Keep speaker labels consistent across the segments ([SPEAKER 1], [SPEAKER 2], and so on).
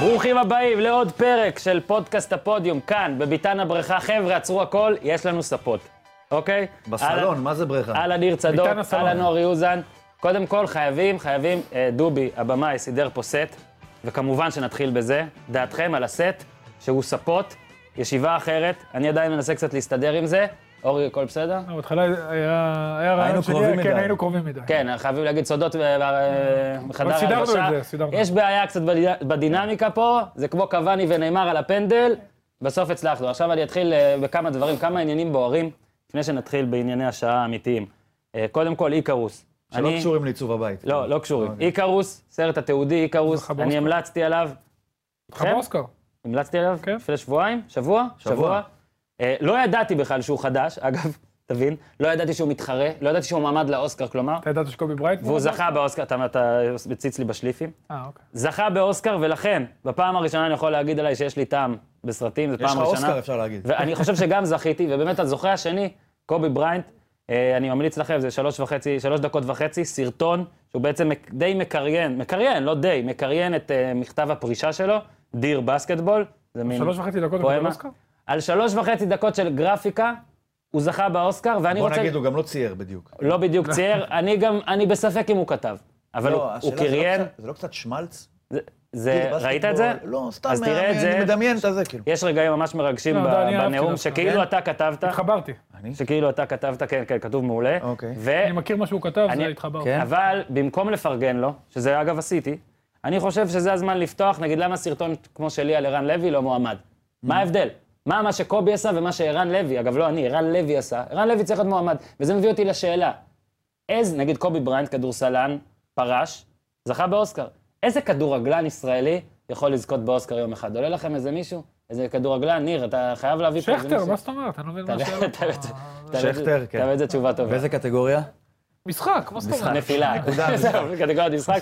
[SPEAKER 1] ברוכים הבאים לעוד פרק של פודקאסט הפודיום, כאן, בביתן הבריכה. חבר'ה, עצרו הכל, יש לנו ספות, אוקיי?
[SPEAKER 2] בסלון, מה זה בריכה?
[SPEAKER 1] אהלן ניר צדוק,
[SPEAKER 3] ביתן הסלון.
[SPEAKER 1] אהלן אורי אוזן. קודם כל, חייבים, חייבים, אה, דובי, הבמאי, סידר פה סט, וכמובן שנתחיל בזה. דעתכם על הסט, שהוא ספות, ישיבה אחרת, אני עדיין מנסה קצת להסתדר עם זה. אורי, הכל בסדר?
[SPEAKER 3] אה, בהתחלה היה, היה רעיון שלי,
[SPEAKER 2] קרובים
[SPEAKER 3] כן,
[SPEAKER 2] מדי.
[SPEAKER 3] היינו קרובים מדי.
[SPEAKER 1] כן, חייבים להגיד סודות ו- ו- בחדר
[SPEAKER 3] אבל סידרנו את זה, סידרנו.
[SPEAKER 1] יש בעיה קצת בד- בדינמיקה פה, זה כמו קוואני ונאמר על הפנדל, בסוף הצלחנו. עכשיו אני אתחיל אה, בכמה דברים, כמה עניינים בוערים, לפני שנתחיל בענייני השעה האמיתיים. אה, קודם כל, איקרוס.
[SPEAKER 2] שלא
[SPEAKER 1] אני-
[SPEAKER 2] קשורים לעיצוב הבית.
[SPEAKER 1] לא, לא קשורים.
[SPEAKER 2] אוקיי.
[SPEAKER 1] איקרוס, סרט התיעודי איקרוס,
[SPEAKER 3] זכה באוסקר.
[SPEAKER 1] אני המלצתי עליו,
[SPEAKER 3] אותך באוסקר.
[SPEAKER 1] המלצתי עליו
[SPEAKER 3] כן.
[SPEAKER 1] לפני שבועיים, שבוע,
[SPEAKER 2] שבוע.
[SPEAKER 1] שבוע. אה, לא ידעתי בכלל שהוא חדש, אגב, תבין, לא ידעתי שהוא מתחרה, לא ידעתי שהוא מועמד לאוסקר, כלומר.
[SPEAKER 3] אתה ידעת שקובי ברייט?
[SPEAKER 1] והוא זכה באוסקר, אתה- אתה מציץ לי בשליפים.
[SPEAKER 3] אה, אוקיי.
[SPEAKER 1] זכה באוסקר, ולכן, בפעם הראשונה אני יכול להגיד עליי שיש לי טעם בסרטים, זו פעם
[SPEAKER 2] יש לך
[SPEAKER 1] ראשונה.
[SPEAKER 2] אוסקר, אפשר להגיד.
[SPEAKER 1] ואני חושב שגם זכיתי, ובאמת הזוכה השני, קובי בריינט, אה, אני ממליץ לכם, זה שלוש וחצי, שלוש דקות וחצי, סרטון שהוא בעצם מק- די מקריין, מקריין, לא די, מקריין את אה, מכתב הפרישה שלו, דיר בסקטבול, זה מין
[SPEAKER 3] שלוש וחצי דקות הוא קיבל
[SPEAKER 1] פואמה.
[SPEAKER 3] אוסקר?
[SPEAKER 1] על שלוש וחצי דקות של גרפיקה, הוא זכה באוסקר, ואני
[SPEAKER 2] בוא
[SPEAKER 1] רוצה...
[SPEAKER 2] נגיד, הוא גם לא צייר בדיוק.
[SPEAKER 1] לא בדיוק צייר, אני גם, אני בספק אם הוא כתב, אבל
[SPEAKER 2] לא,
[SPEAKER 1] הוא-
[SPEAKER 2] השאלה
[SPEAKER 1] הוא
[SPEAKER 2] זה לא
[SPEAKER 1] קריין,
[SPEAKER 2] קצת- זה לא קצת שמלץ?
[SPEAKER 1] זה- זה,
[SPEAKER 2] כאילו,
[SPEAKER 1] ראית את זה?
[SPEAKER 2] בסקטבול- לא, סתם,
[SPEAKER 1] אז תראה את
[SPEAKER 2] אני-
[SPEAKER 1] זה.
[SPEAKER 2] אני מדמיין את זה, כאילו.
[SPEAKER 1] יש רגעים ממש מרגשים
[SPEAKER 3] לא,
[SPEAKER 1] ב-
[SPEAKER 3] אתה, אני אהבתי
[SPEAKER 1] בנאום,
[SPEAKER 3] דווקא.
[SPEAKER 1] שכאילו
[SPEAKER 2] כן?
[SPEAKER 1] אתה כתבת,
[SPEAKER 3] התחברתי.
[SPEAKER 1] אה.
[SPEAKER 2] אני?
[SPEAKER 1] שכאילו אתה כתבת, כן, כן, כתוב מעולה.
[SPEAKER 2] אוקיי.
[SPEAKER 1] ו-
[SPEAKER 3] אני מכיר מה שהוא כתב,
[SPEAKER 1] אני-
[SPEAKER 3] זה התחברתי.
[SPEAKER 2] כן.
[SPEAKER 1] אבל במקום לפרגן לו, שזה אגב עשיתי, אני חושב שזה הזמן לפתוח, נגיד למה סרטון כמו שלי על ערן לוי לא מועמד. מה ההבדל? מה מה שקובי עשה ומה שערן לוי, אגב לא אני, ערן לוי עשה, ערן לוי צריך להיות מועמד, וזה מביא אותי לשאלה. איזה, נגיד קובי בריינט, כדורסלן, פרש, זכה באוסקר. איזה כדורגלן ישראלי יכול לזכות באוסקר יום אחד? עולה לכם איזה מישהו? איזה כדורגלן, ניר, אתה חייב להביא פה איזה
[SPEAKER 3] שכטר,
[SPEAKER 1] מישהו.
[SPEAKER 3] מה זאת אומרת? אני לא מבין מה
[SPEAKER 1] אתה-
[SPEAKER 3] השאלה.
[SPEAKER 1] אתה- אתה- אתה-
[SPEAKER 2] שכטר, כן.
[SPEAKER 1] אתה באמת זו תשובה טובה.
[SPEAKER 2] קטגוריה?
[SPEAKER 3] משחק, מה זאת
[SPEAKER 1] משחק.
[SPEAKER 3] אומרת?
[SPEAKER 1] נפילה.
[SPEAKER 2] נקודה,
[SPEAKER 1] זהו, קטגוריית משחק.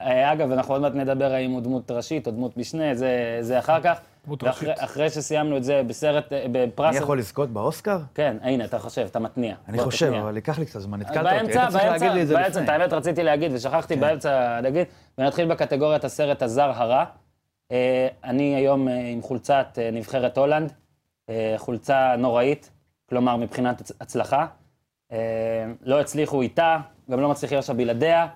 [SPEAKER 1] אה, אגב, אנחנו עוד מעט נדבר האם הוא דמות ראשית או דמות משנה, זה- זה אחר כך.
[SPEAKER 3] דמות
[SPEAKER 1] ואחרי-
[SPEAKER 3] ראשית.
[SPEAKER 1] אחרי שסיימנו את זה בסרט, אה, בפרס...
[SPEAKER 2] אני יכול לזכות באוסקר?
[SPEAKER 1] כן, הנה, אתה חושב, אתה מתניע.
[SPEAKER 2] אני
[SPEAKER 1] בוא,
[SPEAKER 2] חושב,
[SPEAKER 1] תתניע.
[SPEAKER 2] אבל ייקח לי קצת זמן, התקלת אותי.
[SPEAKER 1] לא,
[SPEAKER 2] היית
[SPEAKER 1] באמצע,
[SPEAKER 2] צריך להגיד
[SPEAKER 1] באמצע,
[SPEAKER 2] לי את זה
[SPEAKER 1] באמצע, את
[SPEAKER 2] לפני. כן.
[SPEAKER 1] האמת רציתי להגיד, ושכחתי באמצע להגיד, ונתחיל בקטגוריית הסרט הזר הרע. אה, אני היום אה, עם חולצת אה, נבחרת הולנד, אה, חולצה נוראית, כלומר מבחינת הצ- הצלחה. אה, לא הצליחו איתה, גם לא מצליחים עכשיו בלעדיה,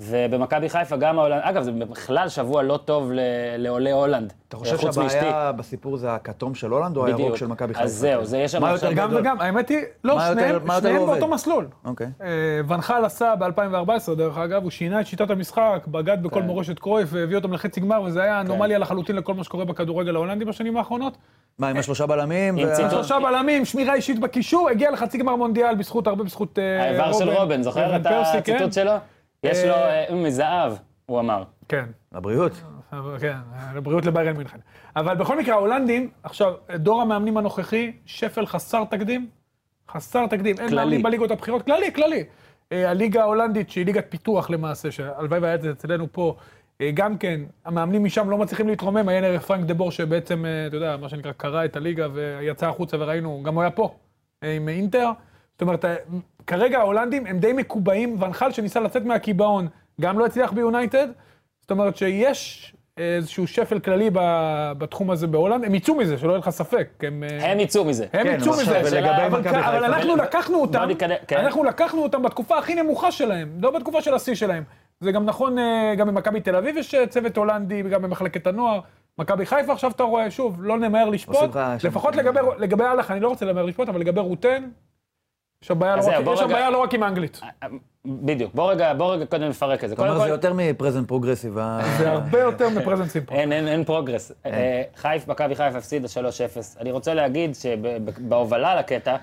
[SPEAKER 1] ובמכבי חיפה גם ההולנד, אגב, זה בכלל שבוע לא טוב ל- לעולי הולנד.
[SPEAKER 2] אתה
[SPEAKER 1] אה,
[SPEAKER 2] חושב
[SPEAKER 1] חוץ מאשתי.
[SPEAKER 2] שהבעיה בסיפור זה הכתום של הולנד, או הירוק
[SPEAKER 1] בדיוק.
[SPEAKER 2] של מכבי חיפה? כן.
[SPEAKER 1] אז זהו, זה יש שם
[SPEAKER 2] מה
[SPEAKER 1] עכשיו
[SPEAKER 2] יותר
[SPEAKER 3] גם
[SPEAKER 2] גדול?
[SPEAKER 3] וגם, האמת היא, לא,
[SPEAKER 2] מה יותר-
[SPEAKER 3] שניהם
[SPEAKER 2] מה יותר
[SPEAKER 3] שניהם
[SPEAKER 2] עובד?
[SPEAKER 3] באותו מסלול.
[SPEAKER 2] אוקיי.
[SPEAKER 3] אה, ונחל עשה ב-2014, דרך אגב, הוא שינה את שיטת המשחק, בגד בכל
[SPEAKER 1] כן.
[SPEAKER 3] מורשת קרויף והביא אותם לחצי גמר, וזה היה אנומליה לחלוטין לכל מה שקורה בכדורגל ההולנדי בשנים האחרונות.
[SPEAKER 2] מה, עם השלושה בלמים?
[SPEAKER 1] עם
[SPEAKER 2] וה-
[SPEAKER 1] ציטוט.
[SPEAKER 3] שלושה בלמים, שמירה אישית בקישור, הגיע לחצי גמר מונדיאל בזכות, הרבה בזכות אה,
[SPEAKER 1] האיבר של רובן, זוכר
[SPEAKER 3] רובן
[SPEAKER 1] את
[SPEAKER 3] פרסי, כן.
[SPEAKER 1] הציטוט שלו? יש לו
[SPEAKER 3] אה,
[SPEAKER 1] אה, מזהב, הוא אמר.
[SPEAKER 3] כן.
[SPEAKER 2] הבריאות.
[SPEAKER 3] אבל כן, לבריאות לביירן מינכן. אבל בכל מקרה, ההולנדים, עכשיו, אה, דור המאמנים הנוכחי, שפל חסר תקדים, חסר תקדים. אין
[SPEAKER 1] כללי.
[SPEAKER 3] מאמנים בליגות הבכירות, כללי, כללי. אה, הליגה ההולנדית, שהיא ליגת פיתוח למעשה, שהלוואי והיה את זה אצלנו פה, אה, גם כן, המאמנים משם לא מצליחים להתרומם, היה ערב פרנק דה בור שבעצם, אה, אתה יודע, מה שנקרא, קרע את הליגה ויצא החוצה וראינו, גם הוא היה פה, אה, עם אינטר. זאת אומרת, אה, כרגע ההולנדים הם די מקובעים, ונחל שניסה לצאת מהקיבעון, גם לא הצליח ביונייטד. זאת אומרת שיש אה, איזשהו שפל כללי ב- בתחום הזה בהולנד, הם יצאו מזה, שלא יהיה לך ספק. הם, אה,
[SPEAKER 1] הם יצאו מזה.
[SPEAKER 3] הם
[SPEAKER 2] כן,
[SPEAKER 3] יצאו
[SPEAKER 2] אבל
[SPEAKER 3] מזה,
[SPEAKER 2] עכשיו,
[SPEAKER 3] אבל-
[SPEAKER 2] ולגבי מכבי
[SPEAKER 3] אבל
[SPEAKER 2] חיפה,
[SPEAKER 3] אנחנו
[SPEAKER 1] בוא-
[SPEAKER 3] לקחנו אותם,
[SPEAKER 1] ניכנס- כן.
[SPEAKER 3] אנחנו לקחנו אותם בתקופה הכי נמוכה שלהם, לא בתקופה של השיא שלהם. זה גם נכון, אה, גם במכבי תל אביב יש אה, צוות הולנדי, גם במחלקת הנוער. מכבי חיפה עכשיו אתה רואה, שוב, לא נמהר
[SPEAKER 2] עושים
[SPEAKER 3] לשפוט.
[SPEAKER 2] לך שם-
[SPEAKER 3] לפחות לגבי- לגבי הלך, אני לא רוצה למהר לשפוט, אבל לגבי רוטן, יש שם בעיה לא
[SPEAKER 1] אז
[SPEAKER 3] רק-
[SPEAKER 1] זהו, בוא אה,
[SPEAKER 3] יש שם
[SPEAKER 1] רגע-
[SPEAKER 3] בעיה לא רק עם האנגלית.
[SPEAKER 1] בדיוק. בוא רגע, בוא רגע קודם נפרק את זה.
[SPEAKER 2] אתה
[SPEAKER 1] קודם
[SPEAKER 2] אומר, זה
[SPEAKER 1] כל,
[SPEAKER 2] יותר אה, מפרזנט פרוגרסיב. ה-
[SPEAKER 1] אה,
[SPEAKER 3] זה הרבה יותר מפרזנסים פה.
[SPEAKER 1] אין, אין, אין פרוגרס. אה, חיפה, מכבי חיפה הפסידה 3-0. אני רוצה להגיד שבהובלה לקטע,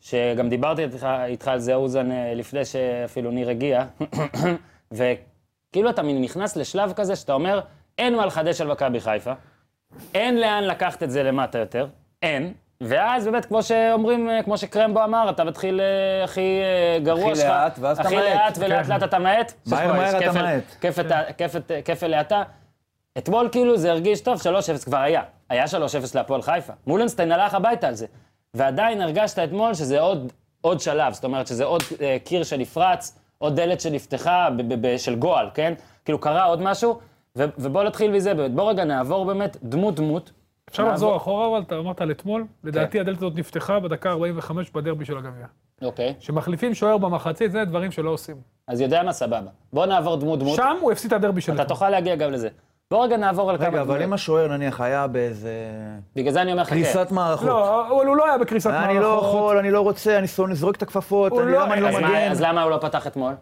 [SPEAKER 1] שגם דיברתי איתך, איתך על זה, אוזן, אה, לפני שאפילו ניר הגיע, וכאילו אתה מין נכנס לשלב כזה שאתה אומר, אין מה לחדש על מכבי חיפה, אין לאן לקחת את זה למטה יותר, אין. ואז באמת, כמו שאומרים, אה, כמו שקרמבו אמר, אתה מתחיל אה, הכי אה, גרוע
[SPEAKER 4] הכי
[SPEAKER 1] שלך.
[SPEAKER 4] לאט, ואז אתה
[SPEAKER 1] הכי
[SPEAKER 4] מאט.
[SPEAKER 1] לאט ולאט
[SPEAKER 3] כן.
[SPEAKER 1] לאט אתה מאט.
[SPEAKER 2] מהר,
[SPEAKER 1] שוב,
[SPEAKER 2] מהר
[SPEAKER 1] יש
[SPEAKER 2] אתה
[SPEAKER 1] כפל-
[SPEAKER 2] מאט.
[SPEAKER 1] כפל- כפל- כפל האטה. אתמול כאילו זה הרגיש טוב, 3-0 כבר היה. היה 3-0 להפועל חיפה. מולנשטיין הלך הביתה על זה. ועדיין הרגשת אתמול שזה עוד, עוד שלב, זאת אומרת שזה עוד אה, קיר שנפרץ, עוד דלת שנפתחה ב- ב- ב- של גועל, כן? כאילו קרה עוד משהו, ו- ובואו נתחיל מזה באמת. בואו רגע נעבור באמת דמות-דמות.
[SPEAKER 3] אפשר
[SPEAKER 1] נעבור-
[SPEAKER 3] לחזור אחורה, אבל אתה אמרת על אתמול,
[SPEAKER 1] כן.
[SPEAKER 3] לדעתי הדלת הזאת נפתחה בדקה 45 בדרבי של הגביע.
[SPEAKER 1] אוקיי.
[SPEAKER 3] שמחליפים שוער במחצית, זה דברים שלא עושים.
[SPEAKER 1] אז יודע מה, סבבה. בואו נעבור דמות-דמות.
[SPEAKER 3] שם הוא הפסיד את הדרבי של
[SPEAKER 1] אתה
[SPEAKER 3] אתמול.
[SPEAKER 1] תוכל להגיע גם לזה. בואו רגע נעבור על כמה
[SPEAKER 2] רגע,
[SPEAKER 1] דמויות.
[SPEAKER 2] אבל אם השוער נניח היה באיזה
[SPEAKER 1] בגלל זה אני אומר לך, כן.
[SPEAKER 2] קריסת מערכות.
[SPEAKER 3] לא, אבל הוא לא היה בקריסת מערכות.
[SPEAKER 2] אני לא יכול, אני לא רוצה, אני שונא, זורק את הכפפות,
[SPEAKER 3] הוא
[SPEAKER 2] אני
[SPEAKER 3] לא-
[SPEAKER 2] למה אני לא
[SPEAKER 1] אז מה-
[SPEAKER 2] מגן?
[SPEAKER 1] אז למה הוא לא פתח אתמול?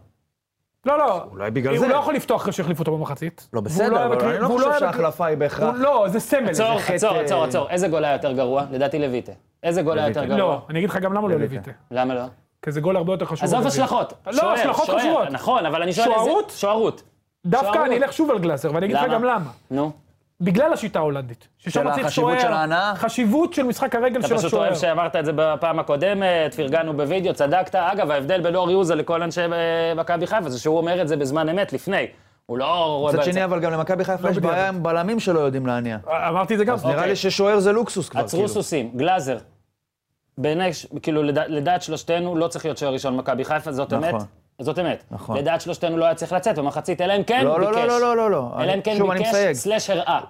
[SPEAKER 3] לא, לא.
[SPEAKER 2] אולי בגלל
[SPEAKER 3] הוא
[SPEAKER 2] זה.
[SPEAKER 3] לא יכול לפתוח אחרי שהחליפו אותו במחצית.
[SPEAKER 2] לא,
[SPEAKER 3] והוא היה
[SPEAKER 2] בסדר, אבל
[SPEAKER 3] בקרי-
[SPEAKER 2] אני לא
[SPEAKER 3] והוא
[SPEAKER 2] חושב
[SPEAKER 3] היה בקרי-
[SPEAKER 2] שההחלפה היא
[SPEAKER 3] הוא-
[SPEAKER 2] בהכרח.
[SPEAKER 3] לא, זה סמל. זה
[SPEAKER 1] עצור,
[SPEAKER 2] חטא,
[SPEAKER 1] עצור,
[SPEAKER 2] אה,
[SPEAKER 1] עצור, עצור. איזה גול היה יותר גרוע? לדעתי לויטה. איזה גול היה יותר
[SPEAKER 2] לויטה.
[SPEAKER 1] גרוע?
[SPEAKER 3] לא, אני אגיד לך גם למה לא
[SPEAKER 2] לויטה.
[SPEAKER 3] לויטה.
[SPEAKER 1] למה לא?
[SPEAKER 3] כי זה גול הרבה יותר חשוב.
[SPEAKER 1] עזוב
[SPEAKER 3] בגביע.
[SPEAKER 1] השלכות.
[SPEAKER 3] לא,
[SPEAKER 1] שוער,
[SPEAKER 3] השלכות
[SPEAKER 1] שוער,
[SPEAKER 3] חשובות.
[SPEAKER 1] נכון, אבל אני שואל איזה...
[SPEAKER 3] שוערות?
[SPEAKER 1] שוערות.
[SPEAKER 3] דווקא
[SPEAKER 1] שוערות.
[SPEAKER 3] אני אלך שוב על גלאזר, ואני אגיד לך גם למה.
[SPEAKER 1] נו,
[SPEAKER 3] בגלל השיטה ההולנדית.
[SPEAKER 2] של
[SPEAKER 3] ששם צריך
[SPEAKER 2] החשיבות
[SPEAKER 3] שוער.
[SPEAKER 2] של ההנאה?
[SPEAKER 3] חשיבות של משחק הרגל
[SPEAKER 1] אתה
[SPEAKER 3] של
[SPEAKER 1] פשוט
[SPEAKER 3] השוער.
[SPEAKER 1] אוהב שאמרת את זה בפעם הקודמת, פרגנו בווידאו, צדקת. אגב, ההבדל בין אור יוזה לכל אנשי אה, מכבי חיפה זה שהוא אומר את זה בזמן אמת, לפני. הוא לא רואה...
[SPEAKER 2] מצד
[SPEAKER 1] בעצם.
[SPEAKER 2] שני, אבל גם למכבי חיפה יש
[SPEAKER 3] בדיוק. אוקיי.
[SPEAKER 2] בעיה עם בלמים שלא יודעים להניע.
[SPEAKER 3] אמרתי את זה גם.
[SPEAKER 2] נראה לי ששוער זה לוקסוס כבר,
[SPEAKER 1] עצרו
[SPEAKER 2] כאילו.
[SPEAKER 1] סוסים, גלאזר. בעיני, ש- כאילו, לדע- לדעת שלושתנו לא צריך להיות שוער ראשון מכבי חיפה, זאת
[SPEAKER 2] נכון.
[SPEAKER 1] אמת. זאת אמת.
[SPEAKER 2] נכון.
[SPEAKER 1] לדעת שלושתנו לא היה צריך לצאת במחצית, אלא אם כן
[SPEAKER 2] לא,
[SPEAKER 1] ביקש.
[SPEAKER 2] לא, לא, לא, לא, לא, לא.
[SPEAKER 1] אלא אם
[SPEAKER 2] אני-
[SPEAKER 1] כן
[SPEAKER 2] שוב, אני מסייג.
[SPEAKER 1] ביקש, סלאש הראה.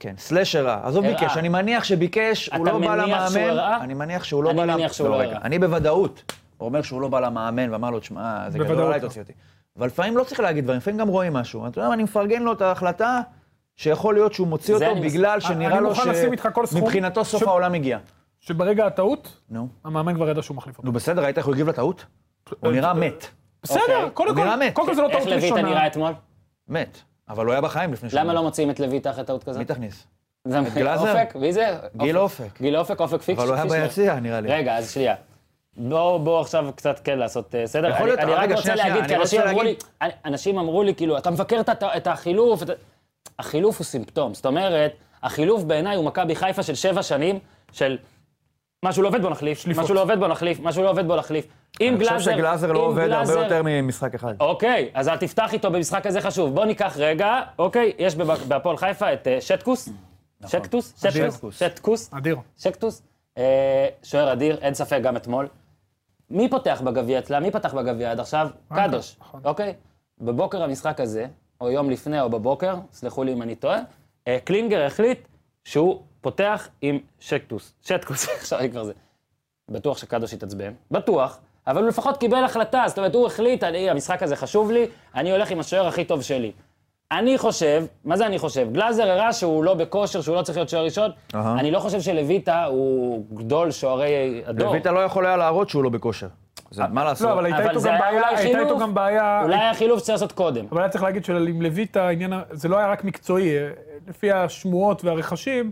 [SPEAKER 2] כן, סלאש הראה. עזוב
[SPEAKER 1] הראה.
[SPEAKER 2] ביקש, אני מניח שביקש, הוא
[SPEAKER 1] אתה
[SPEAKER 2] לא בא
[SPEAKER 1] מניח שהוא הראה?
[SPEAKER 2] למאמן. אני מניח שהוא לא
[SPEAKER 1] אני
[SPEAKER 2] בא למ-
[SPEAKER 1] מניח שהוא
[SPEAKER 2] לא,
[SPEAKER 1] לא
[SPEAKER 2] רגע,
[SPEAKER 1] הראה.
[SPEAKER 2] אני בוודאות. הוא אומר שהוא לא בא למאמן ואמר לו, תשמע, זה גדול
[SPEAKER 3] בוודאות
[SPEAKER 2] עליי,
[SPEAKER 3] לא.
[SPEAKER 2] תוציא אותי. אבל לפעמים לא צריך להגיד דברים, לפעמים גם רואים משהו. אתה יודע מה, אני מפרגן לו את ההחלטה שיכול להיות שהוא מוציא
[SPEAKER 1] זה
[SPEAKER 2] אותו
[SPEAKER 1] אני מס-
[SPEAKER 2] בגלל
[SPEAKER 3] אה, אני
[SPEAKER 2] שנראה לו
[SPEAKER 3] מוכן לשים איתך כל סכום
[SPEAKER 2] שמבחינתו סוף
[SPEAKER 3] ש-
[SPEAKER 2] העולם הגיע.
[SPEAKER 3] שברגע הטעות,
[SPEAKER 2] נו.
[SPEAKER 3] המאמן כבר ידע שהוא מחליף אותו.
[SPEAKER 2] נו, בסדר, ראית איך הוא הגיב לטעות? הוא נראה מת.
[SPEAKER 3] בסדר,
[SPEAKER 1] אוקיי.
[SPEAKER 3] קודם
[SPEAKER 2] הוא נראה
[SPEAKER 3] כל,
[SPEAKER 2] מת.
[SPEAKER 3] קודם כל זה לא
[SPEAKER 1] איך
[SPEAKER 3] טעות
[SPEAKER 1] לויטה נראה
[SPEAKER 3] ראשונה.
[SPEAKER 1] אתמול?
[SPEAKER 2] מת. אבל הוא היה בחיים לפני
[SPEAKER 1] למה לא מוציאים את לויטה אחרי טעות כזאת?
[SPEAKER 2] מי תכניס?
[SPEAKER 1] זה-
[SPEAKER 2] גלאזר?
[SPEAKER 1] אופק? מי זה?
[SPEAKER 2] גיל אופק.
[SPEAKER 1] גיל אופק, אופק פיקס.
[SPEAKER 2] אבל הוא היה
[SPEAKER 1] פישלר.
[SPEAKER 2] ביציע, נראה לי.
[SPEAKER 1] רגע, אז שנייה. בואו בוא עכשיו קצת כן לעשות אה, סדר.
[SPEAKER 2] יכול
[SPEAKER 1] אני,
[SPEAKER 2] להיות,
[SPEAKER 1] אני רק
[SPEAKER 2] רגע,
[SPEAKER 1] רוצה
[SPEAKER 2] שנייה, שנייה,
[SPEAKER 1] להגיד,
[SPEAKER 2] אני
[SPEAKER 1] כי אנשים
[SPEAKER 2] רוצה
[SPEAKER 1] אמרו לי,
[SPEAKER 2] להגיד-
[SPEAKER 1] אני- אנשים אמרו לי, כאילו, אתה מבקר את, ה- את החילוף, את... ה-" החילוף הוא סימפטום. זאת אומרת, החילוף בעיניי הוא מכבי חיפה של שבע שנים, של משהו לא עובד בו נחליף,
[SPEAKER 3] שליפות.
[SPEAKER 1] משהו לא עובד בו נחליף, משהו לא עובד בו נחליף. אם
[SPEAKER 2] אני
[SPEAKER 1] גלאזר...
[SPEAKER 2] חושב שגלאזר לא
[SPEAKER 1] אם
[SPEAKER 2] עובד הרבה
[SPEAKER 1] גלאזר-
[SPEAKER 2] יותר ממשחק אחד.
[SPEAKER 1] אוקיי, אז אל תפתח איתו במשחק כזה חשוב. בוא ניקח רגע, אוקיי, יש בב- בהפועל חיפה את אה, שטקוס, שטקוס, שטקוס,
[SPEAKER 2] שטקוס.
[SPEAKER 1] שטקוס,
[SPEAKER 3] אדיר.
[SPEAKER 1] שקטוס, אה, שוער אדיר, אין ספק, גם אתמול. מי פותח בגביע אצלה? מי פתח בגביע עד עכשיו?
[SPEAKER 3] אנקה,
[SPEAKER 1] קדוש,
[SPEAKER 3] נכון.
[SPEAKER 1] אוקיי? בבוקר המשחק הזה, או יום לפני או בבוקר, סלחו לי אם אני טועה, אה, קלינגר החליט שהוא פותח עם שקטוס. שטקוס, עכשיו אני כבר זה. בטוח שקדוש התעצבן, בטוח, אבל הוא לפחות קיבל החלטה, זאת אומרת, הוא החליט, אני, המשחק הזה חשוב לי, אני הולך עם השוער הכי טוב שלי. אני חושב, מה זה אני חושב? גלאזר הראה שהוא לא בכושר, שהוא לא צריך להיות שוער ראשון.
[SPEAKER 2] אהה.
[SPEAKER 1] אני לא חושב שלויטה הוא גדול שוערי הדור.
[SPEAKER 2] לויטה לא יכול היה להראות שהוא לא בכושר. זה- מה לעשות?
[SPEAKER 3] לא, אבל הייתה
[SPEAKER 1] אבל
[SPEAKER 3] איתו
[SPEAKER 1] זה
[SPEAKER 3] גם
[SPEAKER 1] היה
[SPEAKER 3] בעיה,
[SPEAKER 1] אולי
[SPEAKER 3] הייתה איתו
[SPEAKER 1] חילוף.
[SPEAKER 3] גם בעיה,
[SPEAKER 1] אולי החילוף שצריך לעשות קודם.
[SPEAKER 3] אבל היה צריך להגיד שעם לויטה, העניין, ה- זה לא היה רק מקצועי, אה, לפי השמועות והרכשים,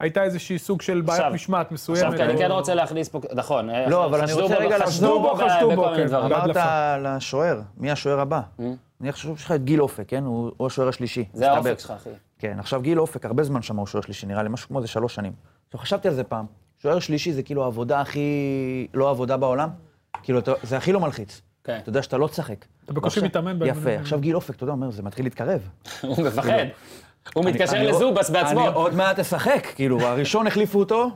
[SPEAKER 3] הייתה איזושהי סוג של בעיית
[SPEAKER 1] עכשיו.
[SPEAKER 3] משמעת מסוימת.
[SPEAKER 1] עכשיו, כי אני
[SPEAKER 3] או-
[SPEAKER 1] כן רוצה להכניס פה, נכון.
[SPEAKER 2] לא, אבל אני
[SPEAKER 1] חשדו
[SPEAKER 2] רוצה
[SPEAKER 1] בו-
[SPEAKER 2] רגע
[SPEAKER 1] חשדו בו, חשדו בו,
[SPEAKER 3] כן.
[SPEAKER 1] כן. דברים.
[SPEAKER 3] אבל-
[SPEAKER 2] אמרת
[SPEAKER 3] בהדלפה.
[SPEAKER 2] על השוער, מי השוער הבא? אני חושב שיש לך את גיל אופק, כן? הוא הוא השוער השלישי.
[SPEAKER 1] זה האופק
[SPEAKER 2] מסתבר.
[SPEAKER 1] שלך, אחי.
[SPEAKER 2] כן, עכשיו גיל אופק, הרבה זמן שם הוא שוער שלישי, נראה לי, משהו כמו איזה שלוש שנים. עכשיו חשבתי על זה פעם, שוער שלישי זה כאילו העבודה הכי לא עבודה בעולם, כאילו, אתה- זה הכי לא מלחיץ.
[SPEAKER 1] כן.
[SPEAKER 2] אתה יודע שאתה לא תשחק.
[SPEAKER 3] אתה בקושי
[SPEAKER 2] ועכשיו-
[SPEAKER 3] מתאמן באימונים.
[SPEAKER 2] יפה, עכשיו גיל אופק, אתה יודע, אומר, זה מתחיל להתקרב.
[SPEAKER 1] הוא מפחד. הוא מתקשר
[SPEAKER 2] אני-
[SPEAKER 1] לזובס
[SPEAKER 2] אני-
[SPEAKER 1] בעצמו.
[SPEAKER 2] אני עוד מעט אשחק, כאילו, הראשון החליפו אותו,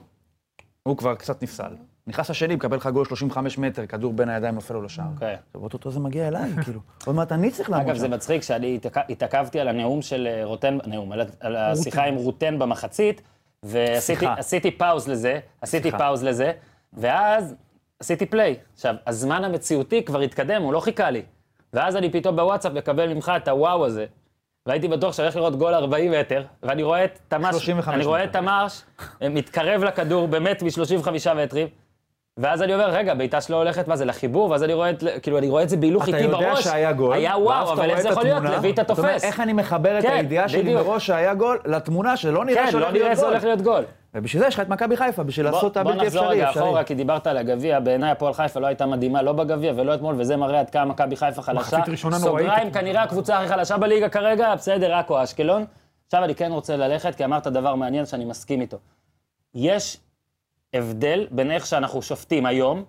[SPEAKER 2] הוא כבר קצת נפסל. נכנס השני, מקבל לך גול 35 מטר, כדור בין הידיים נופל לו לשער.
[SPEAKER 1] אוקיי.
[SPEAKER 2] עכשיו, אוטוטו זה מגיע אליי, כאילו. עוד מעט אני צריך לעמוד
[SPEAKER 1] אגב, זה
[SPEAKER 2] שם.
[SPEAKER 1] מצחיק שאני התעק- התעכבתי על הנאום של אה, רוטן, נאום, על ה- על השיחה עם רוטן במחצית, ועשיתי
[SPEAKER 2] שיחה.
[SPEAKER 1] עשיתי פאוז לזה, עשיתי
[SPEAKER 2] שיחה.
[SPEAKER 1] פאוז לזה, ואז עשיתי פליי. עכשיו, הזמן המציאותי כבר התקדם, הוא לא חיכה לי. ואז אני פתאום בוואטסאפ מקבל ממך את הוואו הזה, והייתי בטוח שאני הולך לראות גול 40 מטר, ואני רואה את תמ"ש,
[SPEAKER 2] 35
[SPEAKER 1] אני רואה את
[SPEAKER 2] מטר.
[SPEAKER 1] תמ"ש אה, מתקרב לכדור באמת מ-35 מטרים. ואז אני אומר, רגע, בעיטה שלו הולכת, מה זה, לחיבור? ואז אני רואה את, כאילו, אני רואה את זה בהילוך
[SPEAKER 2] אתה
[SPEAKER 1] איטי בראש.
[SPEAKER 2] יודע שהיה גול,
[SPEAKER 1] היה
[SPEAKER 2] ואז
[SPEAKER 1] וואו,
[SPEAKER 2] אתה
[SPEAKER 1] אבל
[SPEAKER 2] רואה
[SPEAKER 1] איך
[SPEAKER 2] את
[SPEAKER 1] זה יכול להיות?
[SPEAKER 2] התמונה,
[SPEAKER 1] לויטה
[SPEAKER 2] אתה אומר,
[SPEAKER 1] תופס.
[SPEAKER 2] איך אני מחבר את
[SPEAKER 1] כן,
[SPEAKER 2] הידיעה שלי
[SPEAKER 1] בדיוק.
[SPEAKER 2] מראש שהיה גול לתמונה שלא נראה
[SPEAKER 1] כן,
[SPEAKER 2] שהולך
[SPEAKER 1] לא נראה
[SPEAKER 2] להיות
[SPEAKER 1] שזה
[SPEAKER 2] גול.
[SPEAKER 1] הולך להיות גול.
[SPEAKER 2] ובשביל זה יש לך את מכבי חיפה, בשביל לעשות את
[SPEAKER 1] בוא
[SPEAKER 2] הבלתי
[SPEAKER 1] נחזור
[SPEAKER 2] אפשרי,
[SPEAKER 1] רגע
[SPEAKER 2] אפשרי.
[SPEAKER 1] אחורה, כי דיברת על הגביע, בעיניי הפועל חיפה לא הייתה מדהימה, לא בגביע ולא אתמול, וזה מראה עד כמה מכבי חיפה חלשה.
[SPEAKER 3] מחצית ראשונה נוראית
[SPEAKER 1] סוגריים,
[SPEAKER 3] אתמול.
[SPEAKER 1] כנראה הקבוצה הכי חלשה בליגה כרגע, בסדר, עכו, אשקלון. עכשיו אני כן רוצה ללכת, כי אמרת דבר מעניין שאני מסכים איתו. יש הבדל בין איך שאנחנו שופטים היום,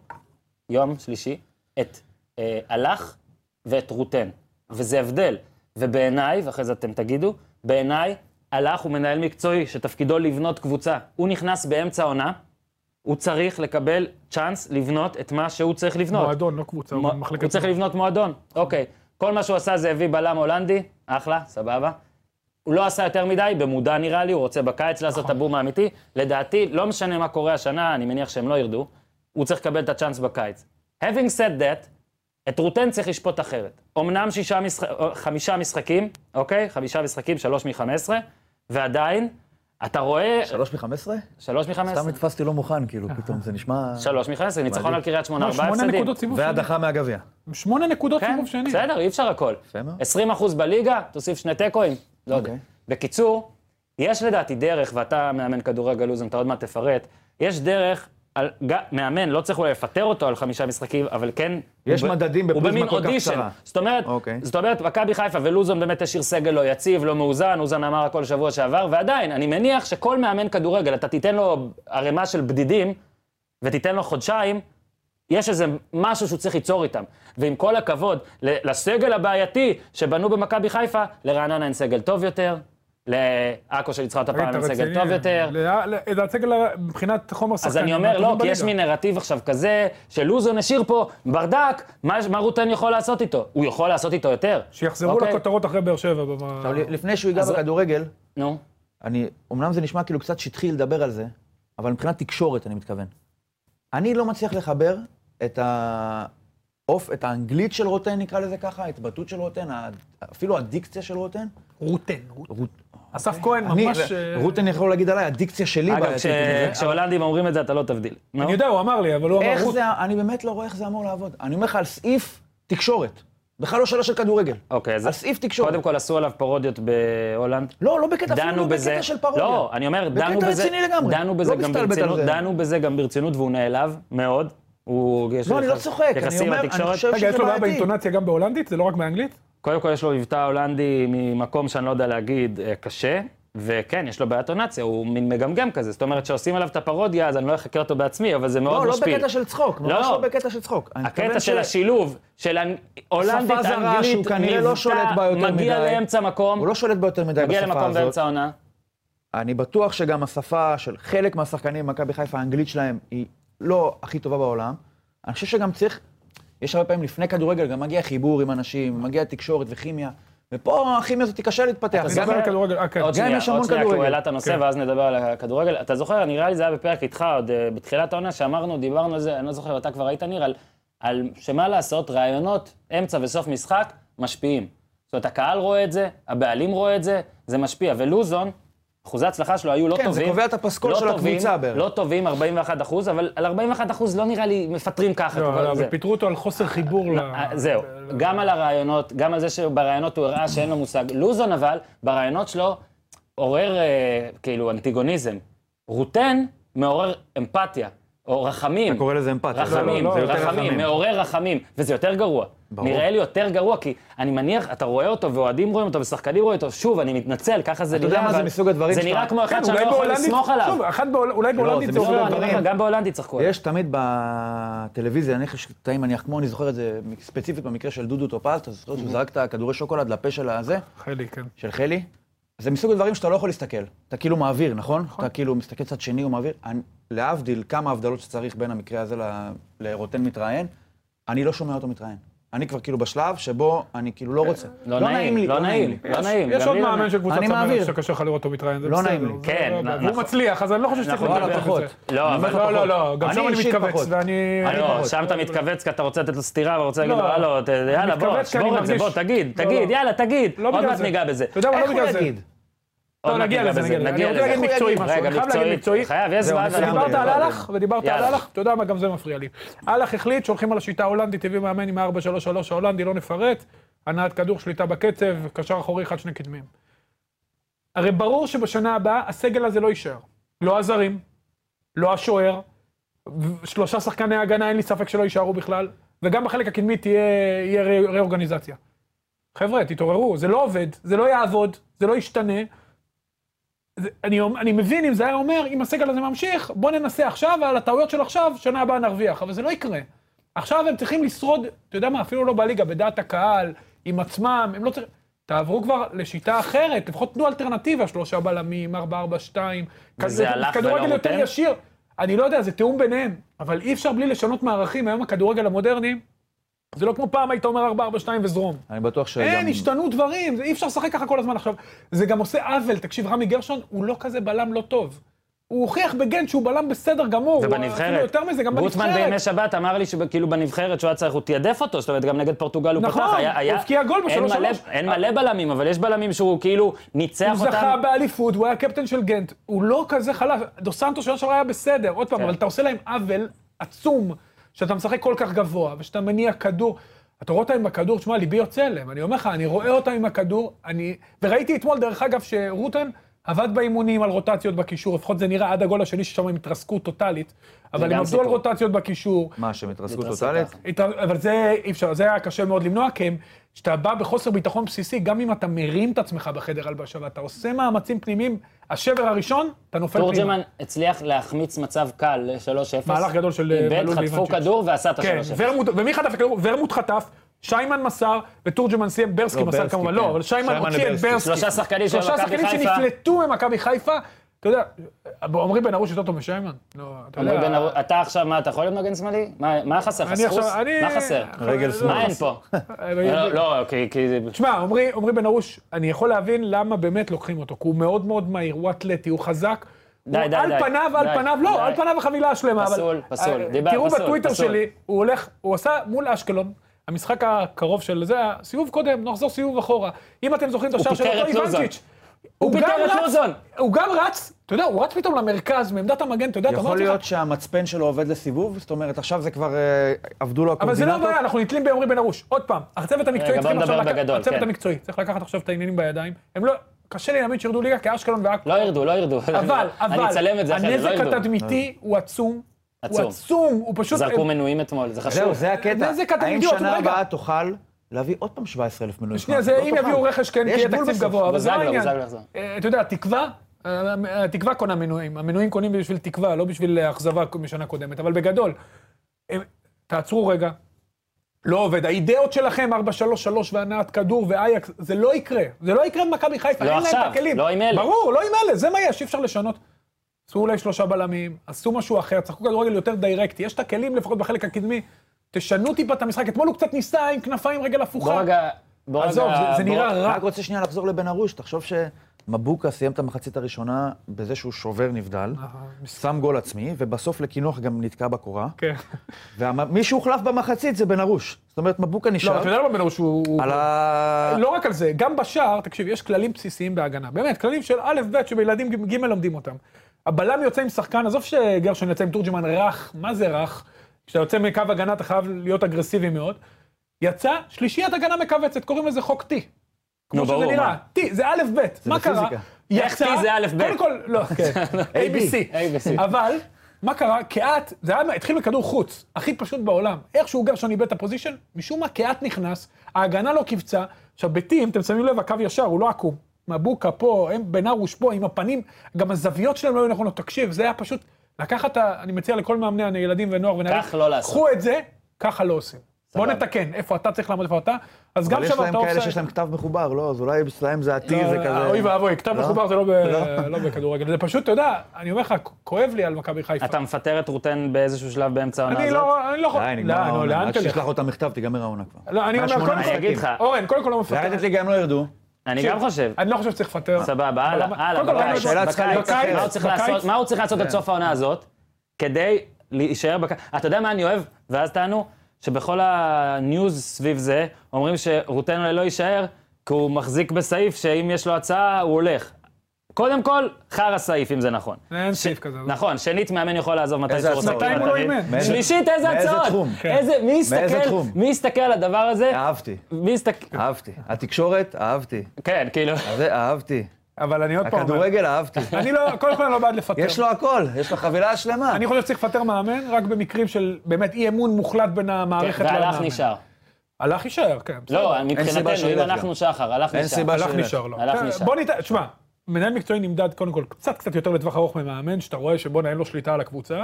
[SPEAKER 1] יום שלישי, את אה, הלך ואת רוטן. וזה הבדל. ובעיניי, ואחרי זה אתם תגידו, בעיניי, הלך הוא מנהל מקצועי שתפקידו לבנות קבוצה. הוא נכנס באמצע העונה, הוא צריך לקבל צ'אנס לבנות את מה שהוא צריך לבנות.
[SPEAKER 3] מועדון, לא קבוצה,
[SPEAKER 1] מוע-
[SPEAKER 3] אבל מחלקת...
[SPEAKER 1] הוא צריך לבנות מועדון, אוקיי. כל מה שהוא עשה זה הביא בלם הולנדי, אחלה, סבבה. הוא לא עשה יותר מדי, במודע נראה לי, הוא רוצה בקיץ לעשות את הבום האמיתי. לדעתי, לא משנה מה קורה השנה, אני מניח שהם לא ירדו, הוא צריך לקבל את הצ'אנס בקיץ. Having said that, את רוטן צריך לשפוט אחרת. אמנם שישה משח... או, חמישה משחקים, אוקיי? חמישה משחקים, שלוש מחמש עשרה, ועדיין, אתה רואה...
[SPEAKER 2] שלוש מחמש עשרה?
[SPEAKER 1] שלוש מחמש
[SPEAKER 2] סתם
[SPEAKER 1] עשרה.
[SPEAKER 2] נתפסתי לא מוכן, כאילו, פתאום זה נשמע...
[SPEAKER 1] שלוש מחמש עשרה, ניצחון
[SPEAKER 2] מדהים.
[SPEAKER 1] על קריית שמונה,
[SPEAKER 3] מה,
[SPEAKER 1] ארבעה
[SPEAKER 3] לא, שמונה
[SPEAKER 1] הפסדים.
[SPEAKER 3] נקודות סיבוב שני.
[SPEAKER 2] והדחה מהגביע.
[SPEAKER 3] שמונה נקודות
[SPEAKER 1] כן,
[SPEAKER 3] סיבוב שני.
[SPEAKER 1] בסדר, אי אפשר הכל.
[SPEAKER 2] יפה מאוד.
[SPEAKER 1] 20 אחוז בליגה, תוסיף שני תיקואים, לא יודע.
[SPEAKER 2] אוקיי.
[SPEAKER 1] בקיצור, יש לדעתי דרך, ואתה מאמן כדורגל לוזון, אתה עוד מעט תפרט, יש דרך, על, ג, מאמן, לא צריך אולי לפטר אותו על חמישה משחקים, אבל כן...
[SPEAKER 2] יש
[SPEAKER 1] הוא ב-
[SPEAKER 2] מדדים
[SPEAKER 1] הוא
[SPEAKER 2] בפריזמה
[SPEAKER 1] במין
[SPEAKER 2] כל כך
[SPEAKER 1] אודישן.
[SPEAKER 2] קצרה.
[SPEAKER 1] זאת אומרת,
[SPEAKER 2] אוקיי.
[SPEAKER 1] זאת אומרת, מכבי חיפה ולוזון באמת השאיר סגל לא יציב, לא מאוזן, אוזן אמר הכל שבוע שעבר, ועדיין, אני מניח שכל מאמן כדורגל, אתה תיתן לו ערימה של בדידים, ותיתן לו חודשיים, יש איזה משהו שהוא צריך ליצור איתם. ועם כל הכבוד, ל- לסגל הבעייתי שבנו במכבי חיפה, לרעננה אין סגל טוב יותר, לעכו שניצחה אותה
[SPEAKER 3] תגיד,
[SPEAKER 1] פעם אין
[SPEAKER 3] אתה
[SPEAKER 1] סגל
[SPEAKER 3] רציני? אה,
[SPEAKER 1] טוב יותר.
[SPEAKER 3] ל- ל- זה הסגל ה- מבחינת חומר שחקן.
[SPEAKER 1] אז אני אומר, לא, כי יש מין נרטיב עכשיו כזה, שלוזון השאיר פה ברדק, מה, מה רוטן יכול לעשות איתו? הוא יכול לעשות איתו יותר.
[SPEAKER 3] שיחזרו
[SPEAKER 1] אוקיי.
[SPEAKER 3] לכותרות אחרי באר שבע. במה-
[SPEAKER 2] עכשיו, לפני שהוא ייגע
[SPEAKER 1] אז-
[SPEAKER 2] בכדורגל,
[SPEAKER 1] נו.
[SPEAKER 2] אני, אמנם זה נשמע כאילו קצת שטחי לדבר על זה, אבל מבחינת תקשורת אני מתכוון. אני לא מצליח לחבר את האוף, את האנגלית של רוטן, נקרא לזה ככה, ההתבטאות של רוטן, ה- אפילו הדיקציה של רוטן.
[SPEAKER 3] רוטן. רוטן.
[SPEAKER 2] רוט-
[SPEAKER 3] אסף כהן
[SPEAKER 2] אני,
[SPEAKER 3] ממש... אה,
[SPEAKER 2] רוטן יכול להגיד עליי, הדיקציה שלי
[SPEAKER 1] אגב, כש-
[SPEAKER 2] בעייתית. אני-
[SPEAKER 1] כשהולנדים אומרים את זה, אתה לא תבדיל. נו.
[SPEAKER 3] אני יודע, הוא אמר לי, אבל הוא אמר
[SPEAKER 2] איך
[SPEAKER 3] רוטן.
[SPEAKER 2] זה, אני באמת לא רואה איך זה אמור לעבוד. אני אומר לך על סעיף תקשורת. בכלל לא שאלה של כדורגל.
[SPEAKER 1] אוקיי,
[SPEAKER 2] על
[SPEAKER 1] אז
[SPEAKER 2] סעיף תקשורת.
[SPEAKER 1] קודם כל עשו עליו פרודיות בהולנד.
[SPEAKER 2] לא, לא בקטע, אפילו
[SPEAKER 1] דנו
[SPEAKER 2] לא
[SPEAKER 1] בזה,
[SPEAKER 2] בקטע של פרודיה.
[SPEAKER 1] לא, אני אומר,
[SPEAKER 2] בקטע
[SPEAKER 1] דנו בזה,
[SPEAKER 2] רציני לגמרי.
[SPEAKER 1] דנו בזה
[SPEAKER 2] לא
[SPEAKER 1] גם
[SPEAKER 2] מסתלבט על
[SPEAKER 1] ברצינות,
[SPEAKER 2] זה.
[SPEAKER 1] דנו בזה גם ברצינות והוא נעלב מאוד. הוא, יש לו
[SPEAKER 2] לא, אני לא צוחק, אני
[SPEAKER 1] יחסים
[SPEAKER 2] אומר, אני
[SPEAKER 1] לתקשורת.
[SPEAKER 2] חושב
[SPEAKER 3] רגע, יש
[SPEAKER 2] שזה
[SPEAKER 3] לו בעיה
[SPEAKER 2] בעייתי.
[SPEAKER 3] באינטונציה גם בהולנדית? זה לא רק באנגלית?
[SPEAKER 1] קודם כל יש לו מבטא הולנדי ממקום שאני לא יודע להגיד אה, קשה, וכן, יש לו בעיית אונציה, הוא מין מגמגם כזה. זאת אומרת, שעושים עליו את הפרודיה, אז אני לא אחקר אותו בעצמי, אבל זה מאוד
[SPEAKER 2] לא, לא
[SPEAKER 1] משפיל.
[SPEAKER 2] בקטע של צחוק, ממש
[SPEAKER 1] לא.
[SPEAKER 2] לא בקטע של צחוק. אני
[SPEAKER 1] הקטע
[SPEAKER 2] מתכוון
[SPEAKER 1] של
[SPEAKER 2] ש-
[SPEAKER 1] השילוב, של הנ- הולנדית,
[SPEAKER 2] שפה זרה
[SPEAKER 1] אנגלית,
[SPEAKER 2] שהוא כנראה לא שולט בה יותר
[SPEAKER 1] מגיע
[SPEAKER 2] מדי.
[SPEAKER 1] לאמצע מקום,
[SPEAKER 2] הוא לא שולט ביותר מדי
[SPEAKER 1] מגיע
[SPEAKER 2] בשפה
[SPEAKER 1] למקום
[SPEAKER 2] הזאת.
[SPEAKER 1] באמצע העונה.
[SPEAKER 2] אני בטוח שגם השפה של חלק מהשחקנים במכבי חיפה, האנגלית שלהם היא לא הכי טובה בעולם. אני חושב שגם צריך, יש הרבה פעמים לפני כדורגל, גם מגיע חיבור עם אנשים, מגיע תקשורת וכימיה, ופה הכימיה הזאת היא קשה להתפתח.
[SPEAKER 1] אתה
[SPEAKER 2] גם
[SPEAKER 1] זוכר?
[SPEAKER 3] על הכדורגל, אה, כן.
[SPEAKER 1] עוד
[SPEAKER 2] גם
[SPEAKER 1] שנייה,
[SPEAKER 2] יש
[SPEAKER 1] עוד
[SPEAKER 2] המון
[SPEAKER 1] שנייה, כי הוא
[SPEAKER 2] כדורגל.
[SPEAKER 1] העלה את הנושא,
[SPEAKER 3] כן.
[SPEAKER 1] ואז נדבר על הכדורגל. אתה זוכר, נראה לי זה היה בפרק איתך, עוד אה, בתחילת העונה, שאמרנו, דיברנו על זה, אני לא זוכר, אתה כבר היית, ניר, על- על שמה לעשות, ראיונות, אמצע וסוף משחק, משפיעים. זאת אומרת, הקהל רואה את זה, הבעלים רואה את זה, זה משפיע. ולוזון, אחוזי ההצלחה שלו היו לא
[SPEAKER 2] כן, זה
[SPEAKER 1] טובים.
[SPEAKER 2] קובע את הפסקול
[SPEAKER 1] לא
[SPEAKER 2] של
[SPEAKER 1] טובים,
[SPEAKER 2] הקבוצה בערך.
[SPEAKER 1] לא טובים, 41 אחוז, אבל על 41 אחוז לא נראה לי מפטרים ככה.
[SPEAKER 3] לא,
[SPEAKER 1] אתה
[SPEAKER 3] לא,
[SPEAKER 1] יודע, זה-
[SPEAKER 3] אבל פיטרו אותו על חוסר חיבור ל...
[SPEAKER 1] אה, זהו, גם על הרעיונות, גם על זה שברעיונות הוא הראה שאין לו מושג. לוזון אבל, ברעיונות שלו, עורר אה, כאילו אנטיגוניזם. רוטן מעורר אמפתיה, או רחמים.
[SPEAKER 2] אתה קורא לזה אמפתיה.
[SPEAKER 1] רחמים,
[SPEAKER 3] לא, לא, זה יותר
[SPEAKER 1] רחמים, מעורר רחמים, וזה יותר גרוע.
[SPEAKER 2] ברור.
[SPEAKER 1] נראה לי יותר גרוע, כי אני מניח, אתה רואה אותו, ואוהדים רואים אותו, ושחקנים רואים אותו, שוב, אני מתנצל, ככה זה
[SPEAKER 2] אתה
[SPEAKER 1] נראה,
[SPEAKER 2] יודע מה זה
[SPEAKER 1] אבל
[SPEAKER 2] מסוג הדברים
[SPEAKER 1] זה
[SPEAKER 2] שאתה-
[SPEAKER 1] נראה כמו
[SPEAKER 3] כן,
[SPEAKER 1] אחד שאני לא
[SPEAKER 3] אולי
[SPEAKER 1] יכול
[SPEAKER 3] בהולנדית...
[SPEAKER 1] לסמוך עליו.
[SPEAKER 3] שוב, אחת בהול- אולי בהולנדית
[SPEAKER 2] זה
[SPEAKER 3] זה
[SPEAKER 1] לא,
[SPEAKER 2] מסוג
[SPEAKER 3] עובד.
[SPEAKER 1] אני אומר לך,
[SPEAKER 2] הדברים.
[SPEAKER 1] גם בהולנדית צחקו עליו.
[SPEAKER 2] יש תמיד בטלוויזיה, אני חושב שקטעים, אני כמו, אני זוכר את זה ספציפית במקרה של דודו טופז, אתה זוכר
[SPEAKER 1] Mhm.
[SPEAKER 2] שהוא זרק את הכדורי שוקולד לפה של הזה,
[SPEAKER 3] חלי, כן.
[SPEAKER 2] של חלי? זה מסוג הדברים שאתה לא יכול להסתכל. אתה כאילו מעביר, נכון? אתה כאילו מסתכל צד שני ומעביר. אני- להבדיל כמה הבדלות שצריך בין המקרה הזה ל- לרוטן מתראיין, אני לא שומע אותו מתראיין. אני כבר כאילו בשלב שבו אני כאילו לא רוצה.
[SPEAKER 1] לא נעים, לא נעים,
[SPEAKER 2] לי.
[SPEAKER 1] לא נעים.
[SPEAKER 3] יש
[SPEAKER 1] גם
[SPEAKER 3] עוד
[SPEAKER 1] לי לא
[SPEAKER 3] מאמן
[SPEAKER 1] נעים.
[SPEAKER 3] של קבוצת
[SPEAKER 2] אני
[SPEAKER 3] צמרת
[SPEAKER 2] מעביר.
[SPEAKER 3] שקשה לך לראות אותו מתראיין, זה
[SPEAKER 2] לא
[SPEAKER 3] בסדר.
[SPEAKER 2] נעים לי.
[SPEAKER 3] זה
[SPEAKER 1] כן,
[SPEAKER 3] לא-
[SPEAKER 1] נכון.
[SPEAKER 3] והוא מצליח, אז אני לא חושב שצריך
[SPEAKER 1] נכון.
[SPEAKER 2] וואלה,
[SPEAKER 3] לדבר על
[SPEAKER 2] פחות.
[SPEAKER 3] זה.
[SPEAKER 1] לא, אבל...
[SPEAKER 2] אומר לך
[SPEAKER 3] לא, לא, לא, גם
[SPEAKER 2] אני
[SPEAKER 3] שם אני
[SPEAKER 2] אישית
[SPEAKER 3] מתכווץ,
[SPEAKER 2] פחות.
[SPEAKER 3] ואני... אני
[SPEAKER 1] לא,
[SPEAKER 3] פחות.
[SPEAKER 1] שם אתה מתכווץ כי אתה רוצה לתת לו סטירה ורוצה להגיד לו,
[SPEAKER 3] כן, לא.
[SPEAKER 1] הלו, ת- יאללה, בוא,
[SPEAKER 3] מתכווץ כי אני
[SPEAKER 1] תשבור את זה, בוא,
[SPEAKER 3] מרגיש-
[SPEAKER 1] תגיד,
[SPEAKER 3] לא,
[SPEAKER 1] תגיד,
[SPEAKER 3] לא.
[SPEAKER 1] יאללה, תגיד.
[SPEAKER 3] לא
[SPEAKER 1] עוד
[SPEAKER 3] בגלל
[SPEAKER 1] מעט
[SPEAKER 3] זה.
[SPEAKER 1] ניגע בזה.
[SPEAKER 3] אתה יודע מה, לא
[SPEAKER 2] איך הוא
[SPEAKER 3] בגלל זה.
[SPEAKER 2] יגיד?
[SPEAKER 1] עוד
[SPEAKER 3] טוב,
[SPEAKER 1] מעט
[SPEAKER 3] נגיע
[SPEAKER 1] ניגע
[SPEAKER 3] לזה,
[SPEAKER 1] בזה,
[SPEAKER 3] נגיע לזה.
[SPEAKER 1] נגיע
[SPEAKER 3] אני רוצה
[SPEAKER 1] לזה.
[SPEAKER 3] להגיד
[SPEAKER 2] איך הוא
[SPEAKER 3] מקצועי,
[SPEAKER 2] יגיד?
[SPEAKER 3] משהו, אני
[SPEAKER 1] רגע,
[SPEAKER 3] חייב להגיד מקצועי.
[SPEAKER 1] מקצועית. חייב, יש
[SPEAKER 2] זהו,
[SPEAKER 1] זמן.
[SPEAKER 2] אני
[SPEAKER 1] אנחנו
[SPEAKER 2] סיימתי.
[SPEAKER 1] מדברים.
[SPEAKER 3] דיברת על
[SPEAKER 2] יאללה.
[SPEAKER 3] אהלך, ודיברת על
[SPEAKER 1] יאללה.
[SPEAKER 3] אהלך, אתה יודע מה, גם זה מפריע לי. אהלך החליט שהולכים על השיטה ההולנדית, הביא מאמן עם ה-4-3-3 ההולנדי, לא נפרט, הנעת כדור, שליטה בקצב, קשר אחורי, אחד שני קדמים. הרי ברור שבשנה הבאה הסגל הזה לא יישאר. לא הזרים, לא השוער, ו- שלושה שחקני הגנה, אין לי ספק שלא יישארו בכלל, וגם בחלק הקדמי תהיה יהיה רה- ראורגניזציה. חבר'ה, תתעוררו, זה לא עובד, זה לא יעבוד, זה לא ישתנה. זה- אני, אומ- אני מבין אם זה היה אומר, אם הסגל הזה ממשיך, בוא ננסה עכשיו, ועל הטעויות של עכשיו, שנה הבאה נרוויח, אבל זה לא יקרה. עכשיו הם צריכים לשרוד, אתה יודע מה, אפילו לא בליגה, בדעת הקהל, עם עצמם, הם לא צריכים... תעברו כבר לשיטה אחרת, לפחות תנו אלטרנטיבה, שלושה בלמים, ארבע, ארבע, שתיים.
[SPEAKER 1] וזה
[SPEAKER 3] כזה-
[SPEAKER 1] הלך
[SPEAKER 3] כדורגל
[SPEAKER 1] ולא
[SPEAKER 3] יותר
[SPEAKER 1] רותם?
[SPEAKER 3] ישיר. אני לא יודע, זה תיאום ביניהם, אבל אי אפשר בלי לשנות מערכים. היום הכדורגל המודרני, זה לא כמו פעם היית אומר 4-4-2 וזרום.
[SPEAKER 2] אני בטוח שגם...
[SPEAKER 3] אין, השתנו דברים, זה- אי אפשר לשחק ככה כל הזמן עכשיו. זה גם עושה עוול, תקשיב, רמי גרשון הוא לא כזה בלם לא טוב. הוא הוכיח בגן שהוא בלם בסדר גמור. הוא אפילו
[SPEAKER 1] ובנבחרת.
[SPEAKER 3] יותר מזה, גם
[SPEAKER 1] גוטמן
[SPEAKER 3] בנבחרת.
[SPEAKER 1] בימי שבת אמר לי שכאילו בנבחרת שהוא היה צריך, הוא תיעדף אותו, זאת אומרת, גם נגד פורטוגל הוא
[SPEAKER 3] נכון,
[SPEAKER 1] פתח. היה- היה-
[SPEAKER 3] הוא הבקיע גול
[SPEAKER 1] אין
[SPEAKER 3] בשלוש
[SPEAKER 1] מלא-
[SPEAKER 3] שלוש.
[SPEAKER 1] אין מלא בלמים, אבל יש בלמים שהוא כאילו ניצח
[SPEAKER 3] הוא זכה
[SPEAKER 1] אותם.
[SPEAKER 3] באליפות, הוא היה קפטן של גנט. הוא לא כזה חלש. דו סנטו שנה שעברה היה בסדר, עוד פעם,
[SPEAKER 1] כן.
[SPEAKER 3] אבל אתה עושה להם עוול עצום, שאתה משחק כל כך גבוה, ושאתה מניע כדור. אתה רואה אותם עם הכדור, תשמע, ליבי יוצא אליהם. אני אומר לך, אני רואה אותם עם הכדור, אני... וראיתי אתמול, דרך אגב, שרוטן עבד באימונים על רוטציות בקישור, לפחות זה נראה עד הגול השני, ששם הם התרסקו טוטאלית, אבל
[SPEAKER 1] גם
[SPEAKER 3] הם עבדו על
[SPEAKER 1] סיפור.
[SPEAKER 3] רוטציות בקישור.
[SPEAKER 2] מה, שהם התרסקו
[SPEAKER 1] התרסק
[SPEAKER 2] טוטאלית?
[SPEAKER 1] ככה.
[SPEAKER 3] התר- אבל זה אי אפשר, זה היה קשה מאוד למנוע, כי הם- כשאתה בא בחוסר ביטחון בסיסי, גם אם אתה מרים את עצמך בחדר הלבשה ואתה עושה מאמצים פנימיים, השבר הראשון, אתה נופל פנימה.
[SPEAKER 1] תורג'מן הצליח להחמיץ מצב קל ל-3-0.
[SPEAKER 3] מהלך גדול של, אה,
[SPEAKER 1] איבד,
[SPEAKER 3] מלול
[SPEAKER 1] חטפו
[SPEAKER 3] ואיוונצ'יץ'.
[SPEAKER 1] כדור ועשה את
[SPEAKER 3] כן,
[SPEAKER 1] ה-3-0.
[SPEAKER 3] ורמוט, ומי חטף את הכדור? ורמוט חטף, שיימן מסר, ותורג'מן סיים, ברסקי
[SPEAKER 2] לא,
[SPEAKER 3] מסר
[SPEAKER 2] ברסקי,
[SPEAKER 3] כמובן,
[SPEAKER 2] כן.
[SPEAKER 3] לא, אבל שיימן
[SPEAKER 2] שיימן
[SPEAKER 3] הוציא את
[SPEAKER 2] וברסקי.
[SPEAKER 3] ברסקי.
[SPEAKER 1] שלושה שחקנים של
[SPEAKER 3] שלושה
[SPEAKER 1] מכבי
[SPEAKER 3] שחקנים
[SPEAKER 1] חיפה.
[SPEAKER 3] שנפלטו ממכבי חיפה, אתה יודע, עמרי בן ארוש יותר טוב משיימן. לא, אתה
[SPEAKER 1] אמרו
[SPEAKER 3] יודע,
[SPEAKER 1] בן ארו- אתה עכשיו, מה, אתה יכול להיות מגן שמאלי? מה- מה חסר?
[SPEAKER 3] אני
[SPEAKER 1] חסרוס?
[SPEAKER 3] עכשיו, אני...
[SPEAKER 1] מה חסר?
[SPEAKER 2] רגל שמאל.
[SPEAKER 1] מה אין פה?
[SPEAKER 3] אה,
[SPEAKER 1] לא, לא, כי... כי-
[SPEAKER 3] תשמע, עמרי, עמרי בן ארוש, אני יכול להבין למה באמת לוקחים אותו, כי הוא מאוד מאוד מהיר, הוא אתלטי, הוא חזק.
[SPEAKER 1] די,
[SPEAKER 3] הוא
[SPEAKER 1] די,
[SPEAKER 3] על
[SPEAKER 1] די.
[SPEAKER 3] פניו, על
[SPEAKER 1] די,
[SPEAKER 3] פניו, לא,
[SPEAKER 1] די.
[SPEAKER 3] על פניו החבילה השלמה. אבל-
[SPEAKER 1] פסול, פסול.
[SPEAKER 3] אה,
[SPEAKER 1] דיבר,
[SPEAKER 3] תראו
[SPEAKER 1] פסול,
[SPEAKER 3] בטוויטר
[SPEAKER 1] פסול.
[SPEAKER 3] שלי, הוא הולך, הוא עשה מול אשקלון, המשחק הקרוב של זה, סיבוב קודם, נחזור סיבוב אחורה. אם אתם זוכרים את השער של
[SPEAKER 1] פיקר
[SPEAKER 3] אותו
[SPEAKER 1] את לוזון.
[SPEAKER 3] איוונצ'יץ'.
[SPEAKER 1] הוא פיקר
[SPEAKER 3] גם
[SPEAKER 1] את
[SPEAKER 3] רץ-
[SPEAKER 1] לוזון.
[SPEAKER 3] הוא גם רץ, אתה יודע, הוא רץ פתאום למרכז, מעמדת המגן, אתה יודע, אתה אומר
[SPEAKER 2] יכול
[SPEAKER 3] לעצמך,
[SPEAKER 2] להיות שהמצפן שלו עובד לסיבוב? זאת אומרת, עכשיו זה כבר אה, עבדו לו
[SPEAKER 3] אבל זה לא
[SPEAKER 2] הקומבינטות?
[SPEAKER 3] הבעיה, אנחנו נתלים בעמרי בן ארוש. עוד פעם, הצוות המקצועי
[SPEAKER 1] רגע, בוא
[SPEAKER 3] צריכים עכשיו...
[SPEAKER 1] נדבר
[SPEAKER 3] לקח-
[SPEAKER 1] בגדול,
[SPEAKER 3] הצוות
[SPEAKER 1] כן.
[SPEAKER 3] המקצועי צריך לקחת עכשיו את העניינים בידיים. הם לא... קשה לי להאמין שירדו ליגה, כי אשקלון ועכו...
[SPEAKER 1] לא ירדו, לא ירדו.
[SPEAKER 3] אבל, אבל...
[SPEAKER 1] אני אצלם את זה אחרי זה, לא
[SPEAKER 3] הנזק
[SPEAKER 1] ירדו.
[SPEAKER 3] התדמיתי הוא עצום. הוא
[SPEAKER 1] עצום.
[SPEAKER 3] עצום, הוא פשוט...
[SPEAKER 1] זרקו
[SPEAKER 3] הם-
[SPEAKER 1] מנויים אתמול, זה חשוב.
[SPEAKER 2] זהו, זה הקטע.
[SPEAKER 3] נזק התדמיתי
[SPEAKER 2] האם
[SPEAKER 3] הוא עצום,
[SPEAKER 2] שנה
[SPEAKER 3] רגע.
[SPEAKER 2] הבאה תוכל להביא עוד פעם 17,000 מנויים?
[SPEAKER 3] שנייה, זה
[SPEAKER 2] לא
[SPEAKER 3] אם
[SPEAKER 2] תוכל.
[SPEAKER 3] יביאו רכש, כן,
[SPEAKER 2] יש
[SPEAKER 3] תהיה
[SPEAKER 2] גבול
[SPEAKER 3] תקציב
[SPEAKER 2] בסוף.
[SPEAKER 3] גבוה, אבל זה לא
[SPEAKER 1] בוזגלו,
[SPEAKER 3] העניין.
[SPEAKER 1] בוזגלו יחזור.
[SPEAKER 3] אה, אתה יודע, תקווה, אה, התקווה קונה מנויים. המנויים קונים בשביל תקווה, לא בשביל אה, אכזבה משנה קודמת, אבל בגדול, אה, תעצרו רגע. לא עובד. האידאות שלכם, 4-3-3 והנעת כדור ואייקס, זה לא יקרה. זה לא יקרה במכבי חיפה,
[SPEAKER 1] לא
[SPEAKER 3] אין להם
[SPEAKER 1] עכשיו,
[SPEAKER 3] את הכלים.
[SPEAKER 1] לא עם אלה.
[SPEAKER 3] ברור, לא עם אלה, זה מה יש, אי אפשר לשנות. עשו אולי שלושה בלמים, עשו משהו אחר, צחקו כדורגל יותר דיירקטי. יש את הכלים לפחות בחלק הקדמי. תשנו טיפה את המשחק. אתמול הוא קצת ניסה עם כנפיים רגל הפוכה.
[SPEAKER 1] בוא רגע... בוא
[SPEAKER 3] עזוב,
[SPEAKER 1] רגע-
[SPEAKER 3] זה- זה
[SPEAKER 1] בוא-
[SPEAKER 3] נראה רע.
[SPEAKER 2] רק רוצה שנייה לחזור לבן ארוש, תחשוב שמבוקה סיים את המחצית הראשונה בזה שהוא שובר נבדל,
[SPEAKER 3] אה.
[SPEAKER 2] שם גול עצמי, ובסוף לקינוח גם נתקע בקורה,
[SPEAKER 3] כן.
[SPEAKER 2] ומי שהוחלף במחצית זה בן ארוש. זאת אומרת, מבוקה
[SPEAKER 3] לא, אתה
[SPEAKER 2] נשאר
[SPEAKER 3] יודע למה בן ארוש הוא... הוא-
[SPEAKER 2] על ה...
[SPEAKER 3] לא רק על זה, גם בשער, תקשיב, יש כללים בסיסיים בהגנה. באמת, כללים של א', ב', שבילדים ג'- ג' לומדים אותם. הבלם יוצא עם שחקן, עזוב שגרשון יוצא עם תורג'מן רך, מה זה רך? כשאתה יוצא מקו הגנה אתה חייב להיות אגרסיבי מאוד. יצא שלישיית הגנה מכווצת, קוראים לזה חוק T. כמו
[SPEAKER 1] נו,
[SPEAKER 3] שזה
[SPEAKER 1] ברור,
[SPEAKER 3] נראה,
[SPEAKER 1] מה?
[SPEAKER 3] T, זה א', ב', מה קרה?
[SPEAKER 2] בפיזיקה.
[SPEAKER 1] איך T זה א', ב'?
[SPEAKER 3] קודם כל, לא, כן, ABC.
[SPEAKER 1] ABC.
[SPEAKER 3] אבל, מה קרה? קהת, זה היה, התחיל מכדור חוץ, הכי פשוט בעולם. איכשהו גרשון איבד את הפוזיישן, משום מה קהת נכנס, ההגנה לא קיבצה. עכשיו, ביתי, אם אתם שמים לב, הקו ישר, הוא לא עקום. מבוקה פה, הם, בן ארוש פה, עם הפנים, גם הזוויות שלהם לא היו נכונות. תקשיב, זה היה פשוט, לקחת, ה- אני מציע לכל מאמני הילדים ונוער ונערים,
[SPEAKER 1] כך לא לעשות.
[SPEAKER 3] קחו את זה, ככה לא עושים. בוא
[SPEAKER 1] סבבה.
[SPEAKER 3] נתקן, איפה אתה צריך לעמוד, איפה אתה. אז גם
[SPEAKER 2] אבל יש
[SPEAKER 3] שם
[SPEAKER 2] להם
[SPEAKER 3] אתה
[SPEAKER 2] כאלה
[SPEAKER 3] עושה... לא,
[SPEAKER 2] שיש להם כתב מחובר, לא? אז אולי אצלהם זה עתיר, זה כזה...
[SPEAKER 3] אוי ואבוי, כתב
[SPEAKER 2] לא?
[SPEAKER 3] מחובר זה לא ב-
[SPEAKER 2] לא.
[SPEAKER 3] לא בכדורגל, זה פשוט, אתה יודע, אני אומר לך, כואב לי על מכבי חיפה.
[SPEAKER 1] אתה מפטר את רוטן באיזשהו שלב באמצע העונה
[SPEAKER 3] אני
[SPEAKER 1] הזאת?
[SPEAKER 3] לא, אני לא יכול...
[SPEAKER 2] די, נגמר
[SPEAKER 3] לא, נו,
[SPEAKER 2] העונה,
[SPEAKER 3] לאן
[SPEAKER 2] רק
[SPEAKER 3] תלך?
[SPEAKER 2] שישלח אותם מכתב, תיגמר העונה כבר.
[SPEAKER 3] לא, אני אומר,
[SPEAKER 2] מהשמונה
[SPEAKER 3] קודם כל,
[SPEAKER 1] אני
[SPEAKER 2] משחקים.
[SPEAKER 1] אגיד לך,
[SPEAKER 3] אורן, קודם כל לא מפטר.
[SPEAKER 2] לרדת ליגה הם לא ירדו.
[SPEAKER 1] אני גם חושב.
[SPEAKER 3] אני לא חושב שצריך לפטר.
[SPEAKER 1] סבבה, הלאה,
[SPEAKER 3] אבל-
[SPEAKER 1] הלאה,
[SPEAKER 3] קודם כל,
[SPEAKER 1] בקיץ.
[SPEAKER 2] השאלה צריכה
[SPEAKER 1] בקיץ,
[SPEAKER 2] להיות אחרת.
[SPEAKER 1] מה הוא צריך
[SPEAKER 3] בקיץ- כן.
[SPEAKER 1] לעשות- מה הוא צריך לעשות עד סוף העונה הזאת כדי להישאר בקיץ? אתה יודע מה אני אוהב? ואז טענו שבכל הניוז סביב זה, אומרים שרוטן אולי לא יישאר, כי הוא מחזיק בסעיף שאם יש לו הצעה, הוא הולך. קודם כל, חרא סעיף, אם זה נכון.
[SPEAKER 3] אין סעיף כזה. לא.
[SPEAKER 1] נכון, שנית, מאמן יכול לעזוב מתי
[SPEAKER 2] איזה
[SPEAKER 1] שהוא רוצה.
[SPEAKER 2] הצעות?
[SPEAKER 1] אתה
[SPEAKER 3] בינתיים הוא לא
[SPEAKER 1] מבין?
[SPEAKER 3] אימן.
[SPEAKER 2] מאיזה-
[SPEAKER 1] שלישית, איזה
[SPEAKER 2] מאיזה
[SPEAKER 1] הצעות?
[SPEAKER 2] תחום?
[SPEAKER 3] כן.
[SPEAKER 1] איזה, מי יסתכל,
[SPEAKER 2] תחום?
[SPEAKER 1] מי יסתכל על הדבר הזה?
[SPEAKER 2] אהבתי,
[SPEAKER 1] מי יסתכל,
[SPEAKER 2] אהבתי. התקשורת, אהבתי.
[SPEAKER 1] כן, כאילו,
[SPEAKER 2] זה אהבתי.
[SPEAKER 3] אבל אני עוד פעם אומר,
[SPEAKER 2] הכדורגל, אהבתי.
[SPEAKER 3] אני לא, קודם כל אני לא בעד לפטר.
[SPEAKER 2] יש לו הכל, יש לו חבילה שלמה.
[SPEAKER 3] אני חושב שצריך לפטר מאמן רק במקרים של באמת אי אמון מוחלט בין המערכת לא
[SPEAKER 1] כן,
[SPEAKER 3] למאמן.
[SPEAKER 1] והלך נשאר.
[SPEAKER 3] הלך נשאר, כן. בסדר.
[SPEAKER 1] לא,
[SPEAKER 2] סיבה שהוא
[SPEAKER 1] מבחינתנו, אם
[SPEAKER 2] ילך
[SPEAKER 1] אנחנו
[SPEAKER 2] גם.
[SPEAKER 1] שחר, הלך
[SPEAKER 2] אין
[SPEAKER 1] נשאר.
[SPEAKER 2] סיבה
[SPEAKER 3] הלך
[SPEAKER 2] שהוא ילך.
[SPEAKER 3] נשאר לו.
[SPEAKER 1] הלך
[SPEAKER 3] כן,
[SPEAKER 1] נשאר.
[SPEAKER 3] בוא ניתן, שמע, מנהל מקצועי נמדד קודם כל קצת קצת יותר לטווח ארוך ממאמן, שאתה רואה שבואנה אין לו שליטה על הקבוצה,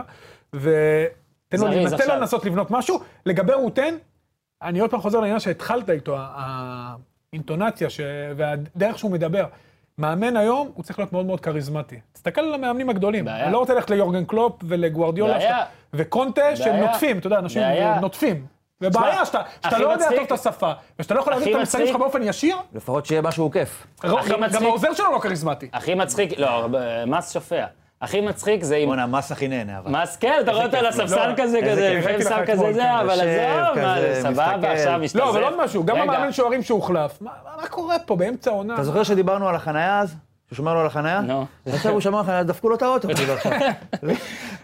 [SPEAKER 3] ותן לו
[SPEAKER 1] זריז
[SPEAKER 3] לבנות- תן לו
[SPEAKER 1] עכשיו.
[SPEAKER 3] לנסות לבנות משהו. לגבי רוטן, אני עוד פעם חוזר לעניין שהתחלת איתו, ה- האינטונציה ש- והדרך שהוא מדבר. מאמן היום, הוא צריך להיות מאוד מאוד כריזמטי. תסתכל על המאמנים הגדולים.
[SPEAKER 1] בעיה.
[SPEAKER 3] אני לא רוצה ללכת ליורגן קלופ ולגוארדיולה
[SPEAKER 1] בעיה.
[SPEAKER 3] שאתה- וקונטה, שהם
[SPEAKER 1] בעיה.
[SPEAKER 3] נוטפים, אתה יודע, אנשים
[SPEAKER 1] בעיה.
[SPEAKER 3] נוטפים. ובעיה
[SPEAKER 1] תשמע,
[SPEAKER 3] שאתה שאתה
[SPEAKER 1] הכי
[SPEAKER 3] לא יודע
[SPEAKER 1] מצחיק-
[SPEAKER 3] טוב את השפה, ושאתה לא יכול להביא את
[SPEAKER 1] הכי
[SPEAKER 3] המסרים שלך
[SPEAKER 1] מצחיק-
[SPEAKER 3] באופן ישיר,
[SPEAKER 2] לפחות שיהיה משהו כיף.
[SPEAKER 1] הכי
[SPEAKER 3] גם גם
[SPEAKER 1] מצחיק-
[SPEAKER 3] העוזר שלו לא כריזמטי.
[SPEAKER 1] הכי מצחיק, לא, הרבה- מס שופע. הכי מצחיק זה אם...
[SPEAKER 2] בואנה, מס הכי נהנה, אבל.
[SPEAKER 1] מס, כן, אתה רואה אותו על הספסל כזה,
[SPEAKER 2] לא, איזה
[SPEAKER 1] כזה,
[SPEAKER 2] כיף.
[SPEAKER 1] לפעמים
[SPEAKER 3] הראיתי
[SPEAKER 1] שם
[SPEAKER 3] לך
[SPEAKER 1] כזה
[SPEAKER 3] אתמול,
[SPEAKER 1] זה,
[SPEAKER 3] כן,
[SPEAKER 1] אבל
[SPEAKER 2] יושב
[SPEAKER 1] עזוב, מה
[SPEAKER 2] כזה,
[SPEAKER 1] זה, סבבה,
[SPEAKER 2] מסתכל.
[SPEAKER 1] עכשיו משתזף.
[SPEAKER 3] לא, אבל עוד משהו, גם
[SPEAKER 1] רגע,
[SPEAKER 3] המאמן שוערים שהוחלף, מה מה קורה פה באמצע העונה?
[SPEAKER 2] אתה זוכר שדיברנו על החנייה אז? ששומר לו על החנייה?
[SPEAKER 1] נו.
[SPEAKER 2] עכשיו הוא שמר על החנייה, דפקו לו את האוטו.
[SPEAKER 3] לא
[SPEAKER 2] כאילו, עכשיו.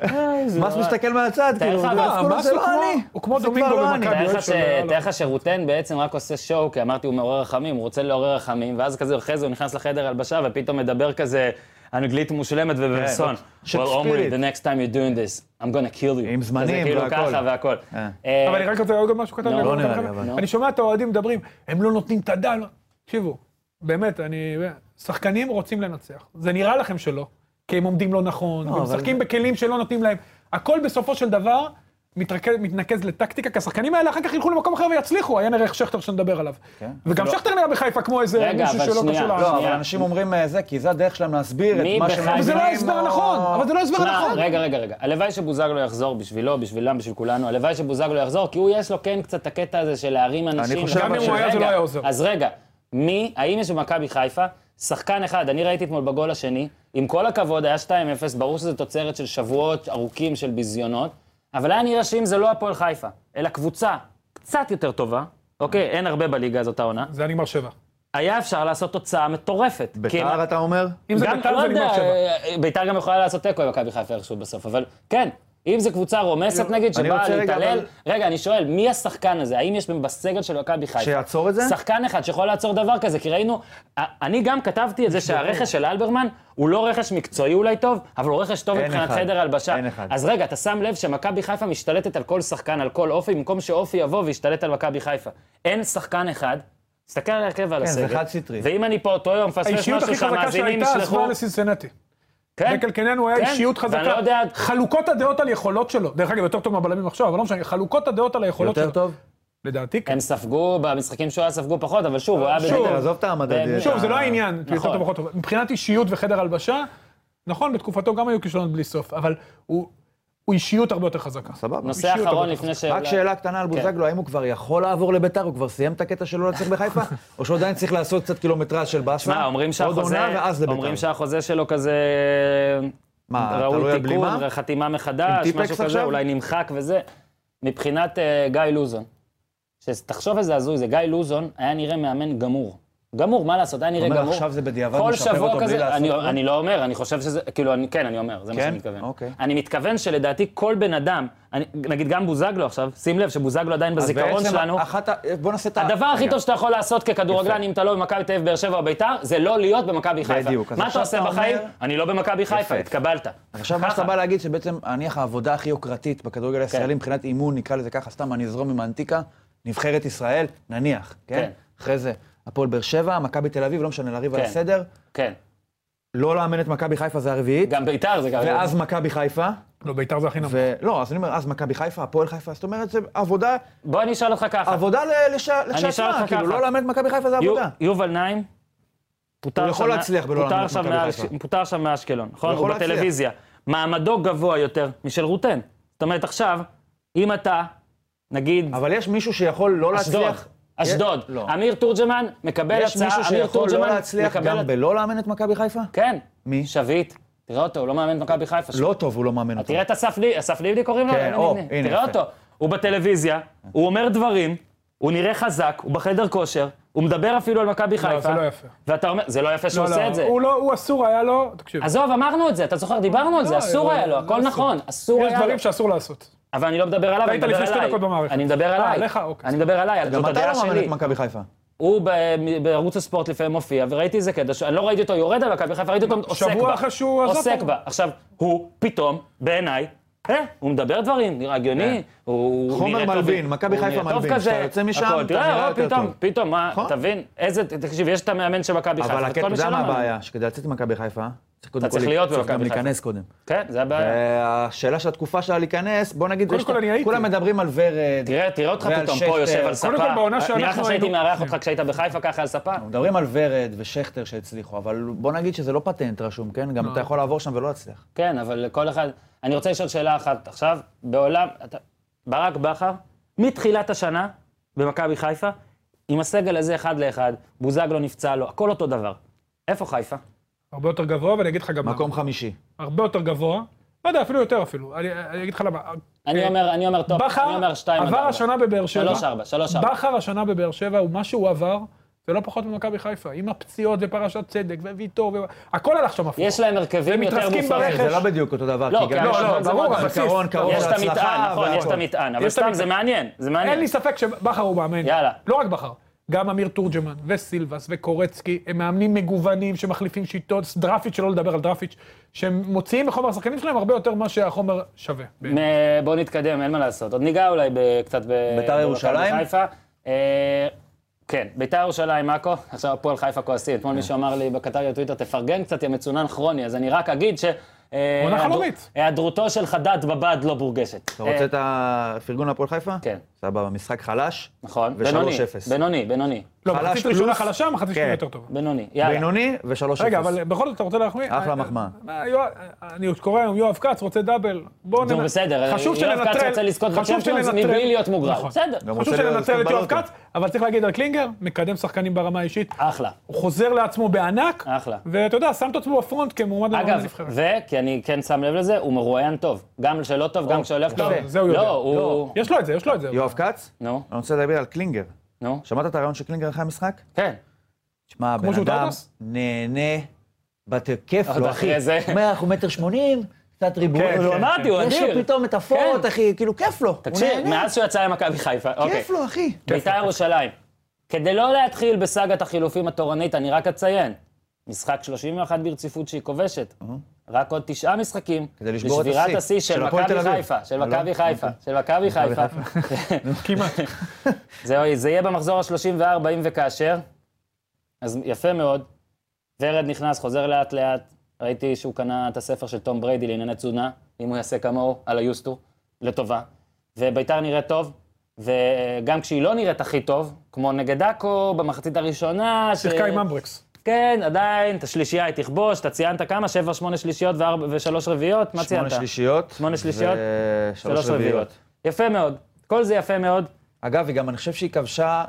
[SPEAKER 1] אה, זה
[SPEAKER 2] מס
[SPEAKER 1] נורא.
[SPEAKER 2] מסתכל מהצד,
[SPEAKER 1] תאר
[SPEAKER 2] כאילו,
[SPEAKER 1] לך,
[SPEAKER 3] מה,
[SPEAKER 2] דפקו לו,
[SPEAKER 3] מס
[SPEAKER 2] זה
[SPEAKER 3] הוא
[SPEAKER 2] לא
[SPEAKER 3] כמו-
[SPEAKER 2] אני.
[SPEAKER 3] הוא כמו
[SPEAKER 2] זה
[SPEAKER 3] דופינגו
[SPEAKER 2] כבר לא
[SPEAKER 3] במכבי.
[SPEAKER 1] תאר
[SPEAKER 2] אני.
[SPEAKER 1] לך
[SPEAKER 3] יואל
[SPEAKER 1] ש-
[SPEAKER 3] שומר, לא, לא.
[SPEAKER 1] תאר לך שרוטן בעצם רק עושה שואו, כי אמרתי הוא מעורר רחמים, הוא רוצה לעורר רחמים, ואז כזה אחרי זה הוא נכנס לחדר הלבשה ופתאום מדבר כזה אנגלית מושלמת
[SPEAKER 2] כן, לא,
[SPEAKER 1] ובפרסון. Well,
[SPEAKER 2] של
[SPEAKER 1] Omri,
[SPEAKER 2] spirit.
[SPEAKER 1] the next time you're doing this, I'm gonna kill you.
[SPEAKER 2] עם זמנים
[SPEAKER 1] כזה כאילו
[SPEAKER 2] והכל.
[SPEAKER 1] ככה והכל.
[SPEAKER 2] אה.
[SPEAKER 1] אה,
[SPEAKER 3] אבל אני רק רוצה להגיד עוד משהו קטן.
[SPEAKER 1] לא,
[SPEAKER 3] אני
[SPEAKER 1] לא
[SPEAKER 3] רוצה
[SPEAKER 2] נראה לי,
[SPEAKER 3] לכם-
[SPEAKER 2] אבל.
[SPEAKER 3] אני שומע את האוהדים מדברים, הם לא נותנים את הדל. תקשיבו, באמת, אני... שחקנים רוצים לנצח. זה נראה לכם שלא, כי הם עומדים לא נכון,
[SPEAKER 2] אבל-
[SPEAKER 3] הם משחקים בכלים שלא נותנים להם. הכל בסופו של דבר מתרכז- מתנקז לטקטיקה, כי השחקנים האלה אחר כך ילכו למקום אחר ויצליחו, עיין ערך שכטר שנדבר עליו. וגם שכטר נראה בחיפה כמו איזה
[SPEAKER 1] רגע,
[SPEAKER 3] מישהו
[SPEAKER 1] אבל
[SPEAKER 3] שלא
[SPEAKER 1] שנייה,
[SPEAKER 3] קשור
[SPEAKER 2] לא,
[SPEAKER 3] לעם.
[SPEAKER 2] אבל
[SPEAKER 1] שנייה.
[SPEAKER 2] אנשים אומרים אה, זה, כי זה הדרך שלהם להסביר את
[SPEAKER 1] מי
[SPEAKER 2] מה שהם...
[SPEAKER 1] בחיים-
[SPEAKER 3] אבל זה לא
[SPEAKER 2] מבינים,
[SPEAKER 3] ההסבר
[SPEAKER 2] או-
[SPEAKER 3] הנכון, אבל זה לא ההסבר
[SPEAKER 1] שמע,
[SPEAKER 3] הנכון.
[SPEAKER 1] רגע, רגע, רגע. הלוואי שבוזגלו יחזור בשבילו, בשבילם, בשביל כולנו. הלוואי שבוזגלו יחזור, כי הוא יש לו כן קצת הקטע הזה של להרים אנשים.
[SPEAKER 2] חושב
[SPEAKER 1] וכל
[SPEAKER 2] גם אם
[SPEAKER 1] מיני-
[SPEAKER 2] הוא
[SPEAKER 3] היה, זה
[SPEAKER 1] רגע,
[SPEAKER 3] לא היה עוזר.
[SPEAKER 1] אז רגע, מי, האם יש במכבי חיפה שחקן אחד, אני ראיתי אתמול בגול השני, עם כל הכבוד, היה 2-0, ברור שזו תוצרת של שבועות ארוכים של ביזיונות, אבל היה נראה שאם זה לא הפועל חיפה, אלא קבוצה קצת יותר טובה, אוקיי, אין הרבה בליגה הזאת העונה,
[SPEAKER 3] זה היה נגמר שבע.
[SPEAKER 1] היה אפשר לעשות תוצאה מטורפת.
[SPEAKER 3] לא-
[SPEAKER 1] כי הם-
[SPEAKER 2] בית"ר אתה אומר?
[SPEAKER 3] אם זה
[SPEAKER 1] גם,
[SPEAKER 3] בית"ר
[SPEAKER 1] לא
[SPEAKER 3] זה נגמר
[SPEAKER 1] יודע,
[SPEAKER 3] שבע.
[SPEAKER 1] אה, ביתר גם יכולה לעשות תיקו עם מכבי חיפה איכשהו בסוף, אבל כן, אם זו קבוצה רומסת נגיד,
[SPEAKER 2] אני
[SPEAKER 1] שבאה
[SPEAKER 2] רוצה רגע,
[SPEAKER 1] להתעלל...
[SPEAKER 2] אבל-
[SPEAKER 1] רגע, אני שואל, מי השחקן הזה? האם יש בסגל של מכבי חיפה?
[SPEAKER 2] שיעצור את זה?
[SPEAKER 1] שחקן אחד שיכול לעצור דבר כזה, כי ראינו... אה, אני גם כתבתי את זה שהרכש של אלברמן הוא לא רכש מקצועי אולי טוב, אבל הוא רכש טוב
[SPEAKER 2] אין
[SPEAKER 1] מבחינת
[SPEAKER 2] אחד.
[SPEAKER 1] חדר הלבשה.
[SPEAKER 2] אין אחד.
[SPEAKER 1] אז רגע, אתה שם לב שמכבי חיפה משתלטת על כל שחקן, על כל אופי, במקום שאופי יבוא וישתלט על מכבי חיפה. אין שחקן אחד, תסתכל על ההרכב ועל
[SPEAKER 2] כן, זה
[SPEAKER 1] הסגל.
[SPEAKER 2] חד-סטרי.
[SPEAKER 1] ואם אני פה אותו יום מפספס
[SPEAKER 3] האישיות
[SPEAKER 1] משהו
[SPEAKER 3] הכי חזקה
[SPEAKER 1] שהמאזינים
[SPEAKER 3] שהייתה עזבה
[SPEAKER 1] ישלחו...
[SPEAKER 3] לסינסנטי.
[SPEAKER 1] כן.
[SPEAKER 3] מקלקנן הוא היה
[SPEAKER 1] כן.
[SPEAKER 3] אישיות חזקה.
[SPEAKER 1] ואני לא יודע...
[SPEAKER 3] חלוקות הדעות על יכולות שלו, דרך אגב, יותר טוב מהבלמים עכשיו, אבל לא משנה, חלוקות הדעות על היכולות שלו.
[SPEAKER 2] יותר טוב?
[SPEAKER 3] לדעתי, כן.
[SPEAKER 1] הם ספגו, במשחקים שהוא היה ספגו פחות, אבל שוב, הוא היה...
[SPEAKER 3] שוב.
[SPEAKER 1] בליגה-
[SPEAKER 2] עזוב את המדד.
[SPEAKER 1] אה,
[SPEAKER 3] שוב, זה לא העניין,
[SPEAKER 1] נכון.
[SPEAKER 3] יותר טוב פחות טוב. מבחינת אישיות וחדר הלבשה, נכון, בתקופתו גם היו כישלונות בלי סוף, אבל הוא הוא אישיות הרבה יותר חזקה.
[SPEAKER 2] סבבה.
[SPEAKER 1] נושא
[SPEAKER 3] אישיות
[SPEAKER 1] אחרון
[SPEAKER 3] הרבה
[SPEAKER 1] לפני ש...
[SPEAKER 2] רק שאלה קטנה
[SPEAKER 1] כן.
[SPEAKER 2] על בוזגלו, האם הוא כבר יכול לעבור לביתר? הוא כבר סיים את הקטע שלו להצליח בחיפה? או שהוא עדיין צריך לעשות קצת קילומטרז של באסה?
[SPEAKER 1] מה, אומרים
[SPEAKER 2] עוד
[SPEAKER 1] שהחוזה...
[SPEAKER 2] עונה ואז לביתר.
[SPEAKER 1] אומרים שהחוזה שלו כזה...
[SPEAKER 2] מה, תלוי
[SPEAKER 1] ראו
[SPEAKER 2] על
[SPEAKER 1] תיקון,
[SPEAKER 2] בלימה?
[SPEAKER 1] חתימה מחדש,
[SPEAKER 2] עם טיפקס
[SPEAKER 1] משהו כזה,
[SPEAKER 2] עכשיו?
[SPEAKER 1] אולי נמחק וזה. מבחינת אה, גיא לוזון, שתחשוב איזה הזוי זה, גיא לוזון היה נראה מאמן גמור. גמור, מה לעשות, היה נראה
[SPEAKER 2] אומר,
[SPEAKER 1] גמור.
[SPEAKER 2] עכשיו זה בדיעבד
[SPEAKER 1] כל
[SPEAKER 2] משפר
[SPEAKER 1] שבוע
[SPEAKER 2] אותו בלי
[SPEAKER 1] כזה,
[SPEAKER 2] לעשות
[SPEAKER 1] אני,
[SPEAKER 2] כלום?
[SPEAKER 1] אני לא אומר, אני חושב שזה, כאילו, אני, כן, אני אומר, זה מה
[SPEAKER 2] כן?
[SPEAKER 1] שאני מתכוון.
[SPEAKER 2] אוקיי.
[SPEAKER 1] אני מתכוון שלדעתי כל בן אדם, אני, נגיד גם בוזגלו עכשיו, שים לב שבוזגלו עדיין
[SPEAKER 2] אז
[SPEAKER 1] בזיכרון
[SPEAKER 2] בעצם
[SPEAKER 1] שלנו,
[SPEAKER 2] אחת ה- בוא נעשה את ה...
[SPEAKER 1] הדבר הכי
[SPEAKER 2] רגע.
[SPEAKER 1] טוב שאתה יכול לעשות ככדורגלן, אם אתה לא במכבי תל אביב, באר שבע או ביתר, זה לא להיות במכבי חיפה.
[SPEAKER 2] בדיוק, אז
[SPEAKER 1] מה אתה
[SPEAKER 2] עכשיו
[SPEAKER 1] עושה
[SPEAKER 2] אתה
[SPEAKER 1] בחיים?
[SPEAKER 2] אומר-
[SPEAKER 1] אני לא במכבי חיפה,
[SPEAKER 2] יפה.
[SPEAKER 1] התקבלת.
[SPEAKER 2] עכשיו, מה
[SPEAKER 1] ככה. כן.
[SPEAKER 2] שאתה בא להגיד, שבעצם, נניח העבודה הכי יוקרתית בכדורגל הישראלי, מבחינת אימון, נקרא לזה ככה, סתם אני אזרום עם האנטיקה, נבחרת ישראל, נניח,
[SPEAKER 1] כן.
[SPEAKER 2] כן? אחרי זה, הפועל באר שבע, מכבי תל אביב, לא משנה, לריב על
[SPEAKER 1] כן.
[SPEAKER 2] הסדר,
[SPEAKER 1] כן.
[SPEAKER 2] לא לאמן את מכבי חיפה זה הרביעית,
[SPEAKER 1] גם ביתר זה גם...
[SPEAKER 2] ואז מכבי חיפה,
[SPEAKER 3] לא, בית"ר זה הכי נמוך.
[SPEAKER 2] ולא, אז אני אומר, אז מכבי חיפה, הפועל חיפה, זאת אומרת, זה עבודה,
[SPEAKER 1] בוא אני אשאל אותך ככה.
[SPEAKER 2] עבודה ל- לש-
[SPEAKER 1] אותך
[SPEAKER 2] לשעצמה, כאילו,
[SPEAKER 1] ככה.
[SPEAKER 2] לא לאמן את מכבי חיפה זה
[SPEAKER 1] יו-
[SPEAKER 2] עבודה.
[SPEAKER 1] יובל נעים, פוטר
[SPEAKER 2] הוא יכול
[SPEAKER 1] עכשיו-
[SPEAKER 2] להצליח בלא
[SPEAKER 1] פוטר
[SPEAKER 2] לעמוד
[SPEAKER 1] עכשיו
[SPEAKER 2] במכבי
[SPEAKER 1] מאש-
[SPEAKER 2] חיפה.
[SPEAKER 1] פוטר עכשיו מאשקלון, נכון?
[SPEAKER 2] הוא
[SPEAKER 1] הוא
[SPEAKER 2] יכול להצליח.
[SPEAKER 1] בטלוויזיה. מעמדו גבוה יותר משל רוטן. זאת אומרת, עכשיו, אם אתה, נגיד,
[SPEAKER 2] אבל יש מישהו שיכול לא
[SPEAKER 1] אשדוד,
[SPEAKER 2] להצליח...
[SPEAKER 1] אשדוד,
[SPEAKER 2] לא.
[SPEAKER 1] אמיר תורג'מן מקבל
[SPEAKER 2] יש
[SPEAKER 1] הצעה,
[SPEAKER 2] מישהו
[SPEAKER 1] אמיר
[SPEAKER 2] שיכול לא
[SPEAKER 1] תורג'מן
[SPEAKER 2] להצליח גם בלא לאמן את מכבי חיפה?
[SPEAKER 1] כן.
[SPEAKER 2] מי?
[SPEAKER 1] שביט. תראה אותו, הוא לא מאמן את מכבי חיפה.
[SPEAKER 2] לא טוב, הוא לא מאמן אותו.
[SPEAKER 1] תראה את אסף ליבני, אסף ליבני קוראים לו?
[SPEAKER 2] כן,
[SPEAKER 1] יוני
[SPEAKER 2] או,
[SPEAKER 1] ליבני.
[SPEAKER 2] הנה,
[SPEAKER 1] תראה
[SPEAKER 2] יפה.
[SPEAKER 1] אותו. הוא בטלוויזיה, הוא אומר דברים, הוא נראה חזק, הוא בחדר כושר, הוא מדבר אפילו על מכבי חיפה.
[SPEAKER 3] זה לא יפה.
[SPEAKER 1] ואתה אומר, זה לא יפה שהוא
[SPEAKER 3] לא,
[SPEAKER 1] עושה
[SPEAKER 3] לא,
[SPEAKER 1] את זה.
[SPEAKER 3] הוא לא, הוא אסור היה לו, תקשיב,
[SPEAKER 1] עזוב, אמרנו את זה, אתה זוכר, דיברנו על זה,
[SPEAKER 3] לא,
[SPEAKER 1] אסור
[SPEAKER 3] לא,
[SPEAKER 1] היה לו,
[SPEAKER 3] לא
[SPEAKER 1] הכל
[SPEAKER 3] אסור.
[SPEAKER 1] נכון, אסור
[SPEAKER 3] יש
[SPEAKER 1] היה לו.
[SPEAKER 3] דברים שאסור לעשות.
[SPEAKER 1] אבל אני לא מדבר עליו, אני
[SPEAKER 3] היית
[SPEAKER 1] מדבר
[SPEAKER 3] לפני שתי
[SPEAKER 1] עליי.
[SPEAKER 3] דקות במערכת.
[SPEAKER 1] אני מדבר
[SPEAKER 3] אה,
[SPEAKER 1] עליי.
[SPEAKER 3] עליך, אוקיי.
[SPEAKER 1] אני מדבר עליי, על
[SPEAKER 2] גם
[SPEAKER 1] זאת
[SPEAKER 2] אתה
[SPEAKER 1] הדעה
[SPEAKER 2] לא מאמן
[SPEAKER 1] שלי.
[SPEAKER 2] את מכבי חיפה.
[SPEAKER 1] הוא ב- בערוץ הספורט לפעמים מופיע, וראיתי איזה קטע, ש- אני לא ראיתי אותו יורד על מכבי חיפה, ראיתי אותו עוסק בה.
[SPEAKER 3] שבוע אחרי שהוא עזב
[SPEAKER 1] עוסק
[SPEAKER 3] אותו.
[SPEAKER 1] בה. עכשיו, הוא פתאום, בעיניי, אה, הוא מדבר דברים, נראה
[SPEAKER 3] כן.
[SPEAKER 1] הגיוני, הוא הוא
[SPEAKER 2] חומר
[SPEAKER 1] נראה טוב.
[SPEAKER 2] מלבין, מכבי
[SPEAKER 1] הוא
[SPEAKER 2] חיפה
[SPEAKER 1] נראה טוב
[SPEAKER 2] מלבין,
[SPEAKER 1] כזה,
[SPEAKER 2] כשאתה יוצא משם,
[SPEAKER 1] הכל.
[SPEAKER 2] אתה
[SPEAKER 1] תראה,
[SPEAKER 2] נראה
[SPEAKER 1] אה,
[SPEAKER 2] יותר
[SPEAKER 1] פתאום,
[SPEAKER 2] טוב.
[SPEAKER 1] פתאום, מה,
[SPEAKER 2] נכון.
[SPEAKER 1] תבין, איזה, תקשיב, יש את המאמן של מכבי חיפה,
[SPEAKER 2] אבל
[SPEAKER 1] ואת כל
[SPEAKER 2] הקטע,
[SPEAKER 1] מי
[SPEAKER 2] אתה יודע
[SPEAKER 1] שלא
[SPEAKER 2] מה
[SPEAKER 1] מאמן.
[SPEAKER 2] הבעיה? שכדי לצאת ממכבי חיפה, צריך קודם
[SPEAKER 1] צריך להיות
[SPEAKER 2] צריך גם
[SPEAKER 1] במכבי חיפה.
[SPEAKER 2] להיכנס קודם.
[SPEAKER 1] כן, זה הבעיה.
[SPEAKER 2] והשאלה של התקופה שלה להיכנס, בוא נגיד,
[SPEAKER 3] קודם
[SPEAKER 2] יש-
[SPEAKER 3] כל אני הייתי.
[SPEAKER 2] כולם מדברים על ורד,
[SPEAKER 1] תראה, תראה אותך
[SPEAKER 2] ועל
[SPEAKER 1] פתאום
[SPEAKER 2] שכטר.
[SPEAKER 1] פה יושב על
[SPEAKER 2] קודם
[SPEAKER 1] ספה.
[SPEAKER 3] כל, בעונה
[SPEAKER 1] נראה לך
[SPEAKER 3] שאנחנו
[SPEAKER 1] שהייתי
[SPEAKER 3] היינו- כן.
[SPEAKER 1] מארח אותך כשהיית בחיפה ככה על ספה?
[SPEAKER 2] מדברים על ורד ושכטר שהצליחו, אבל בוא נגיד שזה לא פטנט רשום, כן?
[SPEAKER 1] לא.
[SPEAKER 2] גם אתה יכול לעבור שם ולא להצליח.
[SPEAKER 1] כן, אבל כל אחד... אני רוצה לשאול שאלה אחת עכשיו. בעולם... אתה... ברק בכר מתחילת השנה, במכבי חיפה, עם הסגל הזה אחד לאחד, בוזגלו נפצע לו, הכל אותו דבר. איפה חיפה?
[SPEAKER 3] הרבה יותר גבוה, ואני אגיד לך גם למה.
[SPEAKER 2] מקום חמישי.
[SPEAKER 3] הרבה יותר גבוה. לא יודע, אפילו יותר אפילו. אני- אני אגיד לך למה.
[SPEAKER 1] אני אומר, אני אומר טוב, אני
[SPEAKER 3] אה, בכר
[SPEAKER 1] אומר שתיים עד
[SPEAKER 3] עבר
[SPEAKER 1] ארבע.
[SPEAKER 3] השנה בבאר שבע.
[SPEAKER 1] שלוש ארבע, שלוש ארבע.
[SPEAKER 3] בכר השנה בבאר שבע, ומה שהוא עבר, זה לא פחות ממכבי חיפה. עם הפציעות ופרשת צדק וויטור, ו- הכל הלך שם הפוך.
[SPEAKER 1] יש להם הרכבים
[SPEAKER 3] והם
[SPEAKER 1] יותר
[SPEAKER 3] מתרסקים
[SPEAKER 1] מופרכים.
[SPEAKER 3] ברכש.
[SPEAKER 2] זה לא בדיוק אותו דבר,
[SPEAKER 1] לא,
[SPEAKER 2] כי
[SPEAKER 1] כי
[SPEAKER 2] גם
[SPEAKER 1] לא,
[SPEAKER 2] יש
[SPEAKER 1] לא,
[SPEAKER 2] שם
[SPEAKER 1] ברור,
[SPEAKER 2] זמן
[SPEAKER 3] הבסיס.
[SPEAKER 2] זיכרון קרוב
[SPEAKER 1] יש את
[SPEAKER 2] להצלחה
[SPEAKER 1] המטען, נכון,
[SPEAKER 2] והכל.
[SPEAKER 1] יש את המטען, אבל
[SPEAKER 3] אה, יש את
[SPEAKER 1] סתם
[SPEAKER 3] המטען.
[SPEAKER 1] זה מעניין, זה
[SPEAKER 3] אין
[SPEAKER 1] מעניין.
[SPEAKER 3] לי ספק שבכר הוא מאמן.
[SPEAKER 1] יאללה.
[SPEAKER 3] לא רק בכר. גם אמיר תורג'מן, וסילבס, וקורצקי, הם מאמנים מגוונים שמחליפים שיטות, דרפיץ', שלא לדבר על דרפיץ', שהם מוציאים מחומר השחקנים שלהם הרבה יותר ממה שהחומר שווה.
[SPEAKER 1] מ- בואו נתקדם, אין מה לעשות. עוד ניגע אולי ב- קצת ב...
[SPEAKER 2] בית"ר ירושלים?
[SPEAKER 1] במכבי חיפה. אה, כן, ביתר ירושלים, עכו, עכשיו הפועל חיפה כועסים.
[SPEAKER 2] כן.
[SPEAKER 1] אתמול מישהו אמר לי בכתב לי בטוויטר, תפרגן קצת, יא מצונן כרוני, אז אני רק אגיד ש... אה,
[SPEAKER 3] עונה
[SPEAKER 1] היעדר-
[SPEAKER 3] חלומית.
[SPEAKER 1] היעדרותו של חדד בבד לא בורגשת.
[SPEAKER 2] אתה רוצה את הפרגון להפועל חיפה?
[SPEAKER 1] כן.
[SPEAKER 2] סבבה, משחק חלש.
[SPEAKER 1] נכון,
[SPEAKER 2] ו-
[SPEAKER 1] בינוני,
[SPEAKER 2] 3-0.
[SPEAKER 1] בינוני, בינוני,
[SPEAKER 3] לא,
[SPEAKER 2] חלש
[SPEAKER 3] מחצית ראשונה
[SPEAKER 2] פלוס-
[SPEAKER 3] חלשה, מחצית
[SPEAKER 2] כן.
[SPEAKER 3] שנייה יותר טובה.
[SPEAKER 1] בינוני, יאללה.
[SPEAKER 2] בינוני ו-3-0.
[SPEAKER 3] רגע, אבל בכל זאת אתה רוצה להחמיא?
[SPEAKER 2] אחלה מחמאה.
[SPEAKER 3] אה, יואב- אני עוד קורא היום, יואב כץ רוצה דאבל. בואו
[SPEAKER 1] נו, בסדר, אה,
[SPEAKER 3] חשוב
[SPEAKER 1] יואב
[SPEAKER 3] שננטרל.
[SPEAKER 1] כץ רוצה לזכות
[SPEAKER 3] חשוב
[SPEAKER 1] בצ'מפיונס
[SPEAKER 3] שננטרל-
[SPEAKER 1] מבלי להיות מוגרל.
[SPEAKER 3] נכון.
[SPEAKER 1] בסדר.
[SPEAKER 2] גם
[SPEAKER 3] חשוב
[SPEAKER 2] רוצה לזכות
[SPEAKER 3] שננטרל את יואב
[SPEAKER 2] בלוטו.
[SPEAKER 3] כץ, אבל צריך להגיד על קלינגר, מקדם שחקנים ברמה האישית.
[SPEAKER 1] אחלה.
[SPEAKER 3] הוא חוזר לעצמו בענק,
[SPEAKER 1] אחלה.
[SPEAKER 3] ואתה יודע, שם את עצמו בפרונט כמועמד למאמן
[SPEAKER 1] אגב,
[SPEAKER 3] הנבחרת.
[SPEAKER 1] וכי אני כן שם לב לזה, הוא מרואיין טוב. גם כשלא טוב, גם כשהולך טוב.
[SPEAKER 3] זה הוא יודע.
[SPEAKER 1] לא, הוא...
[SPEAKER 3] יש לו את זה, יש לו את זה.
[SPEAKER 2] יואב כץ?
[SPEAKER 1] נו,
[SPEAKER 2] אני רוצה לדבר על קלינגר.
[SPEAKER 1] נו,
[SPEAKER 2] שמעת את הרעיון של קלינגר אחרי המשחק?
[SPEAKER 1] כן.
[SPEAKER 2] שמע, בן
[SPEAKER 3] שהוא
[SPEAKER 2] אדם
[SPEAKER 3] טרדס?
[SPEAKER 2] נהנה, בת... כיף
[SPEAKER 1] עוד
[SPEAKER 2] לו, אחי.
[SPEAKER 1] אחרי זה.
[SPEAKER 2] אומר, אנחנו מטר שמונים, קצת ריבוע.
[SPEAKER 3] כן, כן,
[SPEAKER 1] אמרתי, הוא
[SPEAKER 2] לא, יש
[SPEAKER 1] אדיר.
[SPEAKER 2] לו פתאום מטאפורות,
[SPEAKER 1] כן.
[SPEAKER 2] אחי, כאילו, כיף לו. הוא
[SPEAKER 1] תקשיב,
[SPEAKER 2] נהנה.
[SPEAKER 1] מאז שהוא יצא למכבי חיפה, אוקיי.
[SPEAKER 2] כיף לו, אחי.
[SPEAKER 1] בית"ר ירושלים. כדי לא להתחיל בסאגת החילופים התורנית, אני רק אציין. משחק 31 ברציפות שהיא כובשת. רק עוד תשעה משחקים.
[SPEAKER 2] כדי לשבור את
[SPEAKER 1] לשבירת
[SPEAKER 2] השיא
[SPEAKER 1] השיא
[SPEAKER 2] של
[SPEAKER 1] של
[SPEAKER 2] הפועל
[SPEAKER 1] מכבי
[SPEAKER 2] תל אביב.
[SPEAKER 1] חיפה, של
[SPEAKER 2] לא,
[SPEAKER 1] מכבי חיפה, של מכבי חיפה.
[SPEAKER 3] כמעט.
[SPEAKER 1] זה זה יהיה במחזור ה-34, אם וכאשר. אז יפה מאוד. ורד נכנס, חוזר לאט-לאט. ראיתי שהוא קנה את הספר של תום בריידי לענייני תזונה, אם הוא יעשה כמוהו, על היוסטו, לטובה. וביתר נראית טוב, וגם כשהיא לא נראית הכי טוב, כמו נגד עכו, במחצית הראשונה, ש...
[SPEAKER 2] אה,
[SPEAKER 3] שיחקה עם אמברקס.
[SPEAKER 1] כן, עדיין, את השלישייה היא תכבוש, אתה ציינת כמה? שבע, שמונה שלישיות וארבע- ושלוש רביעיות? מה ציינת?
[SPEAKER 2] שמונה שלישיות.
[SPEAKER 1] שמונה שלישיות?
[SPEAKER 2] ושלוש רביעיות.
[SPEAKER 1] יפה מאוד. כל זה יפה מאוד.
[SPEAKER 2] אגב, היא גם, אני חושב שהיא כבשה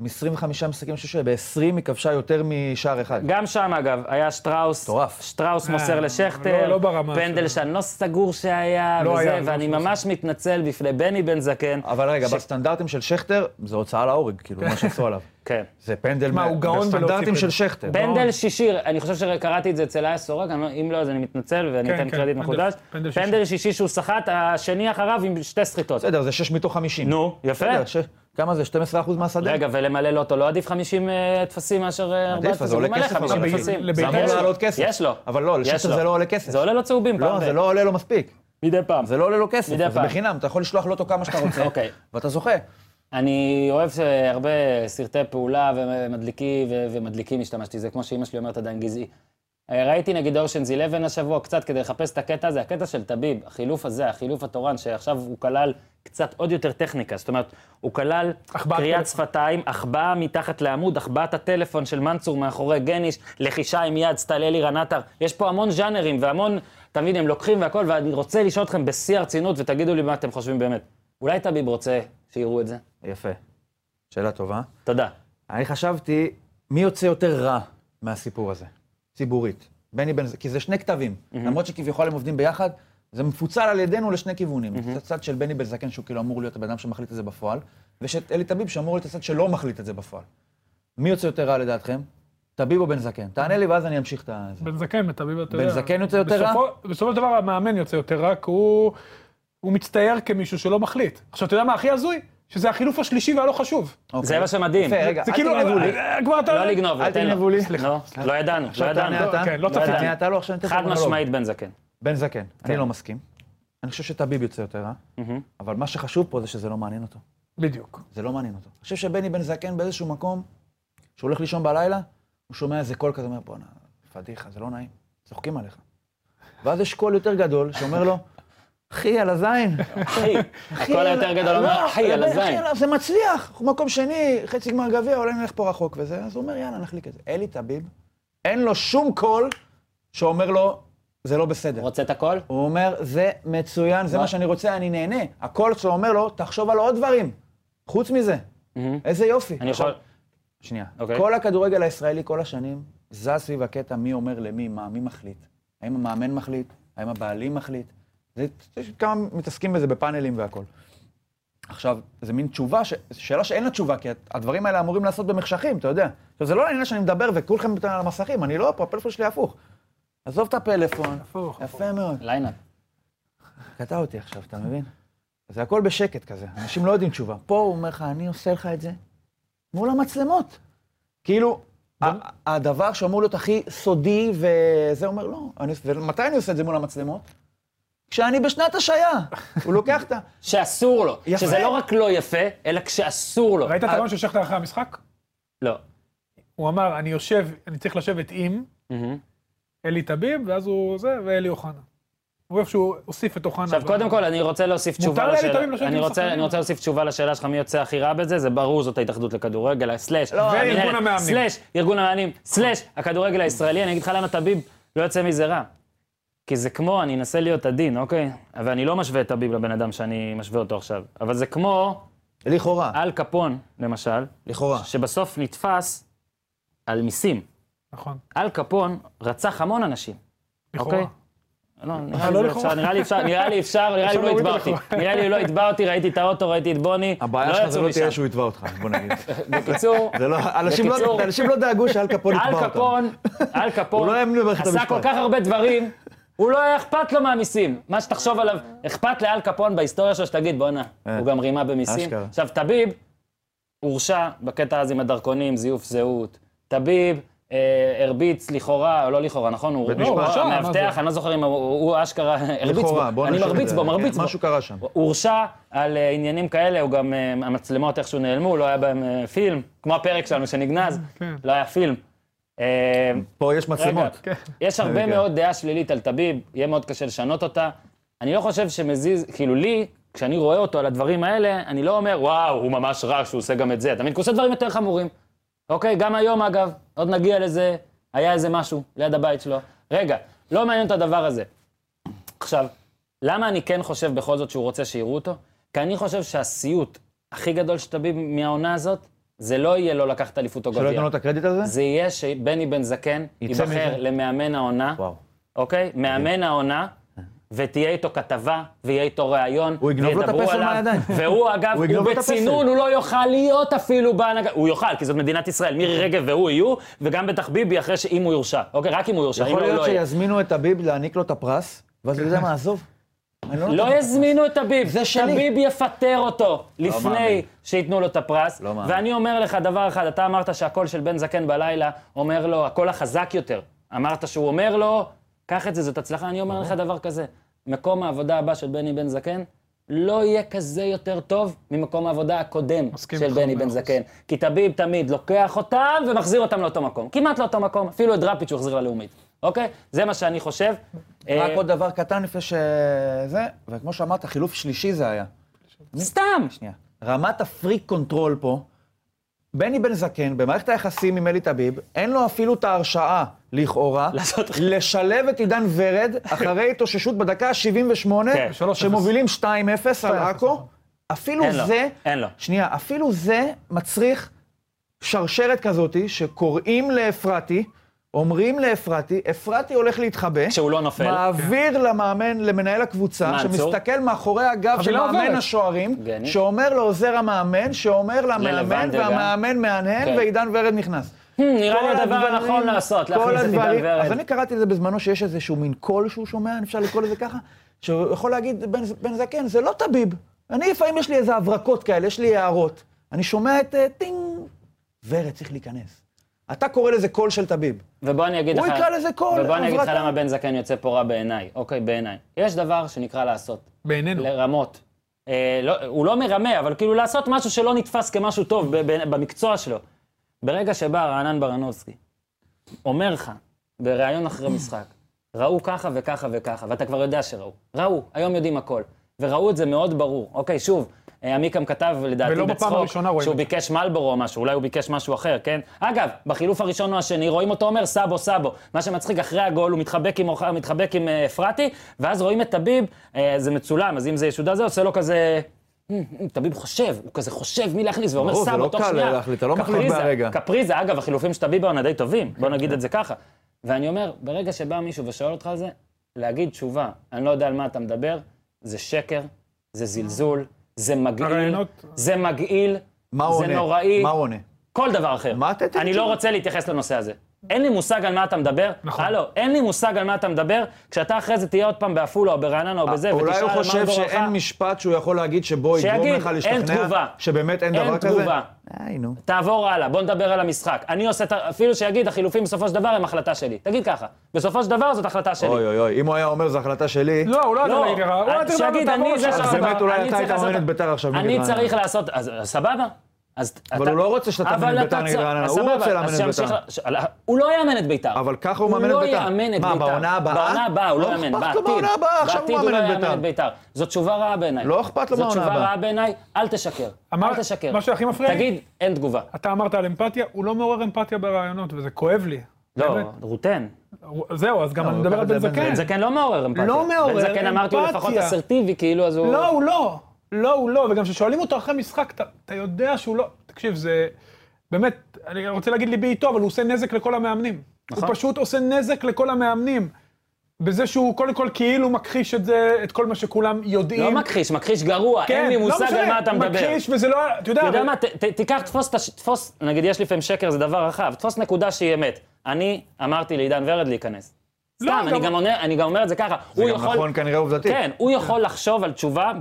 [SPEAKER 2] מ-25 משחקים, אני חושב שב-20 היא כבשה יותר משער אחד.
[SPEAKER 1] גם שם, אגב, היה שטראוס,
[SPEAKER 2] מטורף.
[SPEAKER 1] שטראוס
[SPEAKER 3] אה,
[SPEAKER 1] מוסר לשכטר,
[SPEAKER 3] לא- לא ברמה
[SPEAKER 1] פנדל
[SPEAKER 3] שלו.
[SPEAKER 1] שאני לא סגור שהיה,
[SPEAKER 3] לא
[SPEAKER 1] וזה,
[SPEAKER 3] היה, לא
[SPEAKER 1] ואני
[SPEAKER 3] סגור.
[SPEAKER 1] ממש מתנצל בפני בני בן זקן.
[SPEAKER 2] אבל רגע,
[SPEAKER 1] ש-
[SPEAKER 2] בסטנדרטים של שכטר, זה הוצאה להורג, כאילו, מה שעשו עליו.
[SPEAKER 1] כן.
[SPEAKER 2] זה פנדל,
[SPEAKER 3] מה,
[SPEAKER 2] מה-
[SPEAKER 3] הוא גאון בלהוציא
[SPEAKER 2] בסטנדרטים
[SPEAKER 3] פנדל.
[SPEAKER 2] של שכטר.
[SPEAKER 1] פנדל שישי, אני חושב שקראתי את זה אצל איה סורק, אני לא- אם לא, אז אני מתנצל ואני
[SPEAKER 3] כן,
[SPEAKER 1] אתן
[SPEAKER 3] כן,
[SPEAKER 1] קרדיט
[SPEAKER 3] פנדל-
[SPEAKER 1] מחודש.
[SPEAKER 3] פנדל שישי.
[SPEAKER 1] פנדל שישי שהוא סחט, השני אחריו עם שתי סחיטות.
[SPEAKER 2] בסדר, זה 6 מתוך 50.
[SPEAKER 1] נו, יפה.
[SPEAKER 2] בסדר, ש- כמה זה? 12% מהשדה?
[SPEAKER 1] רגע, ולמלא לוטו לא עדיף 50 אה, טפסים מאשר אה, ארבעה
[SPEAKER 2] עדיף, אז זה
[SPEAKER 1] טפסים?
[SPEAKER 2] עולה
[SPEAKER 1] הוא מלא
[SPEAKER 2] כסף,
[SPEAKER 1] 50
[SPEAKER 2] אבל
[SPEAKER 1] טפסים.
[SPEAKER 3] לבית"ר
[SPEAKER 2] זה אמור
[SPEAKER 1] יש לו.
[SPEAKER 2] לעלות כסף.
[SPEAKER 1] יש לו.
[SPEAKER 2] אבל לא,
[SPEAKER 1] יש
[SPEAKER 2] לשכטר
[SPEAKER 1] לו.
[SPEAKER 2] זה לא עולה כסף.
[SPEAKER 1] זה עולה לו צהובים פעם.
[SPEAKER 2] לא,
[SPEAKER 1] ב-
[SPEAKER 2] זה לא עולה לו מספיק.
[SPEAKER 1] מדי פעם.
[SPEAKER 2] זה לא עולה לו כסף,
[SPEAKER 1] מדי
[SPEAKER 2] זה
[SPEAKER 1] פעם.
[SPEAKER 2] בחינם, אתה יכול לשלוח לוטו כמה שאתה רוצה,
[SPEAKER 1] אוקיי.
[SPEAKER 2] ואתה זוכה.
[SPEAKER 1] אני אוהב הרבה סרטי פעולה ומדליקים, ו- ומדליקים השתמשתי, זה כמו שאימא שלי אומרת עדיין גזעי. אה, ראיתי נגיד אושנז 11 השבוע קצת כדי לחפש את הקטע הזה, הקטע של טביב, החילוף הזה, החילוף התורן, שעכשיו הוא כלל קצת עוד יותר טכניקה, זאת אומרת, הוא כלל
[SPEAKER 3] החבאת
[SPEAKER 1] קריאת
[SPEAKER 3] טלפון.
[SPEAKER 1] שפתיים, החבאה מתחת לעמוד, החבאת הטלפון של מנצור מאחורי גניש, לחישה עם יד, סטללי רנטר, יש פה המון ז'אנרים והמון, אתה מבין, הם לוקחים והכל, ואני רוצה לשאול אתכם בשיא הרצינות, ותגידו לי מה אתם חושבים באמת. אולי טביב רוצה שיראו את זה?
[SPEAKER 2] יפה. שאלה טובה.
[SPEAKER 1] תודה.
[SPEAKER 2] אני חשבתי, מי יוצא יותר רע מהסיפור הזה, ציבורית? בני בן זקן, כי זה שני כתבים. למרות שכביכול הם עובדים ביחד, זה מפוצל על ידינו לשני כיוונים. את הצד של בני בן זקן, שהוא כאילו אמור להיות הבן אדם שמחליט את זה בפועל, ויש את אלי טביב, שאמור להיות הצד שלא מחליט את זה בפועל. מי יוצא יותר רע לדעתכם? טביב או בן זקן? תענה לי ואז אני אמשיך את ה... זה.
[SPEAKER 3] בן זקן, אתה מבין, אתה יודע.
[SPEAKER 2] בן זקן יוצא יותר רע?
[SPEAKER 3] בסופו- בסופו של דבר המאמן יוצא יותר רע, כי הוא הוא מצטייר כמישהו שלא מחליט. עכשיו, אתה יודע מה הכי הזוי? שזה החילוף השלישי והלא חשוב.
[SPEAKER 2] אוקיי.
[SPEAKER 1] זה מה שמדהים.
[SPEAKER 2] יפה, רגע,
[SPEAKER 3] זה
[SPEAKER 2] אל
[SPEAKER 3] כאילו,
[SPEAKER 2] תגנבו לי.
[SPEAKER 3] אה, אה, כבר אתה...
[SPEAKER 1] לא לגנוב,
[SPEAKER 2] אל
[SPEAKER 1] תן לו.
[SPEAKER 2] תגנבו לי.
[SPEAKER 1] לא, לא ידענו, לא
[SPEAKER 2] עכשיו
[SPEAKER 1] ידענו.
[SPEAKER 2] תענה אתה.
[SPEAKER 3] כן,
[SPEAKER 1] לא
[SPEAKER 3] לא צפיתי.
[SPEAKER 1] ידעתי.
[SPEAKER 2] תענה אתה, לא, עכשיו ניתן את
[SPEAKER 1] חד
[SPEAKER 2] המונולוג.
[SPEAKER 1] משמעית בן זקן.
[SPEAKER 2] בן זקן, אני לא מסכים. אני חושב שטביב יוצא יותר רע, אבל מה שחשוב פה זה שזה לא מעניין אותו.
[SPEAKER 3] בדיוק.
[SPEAKER 2] זה לא מעניין אותו. אני חושב שבני בן זקן באיזשהו מקום, כשהוא הולך לישון בלילה, הוא שומע איזה קול כזה, אומר, בואנה, פדיחה, זה לא נעים, צוחקים עליך. ואז יש קול יותר גדול שאומר לו, אחי, על הזין.
[SPEAKER 1] אחי,
[SPEAKER 2] אחי,
[SPEAKER 1] הכל היותר
[SPEAKER 2] על-
[SPEAKER 1] גדול אומר,
[SPEAKER 2] לא,
[SPEAKER 1] אחי, על
[SPEAKER 2] אחי,
[SPEAKER 1] הזין.
[SPEAKER 2] על- זה מצליח, אנחנו מקום שני, חצי גמר גביע, אולי נלך פה רחוק וזה, אז הוא אומר, יאללה, נחליק את זה. אלי טביב, אין לו שום קול שאומר לו, זה לא בסדר.
[SPEAKER 1] רוצה את הכל?
[SPEAKER 2] הוא אומר, זה מצוין, זה
[SPEAKER 1] מה?
[SPEAKER 2] מה שאני רוצה, אני נהנה. הקול שלו אומר לו, תחשוב על עוד דברים, חוץ מזה. איזה יופי.
[SPEAKER 1] אני יכול...
[SPEAKER 2] שנייה.
[SPEAKER 1] אוקיי.
[SPEAKER 2] כל הכדורגל הישראלי כל השנים זז סביב הקטע מי אומר למי, מה, מי מחליט. האם המאמן מחליט? האם הבעלים מחליט? זה, יש כמה מתעסקים בזה בפאנלים והכול. עכשיו, זו מין תשובה, ש... שאלה שאין לה תשובה, כי הדברים האלה אמורים לעשות במחשכים, אתה יודע. עכשיו, זה לא העניין שאני מדבר וכולכם על המסכים, אני לא פה, הפלאפון שלי הפוך. עזוב את הפלאפון.
[SPEAKER 3] הפוך,
[SPEAKER 2] יפה מאוד.
[SPEAKER 1] ליינאפ.
[SPEAKER 2] קטע אותי עכשיו, אתה מבין? זה הכל בשקט כזה, אנשים לא יודעים תשובה. פה הוא אומר לך, אני עושה לך את זה מול המצלמות. כאילו, ה- הדבר שאמור להיות הכי סודי, וזה אומר, לא, אני, ומתי אני עושה את זה מול המצלמות? כשאני בשנת השעיה. הוא לוקח את ה...
[SPEAKER 1] שאסור לו.
[SPEAKER 2] יפה.
[SPEAKER 1] שזה לא רק לא יפה, אלא כשאסור לו.
[SPEAKER 3] ראית את הרעיון של שכטר אחרי המשחק?
[SPEAKER 1] לא.
[SPEAKER 3] הוא אמר, אני יושב, אני צריך לשבת עם
[SPEAKER 1] מהמם.
[SPEAKER 3] אלי טביב, ואז הוא זה, ואלי אוחנה. הוא איכשהו הוסיף את אוחנה.
[SPEAKER 1] עכשיו,
[SPEAKER 3] אבל-
[SPEAKER 1] קודם כל, אני רוצה להוסיף תשובה
[SPEAKER 3] לאלי
[SPEAKER 1] לשאלה.
[SPEAKER 3] תמים לשבת
[SPEAKER 1] אני
[SPEAKER 3] עם
[SPEAKER 1] רוצה-
[SPEAKER 3] שחקנים.
[SPEAKER 1] אני רוצה להוסיף תשובה לשאלה שלך, מי יוצא הכי רע בזה? זה ברור, זאת ההתאחדות לכדורגל, סלאש.
[SPEAKER 3] וארגון
[SPEAKER 1] המנהלת,
[SPEAKER 3] לא, המאמנים.
[SPEAKER 1] סלאש, ארגון המאמנים, סלאש, הכדורגל הישראלי. אני אגיד לך למה טביב לא יוצא מזה רע. כי זה כמו, אני אנסה להיות עדין, אוקיי? אבל אני לא משווה את טביב לבן אדם שאני משווה אותו עכשיו. אבל זה כמו
[SPEAKER 2] לכאורה,
[SPEAKER 1] אל קפון, למשל,
[SPEAKER 2] לכאורה.
[SPEAKER 1] שבסוף נתפס על מיסים.
[SPEAKER 3] נכון,
[SPEAKER 1] אל קפון רצח המון אנשים.
[SPEAKER 3] לכאורה.
[SPEAKER 1] אוקיי. לא, נראה
[SPEAKER 3] אה,
[SPEAKER 1] לי
[SPEAKER 3] לא
[SPEAKER 1] זה
[SPEAKER 3] לכאורה.
[SPEAKER 1] אפשר, נראה לי אפשר, נראה לי אפשר, נראה לי הוא
[SPEAKER 3] אפשר
[SPEAKER 1] לא
[SPEAKER 3] להוריד
[SPEAKER 1] יתבע
[SPEAKER 3] את
[SPEAKER 1] אותי.
[SPEAKER 3] הלכלוך.
[SPEAKER 1] נראה לי הוא לא יתבע אותי, ראיתי את האוטו, ראיתי את בוני,
[SPEAKER 2] הבעיה שלך זה
[SPEAKER 1] יצאו
[SPEAKER 2] לא תהיה
[SPEAKER 1] משם.
[SPEAKER 2] שהוא יתבע אותך, בוא נגיד.
[SPEAKER 1] בקיצור,
[SPEAKER 2] זה לא, אנשים,
[SPEAKER 1] בקיצור-
[SPEAKER 2] לא, אנשים לא דאגו שאל קפון יתבע
[SPEAKER 1] אל
[SPEAKER 2] אותם.
[SPEAKER 1] קפון, אל
[SPEAKER 2] הוא
[SPEAKER 1] קפון,
[SPEAKER 2] לא האמין במערכת
[SPEAKER 1] עשה
[SPEAKER 2] המשפט.
[SPEAKER 1] כל כך הרבה דברים, הוא לא היה אכפת לו מהמיסים. מה שתחשוב עליו, אכפת לאל קפון בהיסטוריה שלו, שתגיד, בואנה,
[SPEAKER 2] אה,
[SPEAKER 1] הוא גם רימה במיסים.
[SPEAKER 2] אשכרה.
[SPEAKER 1] עכשיו, טביב הורשע בקטע הזה עם הדרכונים, זיוף זהות. טביב אה, הרביץ לכאורה, או לא לכאורה, נכון? הוא
[SPEAKER 2] בית
[SPEAKER 1] לא, הוא
[SPEAKER 3] משפט. הורשע, מה
[SPEAKER 1] המאבטח,
[SPEAKER 3] זה?
[SPEAKER 1] אני לא זוכר אם הוא- הוא אשכרה הרביץ
[SPEAKER 2] לכאורה,
[SPEAKER 1] בו.
[SPEAKER 2] בוא
[SPEAKER 1] אני
[SPEAKER 2] נשאיר את
[SPEAKER 1] מרביץ
[SPEAKER 2] זה. כן,
[SPEAKER 1] בו, מרביץ בו.
[SPEAKER 2] משהו קרה שם.
[SPEAKER 1] הוא הורשע על אה, עניינים כאלה, הוא גם, אה, המצלמות איכשהו נעלמו, לא היה בהם אה, פילם, כמו הפרק שלנו שנגנז,
[SPEAKER 3] כן.
[SPEAKER 1] לא היה פילם. אה,
[SPEAKER 2] פה יש מצלמות.
[SPEAKER 1] רגע, יש הרבה
[SPEAKER 2] רגע.
[SPEAKER 1] מאוד דעה שלילית על טביב, יהיה מאוד קשה לשנות אותה. אני לא חושב שמזיז, כאילו לי, כשאני רואה אותו על הדברים האלה, אני לא אומר, וואו, הוא ממש רע שהוא עושה גם את זה. אתה מבין? כי הוא עושה דברים יותר חמורים. אוקיי, גם היום אגב, עוד נגיע לזה, היה איזה משהו ליד הבית שלו. רגע, לא מעניין את הדבר הזה. עכשיו, למה אני כן חושב בכל זאת שהוא רוצה שיראו אותו? כי אני חושב שהסיוט הכי גדול של טביב מהעונה הזאת, זה לא יהיה לא לקחת אליפות או
[SPEAKER 2] שלא
[SPEAKER 1] גביע.
[SPEAKER 2] ייתנו לו את הקרדיט הזה?
[SPEAKER 1] זה יהיה שבני בן זקן
[SPEAKER 2] יצא
[SPEAKER 1] ייבחר
[SPEAKER 2] מזה.
[SPEAKER 1] למאמן העונה,
[SPEAKER 2] וואו.
[SPEAKER 1] אוקיי? מאמן העונה, ותהיה איתו כתבה, ויהיה איתו ראיון,
[SPEAKER 2] הוא יגנוב לו את
[SPEAKER 1] וידברו
[SPEAKER 2] הפסל
[SPEAKER 1] עליו.
[SPEAKER 2] מהידיים.
[SPEAKER 1] והוא, אגב,
[SPEAKER 2] הוא
[SPEAKER 1] הוא
[SPEAKER 2] יגנוב לו את הפסל.
[SPEAKER 1] בצינון, הוא לא יוכל להיות אפילו בהנהגה. הוא יוכל, כי זאת מדינת ישראל. מירי רגב והוא יהיו, וגם בטח ביבי אחרי ש... אם הוא יורשע. אוקיי? רק אם הוא יורשע, אם
[SPEAKER 2] יכול
[SPEAKER 1] לא, הוא
[SPEAKER 2] להיות
[SPEAKER 1] לא יהיה.
[SPEAKER 2] שיזמינו את הביב להעניק לו את הפרס, ואז הוא יודע מה, עזוב. אני לא נותן
[SPEAKER 1] לא
[SPEAKER 2] לך.
[SPEAKER 1] יזמינו את טביב,
[SPEAKER 2] זה שלי. לא
[SPEAKER 1] טביב יפטר אותו לפני
[SPEAKER 2] מאמין.
[SPEAKER 1] שייתנו לו את הפרס.
[SPEAKER 2] לא מאמין.
[SPEAKER 1] ואני אומר לך דבר אחד, אתה אמרת שהקול של בן זקן בלילה אומר לו, הקול החזק יותר. אמרת שהוא אומר לו, קח את זה, זאת הצלחה. אני אומר לך דבר כזה, מקום העבודה הבא של בני בן זקן, לא יהיה כזה יותר טוב ממקום העבודה הקודם
[SPEAKER 3] מסכים
[SPEAKER 1] של
[SPEAKER 3] איתך
[SPEAKER 1] בני
[SPEAKER 3] במאה
[SPEAKER 1] בן
[SPEAKER 3] אחוז.
[SPEAKER 1] זקן. כי טביב תמיד לוקח אותם ומחזיר אותם לאותו מקום. כמעט לאותו מקום, אפילו את דראפיץ' הוא החזיר ללאומית. אוקיי? זה מה שאני חושב.
[SPEAKER 2] רק
[SPEAKER 1] אה,
[SPEAKER 2] עוד דבר קטן לפני שזה, וכמו שאמרת, חילוף שלישי זה היה.
[SPEAKER 1] סתם!
[SPEAKER 2] שנייה. רמת הפריק קונטרול פה, בני בן זקן, במערכת היחסים עם אלי טביב, אין לו אפילו את ההרשאה, לכאורה,
[SPEAKER 1] לעשות-
[SPEAKER 2] לשלב את עידן ורד אחרי התאוששות בדקה ה-78,
[SPEAKER 1] כן,
[SPEAKER 3] 3-0.
[SPEAKER 2] שמובילים 2-0 על עכו. אפילו
[SPEAKER 1] נכון. אין לו,
[SPEAKER 2] זה,
[SPEAKER 1] אין לו.
[SPEAKER 2] שנייה, אפילו זה מצריך שרשרת כזאתי, שקוראים לאפרתי, אומרים לאפרתי, אפרתי הולך להתחבא.
[SPEAKER 1] כשהוא לא נופל.
[SPEAKER 2] מעביר למאמן, למנהל הקבוצה,
[SPEAKER 1] מנצור.
[SPEAKER 2] שמסתכל מאחורי הגב של
[SPEAKER 3] חבילה
[SPEAKER 2] מאמן
[SPEAKER 3] עוברת.
[SPEAKER 2] השוערים,
[SPEAKER 1] לא גני.
[SPEAKER 2] שאומר לעוזר המאמן, שאומר למאמן,
[SPEAKER 1] ללבנדר גם.
[SPEAKER 2] והמאמן מהנהן,
[SPEAKER 1] כן.
[SPEAKER 2] ועידן ורד נכנס.
[SPEAKER 1] Hmm, נראה לי
[SPEAKER 2] כל
[SPEAKER 1] הדבר
[SPEAKER 2] הדברים-
[SPEAKER 1] הנכון לעשות,
[SPEAKER 2] כל
[SPEAKER 1] להכניס את עידן
[SPEAKER 2] הדברים- אז
[SPEAKER 1] ורד.
[SPEAKER 2] אני קראתי לזה בזמנו שיש איזשהו מין קול שהוא שומע, אם אפשר לקרוא לזה ככה, שהוא יכול להגיד, בן, בן זקן, זה לא טביב. אני לפעמים יש לי איזה הברקות כאלה, יש לי הערות. אני שומע את אה, טינג, ורד צריך להיכנס. אתה קורא לזה קול של טביב.
[SPEAKER 1] ובוא אני אגיד לך...
[SPEAKER 2] הוא יקרא לזה קול,
[SPEAKER 1] ובוא אני אגיד לך
[SPEAKER 2] הברקה.
[SPEAKER 1] למה בן זקן יוצא פה רע בעיניי. אוקיי, בעיניי. יש דבר שנקרא לעשות.
[SPEAKER 3] בעינינו.
[SPEAKER 1] לרמות. אה, לא, הוא לא מרמה, אבל כאילו לעשות משהו שלא נתפס כמשהו טוב ב- ב- במקצוע שלו. ברגע שבא רענן ברנובסקי, אומר לך, בריאיון אחרי משחק, ראו ככה וככה וככה, ואתה כבר יודע שראו. ראו, היום יודעים הכל. וראו את זה מאוד ברור. אוקיי, שוב, אה, עמיקם כתב, לדעתי
[SPEAKER 3] ולא בפעם
[SPEAKER 1] בצחוק,
[SPEAKER 3] הראשונה רואים
[SPEAKER 1] שהוא
[SPEAKER 3] את זה.
[SPEAKER 1] ביקש מלבורו או משהו, אולי הוא ביקש משהו אחר, כן? אגב, בחילוף הראשון או השני, רואים אותו אומר סאבו, סאבו. מה שמצחיק, אחרי הגול הוא מתחבק עם אוחר- מתחבק עם אה, אפרתי, ואז רואים את טביב, אה, זה מצולם, אז אם זה ישודר זה, עושה לו כזה... "אמ, אמ", טביב חושב, הוא כזה חושב מי להכניס, ואומר
[SPEAKER 2] ברור, זה
[SPEAKER 1] סאבו
[SPEAKER 2] לא
[SPEAKER 1] תוך
[SPEAKER 2] קל
[SPEAKER 1] שנייה.
[SPEAKER 2] להחליט, אתה לא מחליט
[SPEAKER 1] קפריזה,
[SPEAKER 2] בהרגע.
[SPEAKER 1] קפריזה, אגב, החילופים של טביב העונה די טובים, בוא נגיד את זה ככה. ואני אומר, ברגע שבא מישהו ושואל אותך על זה, להגיד תשובה, אני לא יודע על מה אתה מדבר, זה שקר, זה זלזול, זה מגעיל,
[SPEAKER 3] הרעיונות-
[SPEAKER 1] זה מגעיל,
[SPEAKER 2] מה הוא
[SPEAKER 1] זה
[SPEAKER 2] עונה?
[SPEAKER 1] נוראי,
[SPEAKER 2] מה הוא עונה?
[SPEAKER 1] כל דבר אחר.
[SPEAKER 2] מה אתה תתן
[SPEAKER 1] אני לא
[SPEAKER 2] תשובה?
[SPEAKER 1] רוצה להתייחס לנושא הזה. אין לי מושג על מה אתה מדבר.
[SPEAKER 3] נכון.
[SPEAKER 1] הלו, אין לי מושג על מה אתה מדבר, כשאתה אחרי זה תהיה עוד פעם בעפולה או ברעננה או בזה, ותשאל
[SPEAKER 2] אולי הוא
[SPEAKER 1] על מה
[SPEAKER 2] חושב
[SPEAKER 1] גורלך,
[SPEAKER 2] שאין משפט שהוא יכול להגיד שבו יגרום
[SPEAKER 1] שיגיד,
[SPEAKER 2] לך
[SPEAKER 1] "אין
[SPEAKER 2] להשתכנע,
[SPEAKER 1] תגובה".
[SPEAKER 2] שבאמת אין
[SPEAKER 1] אין
[SPEAKER 2] דבר כזה?
[SPEAKER 1] תגובה.
[SPEAKER 2] די, נו.
[SPEAKER 1] תעבור הלאה, בוא נדבר על המשחק. אני עושה, את ה- אפילו שיגיד, החילופים בסופו של דבר הם החלטה שלי. תגיד ככה, בסופו של דבר זאת החלטה שלי.
[SPEAKER 2] אוי אוי אוי, אם הוא היה אומר זו החלטה שלי,
[SPEAKER 3] לא, הוא לא
[SPEAKER 1] לא,
[SPEAKER 3] יודע להגיד לך, הוא היה צריך
[SPEAKER 1] שיגיד,
[SPEAKER 3] לעבור
[SPEAKER 1] אני זה
[SPEAKER 3] לשם.
[SPEAKER 2] אז
[SPEAKER 1] סבבה,
[SPEAKER 2] באמת אולי
[SPEAKER 1] אני
[SPEAKER 2] אתה
[SPEAKER 1] צריך
[SPEAKER 2] היית
[SPEAKER 1] לעשות-
[SPEAKER 2] מאמן את בית"ר עכשיו נגד
[SPEAKER 1] אני
[SPEAKER 2] רעננה.
[SPEAKER 1] צריך לעשות, אז אז סבבה. אז
[SPEAKER 2] אבל
[SPEAKER 1] אתה-
[SPEAKER 2] הוא לא רוצה שאתה תאמן את
[SPEAKER 1] אבל
[SPEAKER 2] בית"ר
[SPEAKER 1] אתה
[SPEAKER 2] נגד
[SPEAKER 1] צ-
[SPEAKER 2] רעננה,
[SPEAKER 1] אז
[SPEAKER 2] הוא
[SPEAKER 1] סבבה,
[SPEAKER 2] רוצה לאמן
[SPEAKER 1] אז
[SPEAKER 2] את
[SPEAKER 1] שימשיך
[SPEAKER 2] בית"ר.
[SPEAKER 1] ל- ש- על- הוא לא יאמן את בית"ר.
[SPEAKER 2] אבל ככה הוא מאמן את בית"ר.
[SPEAKER 1] הוא לא יאמן את
[SPEAKER 2] מה,
[SPEAKER 1] בית"ר.
[SPEAKER 2] בעונה הבאה?
[SPEAKER 1] בעונה הבאה, הוא
[SPEAKER 2] לא
[SPEAKER 1] לא יאמן,
[SPEAKER 2] אכפת לו
[SPEAKER 1] בעתיד.
[SPEAKER 2] בעונה הבאה, עכשיו הוא
[SPEAKER 1] בעתיד
[SPEAKER 2] מאמן את
[SPEAKER 1] לא יאמן
[SPEAKER 2] בית"ר.
[SPEAKER 1] את בית"ר. זאת תשובה רעה בעיניי.
[SPEAKER 2] לא אכפת לו
[SPEAKER 1] זאת
[SPEAKER 2] מהעונה
[SPEAKER 1] תשובה
[SPEAKER 2] הבאה.
[SPEAKER 1] רעה בעיניי, אל תשקר. אל
[SPEAKER 3] אמר-
[SPEAKER 1] תשקר.
[SPEAKER 3] מה שהכי מפריע לי-
[SPEAKER 1] תגיד, אין תגובה.
[SPEAKER 3] אתה אמרת על אמפתיה, הוא לא מעורר אמפתיה ברעיונות, וזה כואב לי.
[SPEAKER 1] לא,
[SPEAKER 3] באמת.
[SPEAKER 1] רוטן.
[SPEAKER 3] זהו, אז גם
[SPEAKER 2] לא,
[SPEAKER 3] אני
[SPEAKER 2] הוא
[SPEAKER 3] מדבר
[SPEAKER 2] לקח
[SPEAKER 3] על
[SPEAKER 2] את זה
[SPEAKER 3] בן
[SPEAKER 2] בן
[SPEAKER 3] זקן.
[SPEAKER 1] בן זקן לא מעורר אמפתיה.
[SPEAKER 3] כן. לא מעורר
[SPEAKER 1] בן זקן אמרתי הוא לפחות
[SPEAKER 3] אמפתיה.
[SPEAKER 1] אסרטיבי, כאילו, אז הוא...
[SPEAKER 3] לא, הוא לא. לא, הוא לא. וגם כששואלים אותו אחרי משחק, אתה, אתה יודע שהוא לא... תקשיב, זה... באמת, אני רוצה להגיד ליבי איתו, אבל הוא עושה נזק לכל המאמנים.
[SPEAKER 1] נכון.
[SPEAKER 3] הוא פשוט עושה נזק לכל המאמנים. בזה שהוא קודם כל כאילו מכחיש את זה, את כל מה שכולם יודעים.
[SPEAKER 1] לא מכחיש, מכחיש גרוע, אין לי
[SPEAKER 3] לא
[SPEAKER 1] מושג
[SPEAKER 3] משנה,
[SPEAKER 1] על מה אתה מדבר.
[SPEAKER 3] מכחיש, וזה לא... אתה יודע,
[SPEAKER 1] אתה יודע
[SPEAKER 3] אבל-
[SPEAKER 1] מה, ת- ת- תיקח, תפוס, את הש- תפוס, נגיד יש לפעמים שקר, זה דבר רחב, תפוס נקודה שהיא אמת. אני אמרתי לעידן ורד להיכנס.
[SPEAKER 3] לא,
[SPEAKER 1] סתם, אני
[SPEAKER 3] גם-
[SPEAKER 1] גם עונה- אני גם אומר את זה ככה.
[SPEAKER 2] זה
[SPEAKER 1] הוא
[SPEAKER 2] גם
[SPEAKER 1] יכול-
[SPEAKER 2] נכון כנראה עובדתית.
[SPEAKER 1] כן, הוא יכול לחשוב על תשובה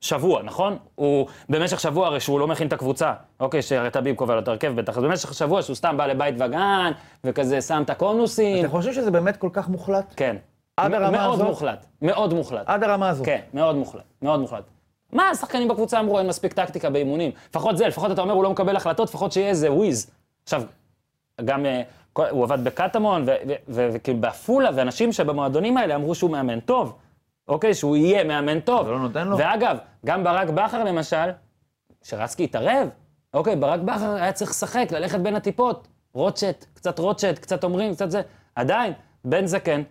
[SPEAKER 1] שבוע, נכון? הוא במשך שבוע הרי שהוא לא מכין את הקבוצה. אוקיי, שהרי טביב קובע לו את ההרכב בטח, אז במשך שבוע שהוא סתם בא לבית וגן, וכזה שם את הקונוסים.
[SPEAKER 2] אתה חושב שזה באמת כל כך מוחלט?
[SPEAKER 1] כן.
[SPEAKER 2] עד הרמה
[SPEAKER 1] מאוד
[SPEAKER 2] הזאת?
[SPEAKER 1] מוחלט, מאוד מוחלט.
[SPEAKER 2] עד הרמה הזאת.
[SPEAKER 1] כן, מאוד מוחלט, מאוד מוחלט. מה השחקנים בקבוצה אמרו, אין מספיק טקטיקה באימונים. לפחות זה, לפחות אתה אומר, הוא לא מקבל החלטות, לפחות שיהיה איזה וויז. עכשיו, גם אה, כל- הוא עבד בקטמון, ו- ו- ו- וכאילו בעפולה, ואנשים שבמועדונים האלה אמרו שהוא מאמן טוב, אוקיי? שהוא יהיה מאמן טוב.
[SPEAKER 2] אבל לא נותן לו.
[SPEAKER 1] ואגב, גם ברק בכר למשל, שרסקי התערב, אוקיי, ברק בכר היה צריך לשחק, ללכת בין הטיפות. רוטשט, קצת רוטשט, קצת אומרים, קצת זה. עדיין, בן זקן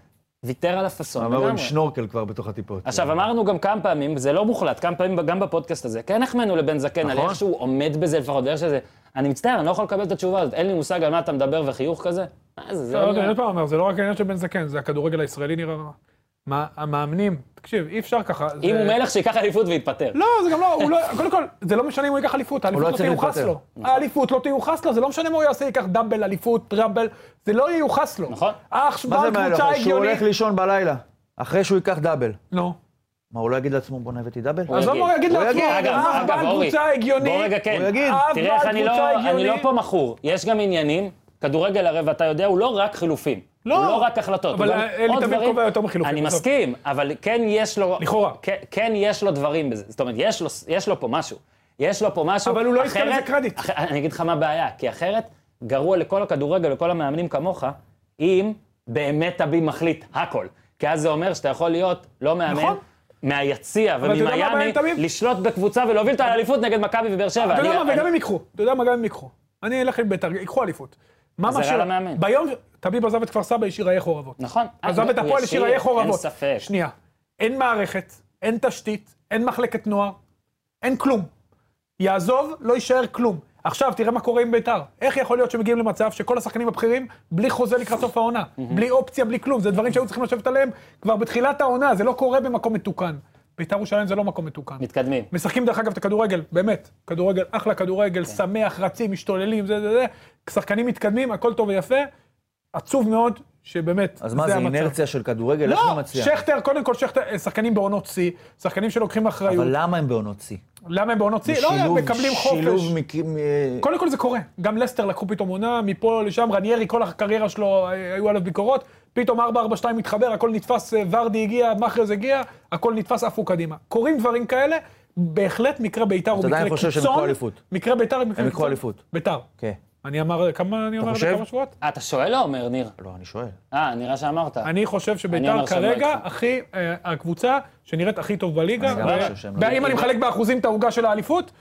[SPEAKER 1] ויתר על הפאסון
[SPEAKER 2] הוא אמר עם שנורקל כבר בתוך הטיפות. כן.
[SPEAKER 1] עכשיו, אמרנו גם כמה פעמים, זה לא מוחלט, כמה פעמים גם בפודקאסט הזה, כן החמאנו לבן זקן על
[SPEAKER 2] נכון.
[SPEAKER 1] איך שהוא עומד בזה לפחות, ואיך שזה... אני מצטער, אני לא יכול לקבל את התשובה הזאת, אין לי מושג על מה אתה מדבר וחיוך כזה. מה זה, זה
[SPEAKER 3] לא,
[SPEAKER 1] לא
[SPEAKER 3] אני
[SPEAKER 1] נראה.
[SPEAKER 3] עוד פעם אומר, זה לא רק העניין של בן זקן, זה הכדורגל הישראלי נראה רע. מה, המאמנים, תקשיב, אי אפשר ככה.
[SPEAKER 1] אם
[SPEAKER 3] זה-
[SPEAKER 1] הוא מלך, שייקח אליפות ויתפטר.
[SPEAKER 3] לא, זה גם לא, הוא לא, קודם כל, זה לא משנה אם הוא ייקח אליפות,
[SPEAKER 2] לא
[SPEAKER 3] האליפות לא
[SPEAKER 2] צריך
[SPEAKER 3] תיוחס
[SPEAKER 2] להתפטר.
[SPEAKER 3] לו. האליפות לא תיוחס לו, זה לא משנה מה הוא יעשה, ייקח דאבל, אליפות, טראבל, זה לא ייוחס לו.
[SPEAKER 1] נכון.
[SPEAKER 3] אח,
[SPEAKER 2] מה זה
[SPEAKER 3] בעל
[SPEAKER 2] מעניין?
[SPEAKER 3] קבוצה
[SPEAKER 2] שהוא
[SPEAKER 3] הגיונית.
[SPEAKER 2] הולך לישון בלילה, אחרי שהוא ייקח דאבל.
[SPEAKER 3] נו.
[SPEAKER 2] מה, הוא לא יגיד לעצמו, בוא'נה, הבאתי דאבל?
[SPEAKER 1] הוא
[SPEAKER 3] עזוב,
[SPEAKER 1] יגיד.
[SPEAKER 3] הוא יגיד
[SPEAKER 2] הוא
[SPEAKER 3] לעצמו,
[SPEAKER 2] יגיד,
[SPEAKER 1] אגב,
[SPEAKER 3] אח,
[SPEAKER 1] אגב,
[SPEAKER 3] בעל
[SPEAKER 1] אורי,
[SPEAKER 3] כן, קבוצה הגיוני.
[SPEAKER 1] בוא רגע,
[SPEAKER 2] הוא
[SPEAKER 1] כן.
[SPEAKER 2] יגיד.
[SPEAKER 1] תראה איך
[SPEAKER 3] אבל
[SPEAKER 1] אני לא,
[SPEAKER 3] קבוצה
[SPEAKER 1] אני לא
[SPEAKER 3] הגיונית.
[SPEAKER 1] פה מכור. יש גם עניינים, כדורגל הרי, ואתה יודע, הוא לא רק חילופים.
[SPEAKER 3] לא.
[SPEAKER 1] הוא לא רק החלטות.
[SPEAKER 3] אבל
[SPEAKER 1] הוא גם
[SPEAKER 3] אלי
[SPEAKER 1] עוד
[SPEAKER 3] תמיד
[SPEAKER 1] דברים-
[SPEAKER 3] קובע יותר מחילופים,
[SPEAKER 1] אני
[SPEAKER 3] בסוף.
[SPEAKER 1] מסכים, אבל כן יש לו...
[SPEAKER 3] לכאורה.
[SPEAKER 1] כן- כן יש לו דברים בזה. זאת אומרת, יש לו- יש לו פה משהו. יש לו פה משהו.
[SPEAKER 3] אבל הוא לא יזכה לזה
[SPEAKER 1] אחרת-
[SPEAKER 3] קרדיט.
[SPEAKER 1] אח- אני אגיד לך מה הבעיה, כי אחרת, גרוע לכל הכדורגל ולכל המאמנים כמוך, אם באמת טבי מחליט הכל. כי אז זה אומר שאתה יכול להיות לא מאמן.
[SPEAKER 3] נכון.
[SPEAKER 1] מהיציע
[SPEAKER 3] אתה יודע מה הבעיה עם
[SPEAKER 1] וממיאמי,
[SPEAKER 3] טביב?
[SPEAKER 1] לשלוט בקבוצה ולהוביל את האליפות נגד מכבי ובאר שבע.
[SPEAKER 3] אתה יודע
[SPEAKER 1] אני-
[SPEAKER 3] מה, וגם
[SPEAKER 1] אני-
[SPEAKER 3] אם ייקחו, אתה יודע מה, גם אם ייקחו. אני אלך לבית"ר, ייקחו אליפות. מה
[SPEAKER 1] זה רע
[SPEAKER 3] משאיר?
[SPEAKER 1] למאמן.
[SPEAKER 3] ביום, טביב עזב את כפר סבא, השאיר עיי חורבות.
[SPEAKER 1] נכון.
[SPEAKER 3] עזב את
[SPEAKER 1] הוא
[SPEAKER 3] הפועל,
[SPEAKER 1] ישיר,
[SPEAKER 3] השאיר עיי חורבות.
[SPEAKER 1] אין ספק.
[SPEAKER 3] שנייה. אין מערכת, אין תשתית, אין מחלקת נוער, אין כלום. יעזוב, לא יישאר כלום. עכשיו, תראה מה קורה עם ביתר. איך יכול להיות שמגיעים למצב שכל השחקנים הבכירים, בלי חוזה לקראת סוף העונה, בלי אופציה, בלי כלום? זה דברים שהיו צריכים לשבת עליהם כבר בתחילת העונה, זה לא קורה במקום מתוקן. ביתר ירושלים זה לא מקום מתוקן.
[SPEAKER 1] מתקדמים.
[SPEAKER 3] משחקים דרך אגב את הכדורגל, באמת. כדורגל, אחלה כדורגל,
[SPEAKER 2] כן.
[SPEAKER 3] שמח, רצים, משתוללים, זה זה זה. שחקנים מתקדמים, הכל טוב ויפה. עצוב מאוד שבאמת,
[SPEAKER 2] אז מה, זה אינרציה של כדורגל? איך זה
[SPEAKER 3] לא,
[SPEAKER 2] מצליח?
[SPEAKER 3] שכטר, קודם כל שכטר, אה, שחקנים בעונות שיא, שחקנים שלוקחים אחריות.
[SPEAKER 2] אבל למה הם בעונות שיא?
[SPEAKER 3] למה הם בעונות שיא? לא יודע,
[SPEAKER 2] שילוב-
[SPEAKER 3] מקבלים
[SPEAKER 2] שילוב
[SPEAKER 3] חופש.
[SPEAKER 2] מקרים... אה,
[SPEAKER 3] קודם כל זה קורה. גם לסטר לקחו פתאום עונה, מפה לשם, רניירי, כל הקריירה שלו, אה, היו עליו ביקורות. פתאום 4-4-2 מתחבר, הכל נתפס, אה, ורדי הגיע, מאחרז הגיע, הכל נתפס, עפו קדימה. קורים דברים כאלה, בהחלט מקרה ביתר הוא
[SPEAKER 2] אתה
[SPEAKER 3] מקרה
[SPEAKER 2] עדיין
[SPEAKER 3] קיצון.
[SPEAKER 2] חושב שהם יקחו אליפות?
[SPEAKER 3] מקרה ביתר הוא מקרה
[SPEAKER 2] הם יקחו אליפות.
[SPEAKER 3] ביתר.
[SPEAKER 2] כן.
[SPEAKER 3] אני אמר, כמה אני אמר?
[SPEAKER 2] חושב?
[SPEAKER 3] כמה שבועות?
[SPEAKER 1] אה, אתה שואל או אומר, ניר?
[SPEAKER 2] לא, אני שואל.
[SPEAKER 1] אה, נראה שאמרת.
[SPEAKER 3] אני חושב
[SPEAKER 1] אומר
[SPEAKER 3] שביתר
[SPEAKER 1] שהם לא
[SPEAKER 3] כרגע
[SPEAKER 1] יקחו.
[SPEAKER 3] הכי, אה, הקבוצה שנראית הכי טוב בליגה.
[SPEAKER 2] אני גם
[SPEAKER 3] ו-
[SPEAKER 2] חושב שהם לא
[SPEAKER 3] אם אני מחלק באחוזים את העוגה של האליפות,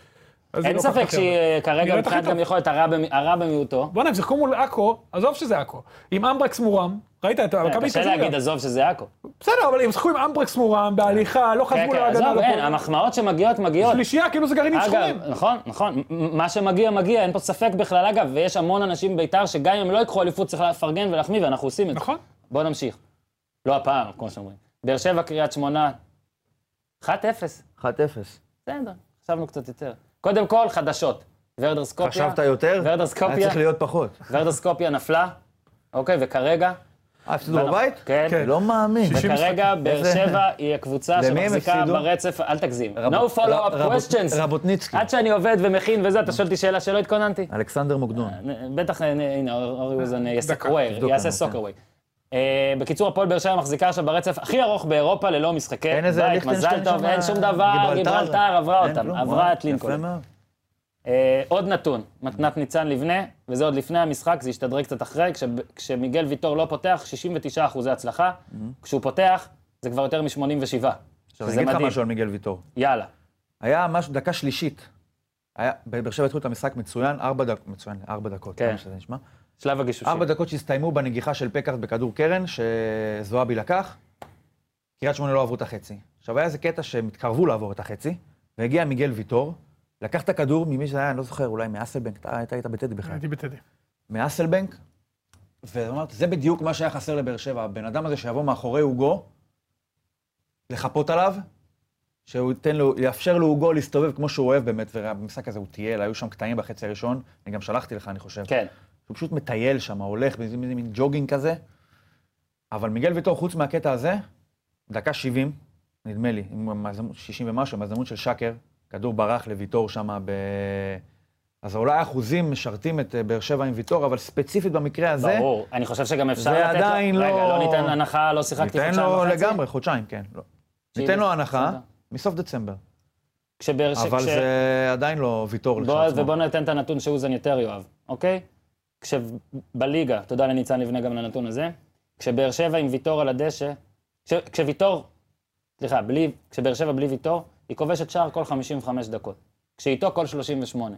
[SPEAKER 3] אז זה
[SPEAKER 1] אין
[SPEAKER 3] לא כל כך
[SPEAKER 1] ספק
[SPEAKER 3] אחרת.
[SPEAKER 1] שהיא אה, כרגע
[SPEAKER 3] נראית
[SPEAKER 1] מבחינת
[SPEAKER 3] הכי טוב.
[SPEAKER 1] גם יכולת הרע במ- הרע במיעוטו.
[SPEAKER 3] בואנה, הם שיחקו מול עכו, עזוב שזה עכו. עם אמברקס מורם, ראית את
[SPEAKER 1] אה,
[SPEAKER 3] מכבי
[SPEAKER 1] קשה
[SPEAKER 3] תל אביב?
[SPEAKER 1] להגיד, עזוב שזה עכו.
[SPEAKER 3] בסדר, אבל הם שיחקו עם אמברקס מורם, בהליכה, לא
[SPEAKER 1] כן,
[SPEAKER 3] חזרו
[SPEAKER 1] כן,
[SPEAKER 3] להגנה.
[SPEAKER 1] עזוב,
[SPEAKER 3] לא
[SPEAKER 1] אין,
[SPEAKER 3] פה.
[SPEAKER 1] המחמאות שמגיעות, מגיעות.
[SPEAKER 3] שלישייה, כאילו זה גרעינים שחורים.
[SPEAKER 1] אגב, נכון, נכון, מ- מה שמגיע, מגיע, אין פה ספק בכלל, אגב, ויש המון אנשים בית"ר שגם אם הם לא ייקחו אליפות צריך לפרגן ולהחמיא, ואנחנו עושים את זה.
[SPEAKER 3] נכון.
[SPEAKER 1] בואו נמשיך. לא הפעם, כמו שאומרים. באר שבע, קריית שמונה, 1-0,
[SPEAKER 2] 1-0.
[SPEAKER 1] בסדר, חשבנו קצת יותר. קודם כל, חדשות. ורדר סקופיה.
[SPEAKER 2] חשבת יותר?
[SPEAKER 1] ורדר
[SPEAKER 2] היה
[SPEAKER 1] סקופיה,
[SPEAKER 2] צריך להיות פחות.
[SPEAKER 1] ורדר סקופיה נפלה, אוקיי, וכרגע,
[SPEAKER 2] אה, הפסידו בבית?
[SPEAKER 1] כן.
[SPEAKER 3] כן.
[SPEAKER 2] לא מאמין.
[SPEAKER 3] שישים
[SPEAKER 1] כרגע באר
[SPEAKER 2] איזה-
[SPEAKER 1] שבע היא הקבוצה
[SPEAKER 2] למי הם
[SPEAKER 1] שמחזיקה
[SPEAKER 2] הפסידו?
[SPEAKER 1] ברצף, אל תגזים.
[SPEAKER 2] רב-
[SPEAKER 1] No follow-up
[SPEAKER 2] רב-
[SPEAKER 1] questions.
[SPEAKER 2] רבוטניצקי.
[SPEAKER 1] עד שאני עובד ומכין וזה, אתה שואל אותי שאלה שלא התכוננתי.
[SPEAKER 2] אלכסנדר מוקדון.
[SPEAKER 1] בטח, אה, הנה, אור- אורי אוזן אה, יסקרו,
[SPEAKER 2] תבדוק
[SPEAKER 1] יעשה
[SPEAKER 2] לנו,
[SPEAKER 1] סוקרווי. אה, בקיצור, הפועל באר שבע מחזיקה עכשיו ברצף הכי ארוך באירופה ללא משחקי
[SPEAKER 2] אין איזה
[SPEAKER 1] בית.
[SPEAKER 2] ליכטנשטיין
[SPEAKER 1] כן, מזל טוב,
[SPEAKER 2] שם, אה,
[SPEAKER 1] אין שום דבר, גיברלטר עברה
[SPEAKER 2] אין
[SPEAKER 1] אותם,
[SPEAKER 2] כלום,
[SPEAKER 1] עברה
[SPEAKER 2] וואו,
[SPEAKER 1] את לינקולן.
[SPEAKER 2] יפה מאוד.
[SPEAKER 1] אה, עוד נתון, מתנת ניצן לבנה, וזה עוד לפני המשחק, זה השתדרג קצת אחרי, כש, כשמיגל ויטור לא פותח, 69 אחוזי הצלחה, כשהוא פותח, זה כבר יותר מ-87.
[SPEAKER 2] עכשיו, אני
[SPEAKER 1] שזה
[SPEAKER 2] אגיד לך
[SPEAKER 1] מדהים.
[SPEAKER 2] משהו על מיגל ויטור.
[SPEAKER 1] יאללה.
[SPEAKER 2] היה משהו, דקה שלישית. היה, באר שבע התחילו את המשחק מצוין, ארבע דקות, מצוין, ארבע דקות,
[SPEAKER 1] כן.
[SPEAKER 2] כמה שזה נשמע.
[SPEAKER 1] שלב הגישושים.
[SPEAKER 2] ארבע דקות שהסתיימו בנגיחה של פקארט בכדור קרן, שזועבי לקח. קריית שמונה לא עברו את החצי. עכשיו, היה איזה קטע שהם התקרבו לעבור את החצי, והגיע מיגל ויטור, לקח את הכדור ממי שזה היה, אני לא זוכר, אולי מאסלבנק, אתה אתה היית בטדי בכלל.
[SPEAKER 3] הייתי בטדי.
[SPEAKER 2] מאסלבנק, ואמרתי, זה בדיוק מה שהיה חסר לבאר שבע, הבן אדם הזה שיבוא מאחורי עוגו, לחפות עליו, שהוא ייתן לו, יאפשר לעוגו להסתובב כמו שהוא אוהב באמת, ובמשחק הזה הוא טייל, היו שם קטעים בחצי הראשון, אני גם שלחתי לך, אני חושב.
[SPEAKER 1] כן.
[SPEAKER 2] הוא פשוט מטייל שם, הולך, באיזה מין מין ג'וגינג כזה. אבל מיגל ויטור, חוץ מהקטע הזה, דקה 70, נדמה לי, עם הזדמנות- 60 ומשהו, עם הזדמנות של שקר, כדור ברח לוויטור שם ב... אז אולי האחוזים משרתים את אה, באר שבע עם ויטור, אבל ספציפית במקרה הזה,
[SPEAKER 1] ברור. אני חושב שגם אפשר
[SPEAKER 2] זה
[SPEAKER 1] לתת לו...
[SPEAKER 2] עדיין לא-
[SPEAKER 1] רגע, לא ניתן הנחה, לא שיחקתי
[SPEAKER 2] ניתן
[SPEAKER 1] חודשיים
[SPEAKER 2] לו
[SPEAKER 1] וחצי.
[SPEAKER 2] לגמרי, חודשיים, כן. לא. ניתן לו הנחה
[SPEAKER 1] בסדר.
[SPEAKER 2] מסוף דצמבר,
[SPEAKER 1] כשבאר שבע...
[SPEAKER 2] אבל זה עדיין לא ויטור
[SPEAKER 1] בוא,
[SPEAKER 2] לשם עצמו.
[SPEAKER 1] ובוא ניתן את הנתון שאוזן יותר יאהב, אוקיי? כשבליגה, תודה לניצן לבנה גם לנתון הזה, כשבאר שבע עם ויטור על הדשא, כש, כשוויטור, סליחה, בלי, כשבאר שבע בלי ויטור, היא כובשת שער כל 55 דקות. כשאיתו כל 38.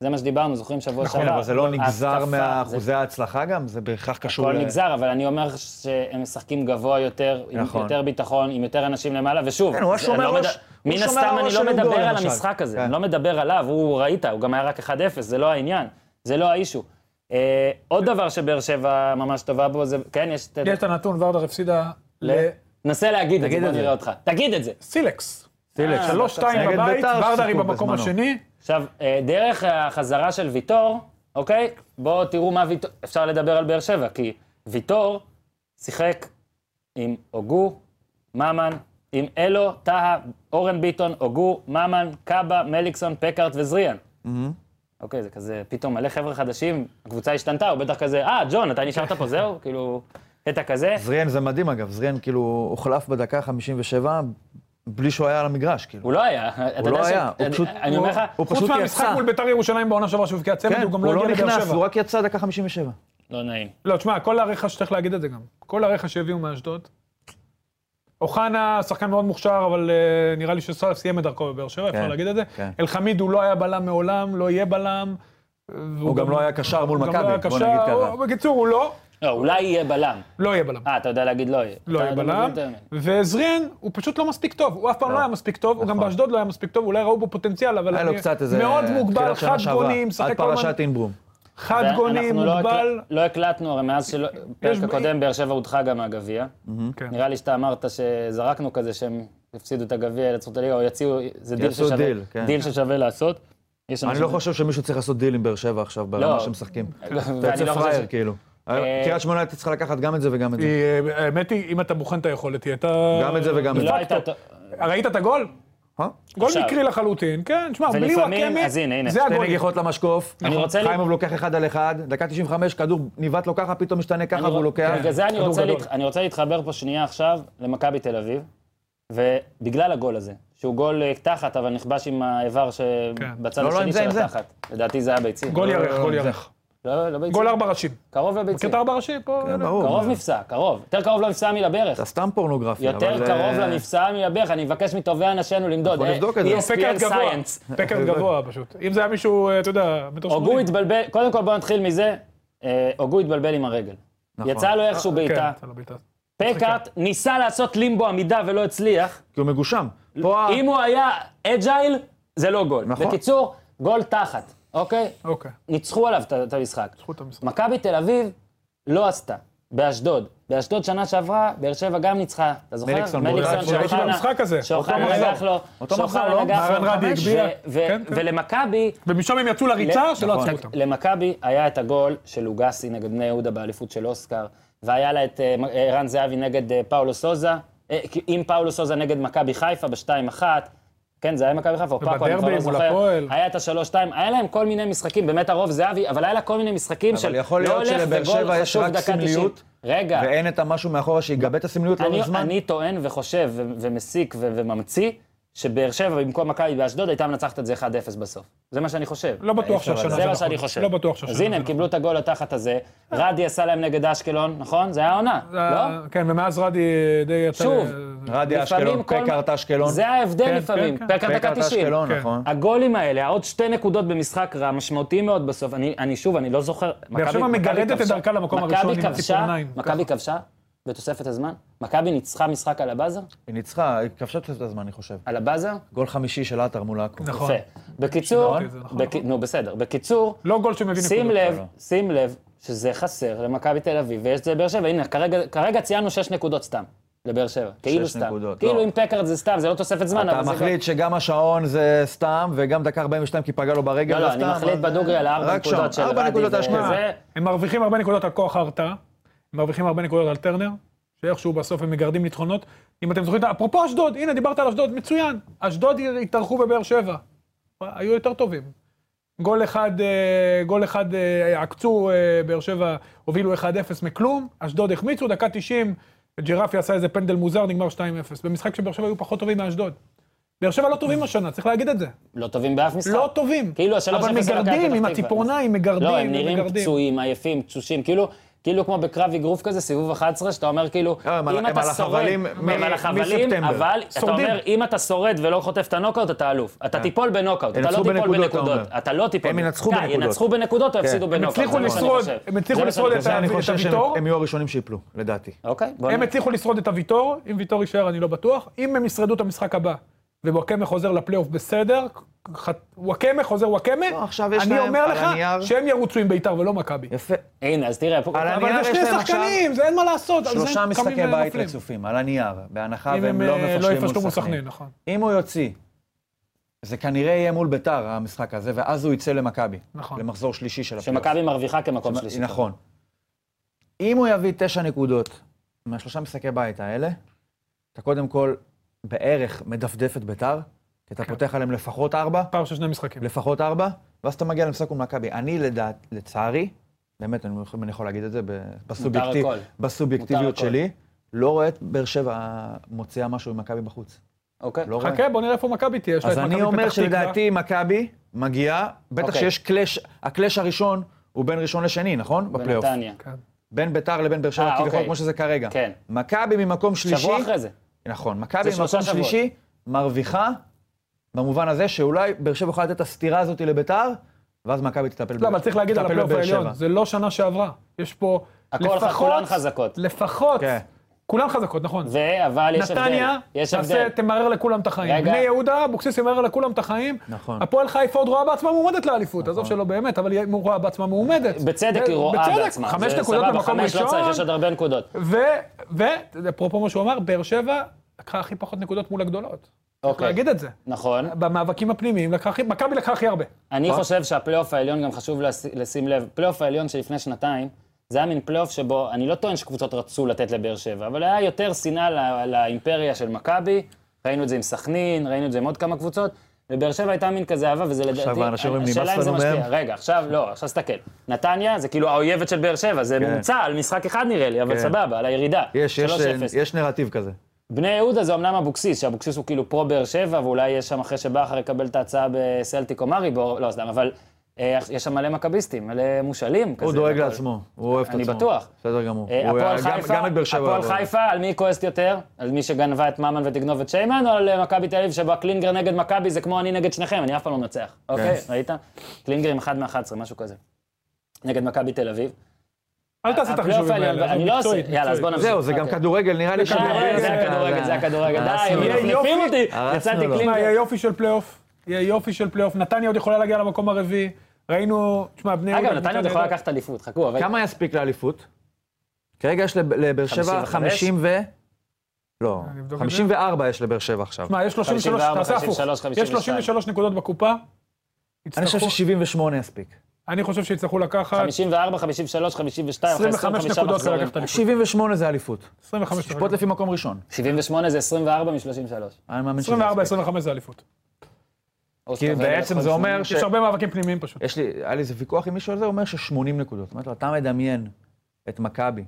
[SPEAKER 1] זה מה שדיברנו, זוכרים שבוע שעבר?
[SPEAKER 2] כן, אבל זה לא נגזר
[SPEAKER 1] ההתקפה,
[SPEAKER 2] מאחוזי ההצלחה גם, זה בהכרח
[SPEAKER 1] זה
[SPEAKER 2] קשור
[SPEAKER 1] הכל
[SPEAKER 2] ל-
[SPEAKER 1] נגזר, אבל אני אומר שהם משחקים גבוה יותר, עם
[SPEAKER 2] נכון.
[SPEAKER 1] יותר ביטחון, עם יותר אנשים למעלה, ושוב,
[SPEAKER 2] כן, הוא היה
[SPEAKER 1] זה-
[SPEAKER 2] שומר
[SPEAKER 1] לא מד-
[SPEAKER 2] ראש- הוא
[SPEAKER 1] מן
[SPEAKER 2] שומר
[SPEAKER 1] הסתם
[SPEAKER 2] על
[SPEAKER 1] אני
[SPEAKER 2] ראש
[SPEAKER 1] לא
[SPEAKER 2] של לינדור,
[SPEAKER 1] מדבר על
[SPEAKER 2] למשל.
[SPEAKER 1] המשחק הזה,
[SPEAKER 2] כן.
[SPEAKER 1] אני לא מדבר עליו, הוא ראית, הוא גם היה רק 1-0, זה לא העניין, זה לא האישו. אה, עוד
[SPEAKER 2] כן.
[SPEAKER 1] דבר שבאר שבע ממש טובה בו, זה, כן, יש... ת-
[SPEAKER 3] לי את הנתון, ורדר הפסידה
[SPEAKER 1] ל- נסה להגיד את זה,
[SPEAKER 2] תגיד
[SPEAKER 1] בוא
[SPEAKER 2] את זה.
[SPEAKER 1] נראה אותך. תגיד את זה.
[SPEAKER 3] לסילקס.
[SPEAKER 2] סילק,
[SPEAKER 1] אה,
[SPEAKER 2] שלוש,
[SPEAKER 3] שלוש, שתיים
[SPEAKER 2] נגד
[SPEAKER 3] בבית,
[SPEAKER 2] בית"ר
[SPEAKER 3] ורדר היא
[SPEAKER 2] שיחקו
[SPEAKER 3] במקום
[SPEAKER 2] בזמנו.
[SPEAKER 3] השני.
[SPEAKER 1] עכשיו, אה, דרך החזרה של ויטור, אוקיי? בואו תראו מה ויטור... אפשר לדבר על באר שבע, כי ויטור שיחק עם אוגו, ממן, עם אלו, טהא, אורן ביטון, אוגו, ממן, קאבה, מליקסון, פקארט וזריאן.
[SPEAKER 2] Mm-hmm.
[SPEAKER 1] אוקיי, זה כזה, פתאום מלא חבר'ה חדשים, הקבוצה השתנתה, הוא בטח כזה, אה, ג'ון, אתה נשארת פה, זהו? כאילו, קטע כזה.
[SPEAKER 2] זריאן זה מדהים אגב, זריאן כאילו הוחלף בדקה 57 בלי שהוא היה על המגרש, כאילו.
[SPEAKER 1] הוא לא היה. הוא
[SPEAKER 2] לא היה, הוא פשוט- לא-
[SPEAKER 1] אני אומר לך,
[SPEAKER 2] הוא
[SPEAKER 3] חוץ
[SPEAKER 2] פשוט
[SPEAKER 3] מהמשחק
[SPEAKER 2] יצא.
[SPEAKER 3] מול ביתר ירושלים בעונה שעברה שהובקע צמד,
[SPEAKER 2] כן,
[SPEAKER 3] הוא גם לא הגיע לבאר
[SPEAKER 2] נכנס, הוא
[SPEAKER 3] שבע.
[SPEAKER 2] רק יצא דקה 57.
[SPEAKER 1] לא נעים.
[SPEAKER 3] לא, תשמע, כל הרכש, צריך להגיד את זה גם. כל הרכש שהביאו מאשדוד. אוחנה, שחקן מאוד מוכשר, אבל אה, נראה לי שסוף סיים את דרכו בבאר שבע, אפשר
[SPEAKER 2] כן,
[SPEAKER 3] להגיד את זה.
[SPEAKER 2] כן.
[SPEAKER 3] אלחמיד הוא לא היה בלם מעולם, לא יהיה בלם. והוא
[SPEAKER 2] גם לא היה קשר מול
[SPEAKER 3] הוא גם לא
[SPEAKER 2] מכבי,
[SPEAKER 3] היה
[SPEAKER 2] בוא
[SPEAKER 3] קשר,
[SPEAKER 2] נגיד ככה.
[SPEAKER 3] הוא- בקיצור, הוא לא,
[SPEAKER 1] לא, אולי יהיה בלם.
[SPEAKER 3] לא יהיה בלם.
[SPEAKER 1] אה, אתה יודע להגיד לא יהיה.
[SPEAKER 3] לא
[SPEAKER 1] אתה
[SPEAKER 3] היה
[SPEAKER 1] יודע
[SPEAKER 3] בלם,
[SPEAKER 1] להגיד יותר.
[SPEAKER 3] וזריאן הוא פשוט לא מספיק טוב, הוא אף פעם
[SPEAKER 2] לא.
[SPEAKER 3] לא היה מספיק טוב, הוא גם
[SPEAKER 2] נכון.
[SPEAKER 3] באשדוד לא היה מספיק טוב, אולי ראו בו פוטנציאל, אבל
[SPEAKER 2] היה לו
[SPEAKER 3] אני-
[SPEAKER 2] קצת איזה...
[SPEAKER 3] מאוד מוגבל,
[SPEAKER 2] תחילת שנה
[SPEAKER 3] חד
[SPEAKER 2] שעברה,
[SPEAKER 3] גוני, משחק
[SPEAKER 2] עד
[SPEAKER 3] כל הזמן,
[SPEAKER 2] פרשת אינברום.
[SPEAKER 3] חד
[SPEAKER 1] ואנחנו
[SPEAKER 3] גוני,
[SPEAKER 1] לא הקל-
[SPEAKER 3] מוגבל.
[SPEAKER 1] לא הקלטנו, הרי מאז שלא... פרק
[SPEAKER 3] יש-
[SPEAKER 1] הקודם, באר שבע הודחה גם מהגביע.
[SPEAKER 3] כן.
[SPEAKER 1] נראה לי שאתה אמרת שזרקנו כזה שהם יפסידו את הגביע לצוות הליגה, או יציעו... זה דיל
[SPEAKER 2] יעשו
[SPEAKER 1] ששווה...
[SPEAKER 2] דיל, כן.
[SPEAKER 1] דיל ששווה לעשות. יש
[SPEAKER 2] אני
[SPEAKER 1] אנשים-
[SPEAKER 2] לא חושב שמישהו צריך לעשות דיל עם באר שבע עכשיו, ברמה
[SPEAKER 1] לא.
[SPEAKER 2] שהם משחקים.
[SPEAKER 1] לא,
[SPEAKER 2] אתה
[SPEAKER 1] ואני
[SPEAKER 2] יוצא
[SPEAKER 1] לא חושב
[SPEAKER 2] פראייר,
[SPEAKER 1] ש-
[SPEAKER 2] כאילו.
[SPEAKER 1] אה,
[SPEAKER 2] קריית שמונה הייתה צריכה לקחת גם את זה וגם את זה.
[SPEAKER 3] היא- אה, האמת היא, אם אתה בוחן את היכולת, היא הייתה...
[SPEAKER 2] גם את זה וגם את
[SPEAKER 1] היא
[SPEAKER 2] זה.
[SPEAKER 1] לא הייתה... טוב.
[SPEAKER 3] ראית את הגול?
[SPEAKER 2] אה?
[SPEAKER 3] גול
[SPEAKER 1] עכשיו.
[SPEAKER 3] מקרי לחלוטין, כן, תשמע, בלי
[SPEAKER 1] ולפעמים-
[SPEAKER 3] וואקמה,
[SPEAKER 1] אז הנה, הנה,
[SPEAKER 3] זה
[SPEAKER 2] שתי
[SPEAKER 3] הגול.
[SPEAKER 2] נגיחות למשקוף, נכון.
[SPEAKER 1] אני רוצה ל-
[SPEAKER 2] חיימוב לוקח אחד על אחד, דקה 95, כדור ניווט לו ככה, פתאום משתנה ככה
[SPEAKER 1] אני
[SPEAKER 2] והוא
[SPEAKER 1] רוצ-
[SPEAKER 2] לוקח.
[SPEAKER 1] בגלל זה אני
[SPEAKER 2] כדור
[SPEAKER 1] רוצה
[SPEAKER 2] גדול.
[SPEAKER 1] להת- אני רוצה להתחבר פה שנייה עכשיו למכבי תל אביב, ובגלל הגול הזה, שהוא גול אה, תחת, אבל נכבש עם האיבר שבצד
[SPEAKER 2] לא, לא, עם
[SPEAKER 1] השני
[SPEAKER 2] זה, עם
[SPEAKER 1] של
[SPEAKER 2] זה.
[SPEAKER 1] התחת. לדעתי זה היה ביצים.
[SPEAKER 3] גול
[SPEAKER 2] לא,
[SPEAKER 3] ירך,
[SPEAKER 2] לא,
[SPEAKER 3] גול
[SPEAKER 2] לא,
[SPEAKER 3] ירך.
[SPEAKER 1] לא, לא ביצים.
[SPEAKER 3] גול ארבע ראשים.
[SPEAKER 1] קרוב לביצים.
[SPEAKER 3] מכיר את הארבע ראשי? פה...
[SPEAKER 2] כן, ברור.
[SPEAKER 1] קרוב נפסע, קרוב. יותר קרוב למפסע מלברך.
[SPEAKER 2] אתה סתם פורנוגרפיה.
[SPEAKER 1] יותר
[SPEAKER 2] אבל,
[SPEAKER 1] קרוב
[SPEAKER 2] אה,
[SPEAKER 1] לנפסע מלברך. אני מבקש מטובי אנשינו למדוד.
[SPEAKER 2] אנחנו
[SPEAKER 1] אה,
[SPEAKER 2] נבדוק את זה.
[SPEAKER 1] ESPN
[SPEAKER 3] פקארט גבוה.
[SPEAKER 1] Science.
[SPEAKER 3] פקארט
[SPEAKER 2] אה,
[SPEAKER 3] גבוה פשוט. אם זה היה מישהו, אה, אתה יודע, בתור
[SPEAKER 1] הוגו התבלבל, קודם כל בוא נתחיל מזה, אה, הוגו התבלבל עם הרגל.
[SPEAKER 2] נכון.
[SPEAKER 1] יצא לו איכשהו
[SPEAKER 3] כן,
[SPEAKER 1] בעיטה.
[SPEAKER 3] יצא לו בעיטה.
[SPEAKER 1] פקארט ניסה לעשות לימבו עמידה ולא הצליח.
[SPEAKER 2] כי הוא מגושם. פה ה-
[SPEAKER 1] אם הוא היה אג'ייל, זה לא גול.
[SPEAKER 2] נכון.
[SPEAKER 1] בקיצור, גול תחת, אוקיי?
[SPEAKER 3] אוקיי,
[SPEAKER 1] ניצחו עליו את- את המשחק.
[SPEAKER 3] קחו את המשחק.
[SPEAKER 1] מכבי תל אביב לא עשתה, באשדוד. באשדוד שנה שעברה, באר שבע גם ניצחה. אתה זוכר?
[SPEAKER 2] מליקסון,
[SPEAKER 3] בוא נראה, בוא נראה במשחק הזה.
[SPEAKER 1] שאוחנה
[SPEAKER 2] אותו מחזור.
[SPEAKER 1] נגח לו,
[SPEAKER 2] אותו מחזור,
[SPEAKER 1] שאוחנה
[SPEAKER 2] לא?
[SPEAKER 1] נגח לו,
[SPEAKER 3] מהרן רדי
[SPEAKER 1] ו-
[SPEAKER 3] הגביה.
[SPEAKER 1] ו-
[SPEAKER 3] כן, כן.
[SPEAKER 1] ולמכבי,
[SPEAKER 3] ומשם הם יצאו לריצה שלא
[SPEAKER 2] נכון.
[SPEAKER 3] עצרו אותם.
[SPEAKER 1] למכבי היה את הגול של לוגסי נגד בני יהודה באליפות של אוסקר, והיה לה את אה, מ- אה, ערן זהבי נגד אה, פאולו סוזה, אה, כי- עם פאולו סוזה נגד מכבי חיפה ב-2-1. כן, זה היה מכבי חיפה, או פאקו, אני כבר
[SPEAKER 3] ובדרבי
[SPEAKER 1] לא
[SPEAKER 3] מול
[SPEAKER 1] זוכר.
[SPEAKER 3] הפועל.
[SPEAKER 1] היה את ה-3-2, היה להם כל מיני משחקים, באמת הרוב זהבי, אבל היה לה כל מיני משחקים של
[SPEAKER 2] אבל יכול
[SPEAKER 1] לא
[SPEAKER 2] להיות
[SPEAKER 1] הולך
[SPEAKER 2] שלבאר
[SPEAKER 1] וגול
[SPEAKER 2] שבע יש
[SPEAKER 1] חשוב
[SPEAKER 2] רק
[SPEAKER 1] דקה 90.
[SPEAKER 2] סמליות,
[SPEAKER 1] רגע,
[SPEAKER 2] ואין את המשהו מאחורה שיגבה את הסמליות
[SPEAKER 1] אני,
[SPEAKER 2] לאורך זמן.
[SPEAKER 1] אני טוען וחושב ו- ומסיק ו- וממציא, שבאר שבע במקום מכבי באשדוד הייתה מנצחת את זה 1-0 בסוף. זה מה שאני חושב.
[SPEAKER 3] לא בטוח
[SPEAKER 2] אי אפשר
[SPEAKER 3] שהשנה
[SPEAKER 2] לדעת.
[SPEAKER 1] אה, זה מה
[SPEAKER 3] נכון.
[SPEAKER 1] שאני חושב.
[SPEAKER 3] לא אה. בטוח שהשנה
[SPEAKER 1] אז הנה,
[SPEAKER 3] זה
[SPEAKER 1] הם
[SPEAKER 3] נכון.
[SPEAKER 1] קיבלו את הגול התחת הזה, רדי עשה להם נגד אשקלון, נכון? זה היה עונה, לא?
[SPEAKER 3] אה, כן, ומאז רדי אה, די אה, יצא...
[SPEAKER 1] שוב.
[SPEAKER 3] ל-
[SPEAKER 2] רדי
[SPEAKER 1] לפעמים
[SPEAKER 2] אשקלון,
[SPEAKER 1] כל מה-
[SPEAKER 2] פקארט אשקלון.
[SPEAKER 1] זה ההבדל
[SPEAKER 3] כן,
[SPEAKER 1] לפעמים,
[SPEAKER 3] כן, כן.
[SPEAKER 1] פקארט דקה
[SPEAKER 2] פקארט
[SPEAKER 1] 90.
[SPEAKER 2] אשקלון,
[SPEAKER 3] כן.
[SPEAKER 2] נכון.
[SPEAKER 1] הגולים האלה, העוד שתי נקודות במשחק רע, משמעותיים מאוד בסוף. אני, אני שוב, אני לא זוכר. מכבי-
[SPEAKER 3] שבע
[SPEAKER 1] מכבי
[SPEAKER 3] מגרדת את
[SPEAKER 1] כבשה-
[SPEAKER 3] דרכה למקום
[SPEAKER 1] מכבי
[SPEAKER 3] הראשון עם כן.
[SPEAKER 1] כבשה-
[SPEAKER 3] הציפורניים,
[SPEAKER 1] מכבי כבשה בתוספת הזמן? מכבי ניצחה משחק על הבאזר?
[SPEAKER 2] היא ניצחה, היא כבשה את הזמן, אני חושב.
[SPEAKER 1] על הבאזר?
[SPEAKER 2] גול חמישי של עטר מול עכו.
[SPEAKER 3] נכון.
[SPEAKER 1] יפה. בקיצור,
[SPEAKER 3] שידרתי את זה, נכון,
[SPEAKER 1] בק- נו בסדר, בקיצור,
[SPEAKER 3] לא גול שמביא
[SPEAKER 1] שים
[SPEAKER 3] נקודות.
[SPEAKER 1] לב,
[SPEAKER 2] לא.
[SPEAKER 1] שים לב שזה חסר למכבי תל אביב, ויש את זה לבאר שבע. הנה, כרגע- כרגע ציינו שש נקודות סתם, לבאר שבע. כאילו סתם.
[SPEAKER 2] נקודות, לא.
[SPEAKER 1] כאילו עם פקארד זה סתם, זה לא תוספת זמן,
[SPEAKER 2] אתה
[SPEAKER 1] אבל זה...
[SPEAKER 2] מחליט שגם השעון זה סתם, וגם דקה 42 כי פגע לו ברגל
[SPEAKER 1] לא, לא,
[SPEAKER 2] זה
[SPEAKER 1] אני
[SPEAKER 2] סתם,
[SPEAKER 1] מחליט
[SPEAKER 2] אז-
[SPEAKER 1] בדוגרי על הארבע
[SPEAKER 2] רק שם,
[SPEAKER 1] נקודות של
[SPEAKER 2] ארבע
[SPEAKER 1] רדי
[SPEAKER 2] נקודות
[SPEAKER 1] ו-
[SPEAKER 2] השמעה.
[SPEAKER 1] זה-
[SPEAKER 3] הם מרוויחים הרבה נקודות על כוח ההרתעה, הם מרוויחים הרבה נקודות על טרנר, שאיכשהו בסוף הם מגרדים ניצחונות. אם אתם זוכרים, אפרופו אשדוד, הנה דיברת על אשדוד, מצוין. אשדוד התארחו בבאר שבע. היו יותר טובים. גול אחד, אה, גול אחד אה, עקצו, אה, באר שבע הובילו 1-0 מכלום, אשדוד החמיצו, דקה 90, ג'ירפי עשה איזה פנדל מוזר, נגמר 2-0. במשחק שבאר שבע היו פחות טובים מאשדוד. באר שבע לא טובים השנה, צריך להגיד את זה.
[SPEAKER 1] לא טובים באף משחק.
[SPEAKER 3] לא טובים.
[SPEAKER 1] Mm. כאילו, השלוש
[SPEAKER 3] אבל
[SPEAKER 1] אפס על מכבי
[SPEAKER 3] מגרדים
[SPEAKER 1] פתח
[SPEAKER 3] עם
[SPEAKER 1] תקווה.
[SPEAKER 3] הציפורניים, מגרדים
[SPEAKER 1] לא, הם נראים
[SPEAKER 3] ומגרדים.
[SPEAKER 1] פצועים, עייפים, תשושים, כאילו... כאילו כמו בקרב אגרוף כזה, סיבוב 11, שאתה אומר כאילו,
[SPEAKER 2] לא, הם על-
[SPEAKER 1] אם
[SPEAKER 2] הם
[SPEAKER 1] אתה
[SPEAKER 2] על
[SPEAKER 1] שורד,
[SPEAKER 2] החבלים
[SPEAKER 1] הם
[SPEAKER 2] מ-
[SPEAKER 1] על החבלים,
[SPEAKER 2] מספטמבר.
[SPEAKER 1] אבל אתה
[SPEAKER 3] שורדים.
[SPEAKER 1] אומר, אם אתה שורד ולא חוטף את הנוקאוט, אתה אלוף. אתה תיפול בנוקאוט,
[SPEAKER 2] אה. הם
[SPEAKER 1] אתה לא
[SPEAKER 2] ינצחו
[SPEAKER 1] תיפול
[SPEAKER 2] בנקודות, אתה
[SPEAKER 1] בנקודות.
[SPEAKER 2] אומר.
[SPEAKER 1] אתה לא תיפול.
[SPEAKER 2] הם
[SPEAKER 1] בנ-
[SPEAKER 2] ינצחו
[SPEAKER 1] כן,
[SPEAKER 2] בנקודות.
[SPEAKER 1] ינצחו בנקודות או יפסידו בנוקאוט.
[SPEAKER 3] הצליחו
[SPEAKER 1] זה מה שאני
[SPEAKER 3] לשרוד,
[SPEAKER 1] חושב.
[SPEAKER 3] הם הצליחו
[SPEAKER 1] זה מה
[SPEAKER 3] לשרוד
[SPEAKER 1] שאני
[SPEAKER 3] את
[SPEAKER 1] חושב.
[SPEAKER 2] זה אני
[SPEAKER 3] את
[SPEAKER 2] חושב שהם
[SPEAKER 3] הוויטור?
[SPEAKER 2] הם יהיו הראשונים שיפלו, לדעתי.
[SPEAKER 1] אוקיי, בוא
[SPEAKER 3] הם
[SPEAKER 1] נראה.
[SPEAKER 3] הצליחו לשרוד את הוויטור, אם ויטור יישאר אני לא בטוח. אם הם ישרדו את המשחק הבא, ובואקמה חוזר לפלייאוף בסדר, ח- וואקמה חוזר וואקמה,
[SPEAKER 2] לא, עכשיו יש
[SPEAKER 3] אני
[SPEAKER 2] להם
[SPEAKER 3] אומר
[SPEAKER 2] על
[SPEAKER 3] לך
[SPEAKER 2] הנייר.
[SPEAKER 3] שהם ירוצו עם ביתר ולא מכבי.
[SPEAKER 2] יפה.
[SPEAKER 1] הנה, אז תראה, פה-
[SPEAKER 2] על הנייר
[SPEAKER 3] אבל זה
[SPEAKER 2] יש
[SPEAKER 3] שני
[SPEAKER 2] להם עכשיו
[SPEAKER 3] שחקנים, זה אין מה לעשות. על זה
[SPEAKER 2] שלושה
[SPEAKER 3] הם קמים
[SPEAKER 2] משחקי בית
[SPEAKER 3] ונופלים.
[SPEAKER 2] רצופים, על הנייר, בהנחה
[SPEAKER 3] אם
[SPEAKER 2] והם
[SPEAKER 3] הם
[SPEAKER 2] לא
[SPEAKER 3] אה, לא
[SPEAKER 2] מפשלים
[SPEAKER 3] יפשטו
[SPEAKER 2] מול
[SPEAKER 3] מול
[SPEAKER 2] סכנין.
[SPEAKER 3] סכנין, נכון.
[SPEAKER 2] אם הוא יוציא, זה כנראה יהיה מול ביתר, המשחק הזה, ואז הוא יצא למכבי.
[SPEAKER 3] נכון.
[SPEAKER 2] למחזור שלישי של הפלייאוף.
[SPEAKER 1] שמכבי מרוויחה כמקום שלישי.
[SPEAKER 2] נכון. אם הוא יביא תשע נקודות מהשלושה משחקי בית האלה, אתה קודם כל בערך מדפדף את ביתר, כי
[SPEAKER 3] כן.
[SPEAKER 2] אתה פותח עליהם לפחות ארבע,
[SPEAKER 3] פער של שני משחקים.
[SPEAKER 2] לפחות ארבע, ואז אתה מגיע למשחק מול מכבי. אני לדעת, לצערי, באמת, אני יכול- אני יכול להגיד את זה ב- בסובייקטיב-
[SPEAKER 1] הכל. מותר
[SPEAKER 2] בסובייקטיביות
[SPEAKER 1] הכל.
[SPEAKER 2] שלי, לא רואה את באר שבע מוציאה משהו ממכבי בחוץ.
[SPEAKER 1] אוקיי.
[SPEAKER 2] לא רואה.
[SPEAKER 3] חכה, בוא נראה איפה מכבי תהיה. יש לה
[SPEAKER 2] אז
[SPEAKER 3] את
[SPEAKER 2] אני
[SPEAKER 3] מכבי
[SPEAKER 2] אומר
[SPEAKER 3] פתח תקווה.
[SPEAKER 2] שלדעתי מכבי מגיעה, בטח
[SPEAKER 1] אוקיי.
[SPEAKER 2] שיש קלאש, הקלאש הראשון הוא בין ראשון לשני, נכון? בפלייאוף.
[SPEAKER 1] בנתניה.
[SPEAKER 3] כן.
[SPEAKER 2] בין ביתר לבין באר
[SPEAKER 1] אה,
[SPEAKER 2] שבע, כביכול
[SPEAKER 1] אוקיי.
[SPEAKER 2] כמו שזה כרגע.
[SPEAKER 1] כן.
[SPEAKER 2] מכבי ממקום שלישי...
[SPEAKER 1] שבוע אחרי זה.
[SPEAKER 2] נכון, מכבי
[SPEAKER 1] זה שלושה
[SPEAKER 2] ממקום
[SPEAKER 1] שבועות.
[SPEAKER 2] שלישי מרוויחה, במובן הזה שאולי באר שבע יכולה לתת את הסטירה הזאת לביתר, ואז מכבי תטפל
[SPEAKER 3] לא,
[SPEAKER 2] ב-
[SPEAKER 3] אבל צריך להגיד על
[SPEAKER 2] תטפל
[SPEAKER 3] הפלייאוף
[SPEAKER 2] בבאר
[SPEAKER 3] העליון,
[SPEAKER 2] שבע.
[SPEAKER 3] זה לא שנה שעברה. יש פה
[SPEAKER 1] הכל, כולן חזקות.
[SPEAKER 3] לפחות,
[SPEAKER 2] כן.
[SPEAKER 3] כולן חזקות, נכון.
[SPEAKER 1] ואבל יש הבדל.
[SPEAKER 3] נתניה,
[SPEAKER 1] יש
[SPEAKER 3] תעשה,
[SPEAKER 1] הבדל.
[SPEAKER 3] תמרר לכולם את החיים.
[SPEAKER 1] רגע.
[SPEAKER 3] בני יהודה, אבוקסיס ימרר לכולם את החיים.
[SPEAKER 2] נכון.
[SPEAKER 3] הפועל חיפה עוד רואה בעצמה מועמדת לאליפות, עזוב שלא באמת, אבל היא רואה בעצמה מועמדת.
[SPEAKER 1] בצדק
[SPEAKER 3] ו-
[SPEAKER 1] היא רואה
[SPEAKER 3] בצדק,
[SPEAKER 1] בעצמה.
[SPEAKER 3] חמש
[SPEAKER 1] זה
[SPEAKER 3] נקודות
[SPEAKER 1] סבבה,
[SPEAKER 3] במקום
[SPEAKER 1] חמש לא
[SPEAKER 3] ראשון.
[SPEAKER 1] צריך, יש עוד הרבה נקודות.
[SPEAKER 3] ו... ו... אפרופו מה שהוא אמר, באר שבע לקחה הכי פחות נקודות מול הגדולות. צריך
[SPEAKER 1] אוקיי.
[SPEAKER 3] להגיד את זה.
[SPEAKER 1] נכון.
[SPEAKER 3] במאבקים הפנימיים, לקחה הכי- מכבי לקחה הכי הרבה.
[SPEAKER 1] אני חושב שהפלייאוף העליון, גם חשוב לש- לשים לב, פלייאוף העליון שלפני שנתיים, זה היה מין פלייאוף שבו, אני לא טוען שקבוצות רצו לתת לבאר שבע, אבל היה יותר שנאה לא- לאימפריה של מכבי, ראינו את זה עם סכנין, ראינו את זה עם עוד כמה קבוצות, ובאר שבע הייתה מין כזה אהבה, וזה לדעתי...
[SPEAKER 2] האנשים אומרים,
[SPEAKER 1] השאלה
[SPEAKER 2] "נמאס
[SPEAKER 1] אם זה
[SPEAKER 2] לנו
[SPEAKER 1] משפיע."
[SPEAKER 2] מהם.
[SPEAKER 1] רגע, עכשיו, לא, עכשיו תסתכל. נתניה זה כאילו האויבת של באר שבע, זה
[SPEAKER 2] כן.
[SPEAKER 1] מומצא על משחק אחד נראה לי, אבל
[SPEAKER 2] כן.
[SPEAKER 1] סבבה, על הירידה.
[SPEAKER 2] יש, אה, יש,
[SPEAKER 1] 3-0.
[SPEAKER 2] יש נרטיב כזה.
[SPEAKER 1] בני יהודה זה אמנם אבוקסיס, שאבוקסיס הוא כאילו פרו באר שבע, ואולי יש שם אחרי שבכר יקבל את ההצעה בסלטיק או מארי, בו, לא סתם, אבל אה, יש שם מלא מכביסטים, מלא מושאלים.
[SPEAKER 2] הוא
[SPEAKER 1] כזה,
[SPEAKER 2] דואג
[SPEAKER 1] והכל.
[SPEAKER 2] לעצמו, הוא אוהב את עצמו.
[SPEAKER 1] אני בטוח.
[SPEAKER 2] בסדר גמור.
[SPEAKER 1] אה,
[SPEAKER 2] הוא
[SPEAKER 1] הפועל
[SPEAKER 2] היה- גם-
[SPEAKER 1] חיפה,
[SPEAKER 2] גם את באר שבע.
[SPEAKER 1] הפועל
[SPEAKER 2] הוא אוהב.
[SPEAKER 1] חיפה, על מי היא כועסת יותר? על מי שגנבה את ממן ותגנוב את שיימן, או על אה, מכבי תל אביב שבה קלינגר נגד מכבי זה כמו אני נגד שניכם, אני אף פעם לא מנצח.
[SPEAKER 2] כן.
[SPEAKER 1] אוקיי, ראית? קלינגר עם 1 מ-11, משהו כזה. נגד מכבי תל אביב.
[SPEAKER 2] אה,
[SPEAKER 3] אל תעשה את
[SPEAKER 1] הפלייאוף
[SPEAKER 3] החישובים
[SPEAKER 1] העליון,
[SPEAKER 3] האלה,
[SPEAKER 1] אה, אני
[SPEAKER 3] עזוב,
[SPEAKER 1] לא עושה,
[SPEAKER 3] מקצועית,
[SPEAKER 1] יאללה, אז בוא
[SPEAKER 3] מקצועית.
[SPEAKER 1] נמשיך.
[SPEAKER 2] זהו, זה גם
[SPEAKER 1] אוקיי.
[SPEAKER 2] כדורגל, נראה לי
[SPEAKER 1] די, אה, זה
[SPEAKER 2] אה,
[SPEAKER 1] הכדורגל, זה הכדורגל, די, הם
[SPEAKER 2] הרסנו לו.
[SPEAKER 1] מנפנפים אותי,
[SPEAKER 2] הרסנו
[SPEAKER 1] יצאתי
[SPEAKER 2] לו.
[SPEAKER 3] תשמע, יהיה
[SPEAKER 1] קלינגר.
[SPEAKER 3] יופי של פלייאוף, יהיה יופי של פלייאוף, נתניה עוד יכולה להגיע למקום הרביעי, ראינו, תשמע,
[SPEAKER 2] אה,
[SPEAKER 3] בני
[SPEAKER 1] אגב,
[SPEAKER 3] יהודה
[SPEAKER 1] נתניה
[SPEAKER 3] קבוצה
[SPEAKER 1] עוד יכולה
[SPEAKER 3] נהדרת.
[SPEAKER 1] לקחת אליפות, חכו, אבל...
[SPEAKER 2] כמה יספיק לאליפות? כרגע יש לב- לבאר שבע
[SPEAKER 1] 55?
[SPEAKER 2] 50 ו... לא,
[SPEAKER 3] אני אבדוק את זה.
[SPEAKER 2] 54 יש לבאר שבע עכשיו.
[SPEAKER 3] תשמע, יש 33,
[SPEAKER 1] 54,
[SPEAKER 3] תעשה הפוך,
[SPEAKER 1] 53,
[SPEAKER 3] יש
[SPEAKER 1] 52.
[SPEAKER 3] 33 נקודות בקופה,
[SPEAKER 2] אני חושב
[SPEAKER 3] יצטרכו-
[SPEAKER 2] ש-78 יספיק.
[SPEAKER 3] אני חושב שיצטרכו לקחת
[SPEAKER 1] 54, 53, 52, אחרי
[SPEAKER 3] 25
[SPEAKER 1] 25
[SPEAKER 3] נקודות כדי
[SPEAKER 1] מחזורים.
[SPEAKER 3] לקחת אליפות,
[SPEAKER 2] 78 זה אליפות.
[SPEAKER 3] 25
[SPEAKER 2] תשפוט לפי מקום ראשון.
[SPEAKER 1] 78 זה 24 מ-33.
[SPEAKER 2] אני מאמין שזה
[SPEAKER 3] 24,
[SPEAKER 2] יספיק.
[SPEAKER 3] 25 זה אליפות.
[SPEAKER 2] כי בעצם זה אומר ש...
[SPEAKER 3] יש הרבה מאבקים פנימיים פשוט.
[SPEAKER 1] אה,
[SPEAKER 2] יש לי, היה לי איזה ויכוח עם מישהו על זה, הוא אומר ש-80 נקודות. אמרתי לו, אתה מדמיין את מכבי,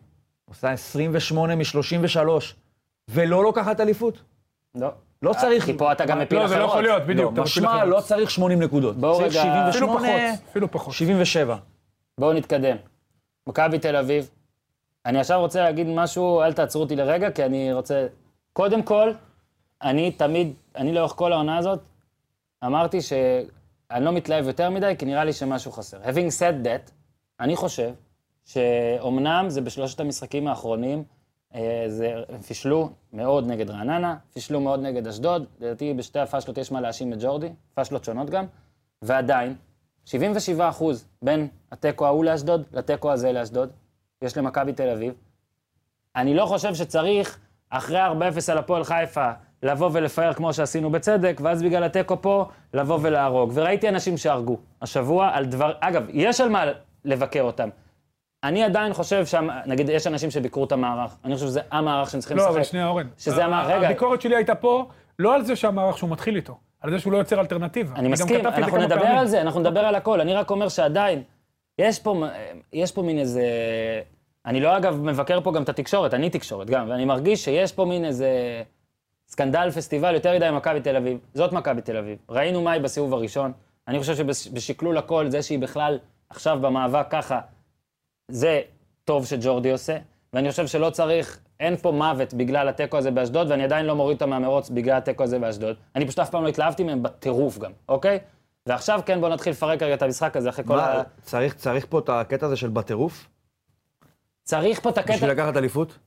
[SPEAKER 2] עושה 28 מ-33, ולא לוקחת אליפות?
[SPEAKER 1] לא.
[SPEAKER 2] לא צריך...
[SPEAKER 1] כי פה אתה גם מפיל
[SPEAKER 3] לא,
[SPEAKER 1] אחרות.
[SPEAKER 3] זה לא יכול להיות, בדיוק. אתה
[SPEAKER 2] לא,
[SPEAKER 3] מפיל
[SPEAKER 2] משמע,
[SPEAKER 3] אחרות.
[SPEAKER 2] לא צריך 80 נקודות.
[SPEAKER 1] בואו
[SPEAKER 2] צריך
[SPEAKER 1] רגע-
[SPEAKER 3] אפילו פחות,
[SPEAKER 2] 78,
[SPEAKER 3] אפילו פחות.
[SPEAKER 2] 77.
[SPEAKER 1] בואו נתקדם. מכבי תל אביב. אני עכשיו רוצה להגיד משהו, אל תעצרו אותי לרגע, כי אני רוצה... קודם כל, אני תמיד, אני לאורך כל העונה הזאת, אמרתי שאני לא מתלהב יותר מדי, כי נראה לי שמשהו חסר. Having said that, אני חושב שאומנם זה בשלושת המשחקים האחרונים, אה, זה, הם פישלו מאוד נגד רעננה, פישלו מאוד נגד אשדוד, לדעתי בשתי הפאשלות יש מה להאשים את ג'ורדי, פאשלות שונות גם, ועדיין, 77 אחוז בין התיקו ההוא לאשדוד לתיקו הזה לאשדוד, יש למכבי תל אביב. אני לא חושב שצריך, אחרי 4-0 על הפועל חיפה, לבוא ולפאר כמו שעשינו בצדק, ואז בגלל התיקו פה, לבוא ולהרוג. וראיתי אנשים שהרגו השבוע על דבר... אגב, יש על מה לבקר אותם. אני עדיין חושב שם, נגיד, יש אנשים שביקרו את המערך. אני חושב שזה המערך שהם צריכים
[SPEAKER 3] לא,
[SPEAKER 1] לשחק.
[SPEAKER 3] אבל שנייה, אורן.
[SPEAKER 1] שזה המערך- רגע.
[SPEAKER 3] הביקורת שלי הייתה פה, לא על זה שהמערך שהוא מתחיל איתו, על זה שהוא לא יוצר אלטרנטיבה.
[SPEAKER 1] אני מסכים,
[SPEAKER 3] גם כתבתי את
[SPEAKER 1] אנחנו
[SPEAKER 3] כמה
[SPEAKER 1] נדבר
[SPEAKER 3] פעמים.
[SPEAKER 1] על זה, אנחנו נדבר על הכל. אני רק אומר שעדיין, יש פה, מ- יש פה מין איזה... אני לא, אגב, מבקר פה גם את התקשורת, אני תקשורת גם, ואני מרגיש שיש פה מין איזה סקנדל פסטיבל יותר מדי מכבי תל אביב. זאת מכבי תל אביב. ראינו מה היא בסיבוב הראשון. אני חושב שבשקלול הכל, זה שהיא בכלל עכשיו במאבק ככה, זה טוב שג'ורדי עושה, ואני חושב שלא צריך, אין פה מוות בגלל התיקו הזה באשדוד, ואני עדיין לא מוריד אותם מהמרוץ בגלל התיקו הזה באשדוד. אני פשוט אף פעם לא התלהבתי מהם בטירוף גם, אוקיי? ועכשיו כן, בואו נתחיל לפרק רגע את המשחק הזה אחרי כל ה...
[SPEAKER 2] מה, צריך- צריך פה את הקטע הזה של בטירוף?
[SPEAKER 1] צריך פה את הקטע...
[SPEAKER 2] בשביל לקחת אליפות?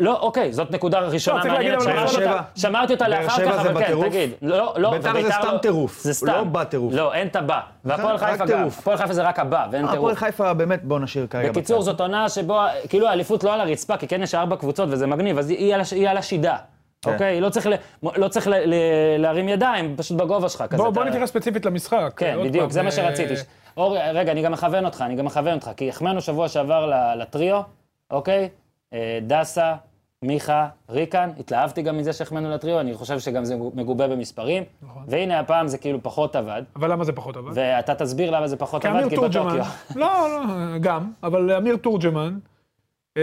[SPEAKER 1] לא, אוקיי, זאת נקודה ראשונה
[SPEAKER 3] לא, צריך להגיד,
[SPEAKER 1] מעניינת,
[SPEAKER 3] אבל
[SPEAKER 1] שמרתי
[SPEAKER 2] באר
[SPEAKER 1] אותה-
[SPEAKER 2] שבע-
[SPEAKER 1] שמרתי אותה
[SPEAKER 2] באר
[SPEAKER 1] לאחר
[SPEAKER 2] שבע
[SPEAKER 1] כך,
[SPEAKER 2] זה
[SPEAKER 1] אבל כן,
[SPEAKER 2] בטירוף?
[SPEAKER 1] תגיד. לא, לא,
[SPEAKER 2] ביתר זה
[SPEAKER 1] וביתר
[SPEAKER 2] סתם
[SPEAKER 1] לא-
[SPEAKER 2] טירוף,
[SPEAKER 1] זה סתם.
[SPEAKER 2] לא בא טירוף.
[SPEAKER 1] לא, אין את הבא. והפועל
[SPEAKER 2] רק
[SPEAKER 1] חיפה גם.
[SPEAKER 2] טירוף.
[SPEAKER 1] הפועל חיפה זה רק הבא, ואין
[SPEAKER 2] אה, הפועל
[SPEAKER 1] טירוף.
[SPEAKER 2] חיפה באמת, בואו נשאיר כרגע בצד.
[SPEAKER 1] בקיצור, זאת עונה שבו, כאילו, האליפות לא על הרצפה, כי כן יש ארבע קבוצות וזה מגניב, אז היא- היא על הש- היא על השידה,
[SPEAKER 2] כן.
[SPEAKER 1] אוקיי? לא צריך ל- לא צריך ל- ל- להרים ידיים, פשוט בגובה שלך. כזה,
[SPEAKER 3] בוא
[SPEAKER 1] אתה-
[SPEAKER 3] בוא נתייחס ספציפית למשחק.
[SPEAKER 1] כן,
[SPEAKER 3] עוד
[SPEAKER 1] בדיוק,
[SPEAKER 3] פעם,
[SPEAKER 1] זה מה
[SPEAKER 3] אה,
[SPEAKER 1] שרציתי. ש- אור, רגע, אני גם מכוון אותך, אני גם מכוון אותך, כי החמאנו שבוע שעבר ל- לטריו, אוקיי? אה, דסה, מיכה, ריקן, התלהבתי גם מזה שהחמאנו לטריו, אני חושב שגם זה מגובה במספרים.
[SPEAKER 3] נכון.
[SPEAKER 1] והנה, הפעם זה כאילו פחות עבד,
[SPEAKER 3] אבל למה זה פחות אה? אבל?
[SPEAKER 1] ואתה תסביר למה זה פחות
[SPEAKER 3] כי
[SPEAKER 1] עבד,
[SPEAKER 3] אמיר
[SPEAKER 1] כי
[SPEAKER 3] תורג'מן,
[SPEAKER 1] בטוקיו.
[SPEAKER 3] לא, לא, גם, אבל אמיר תורג'מן אה,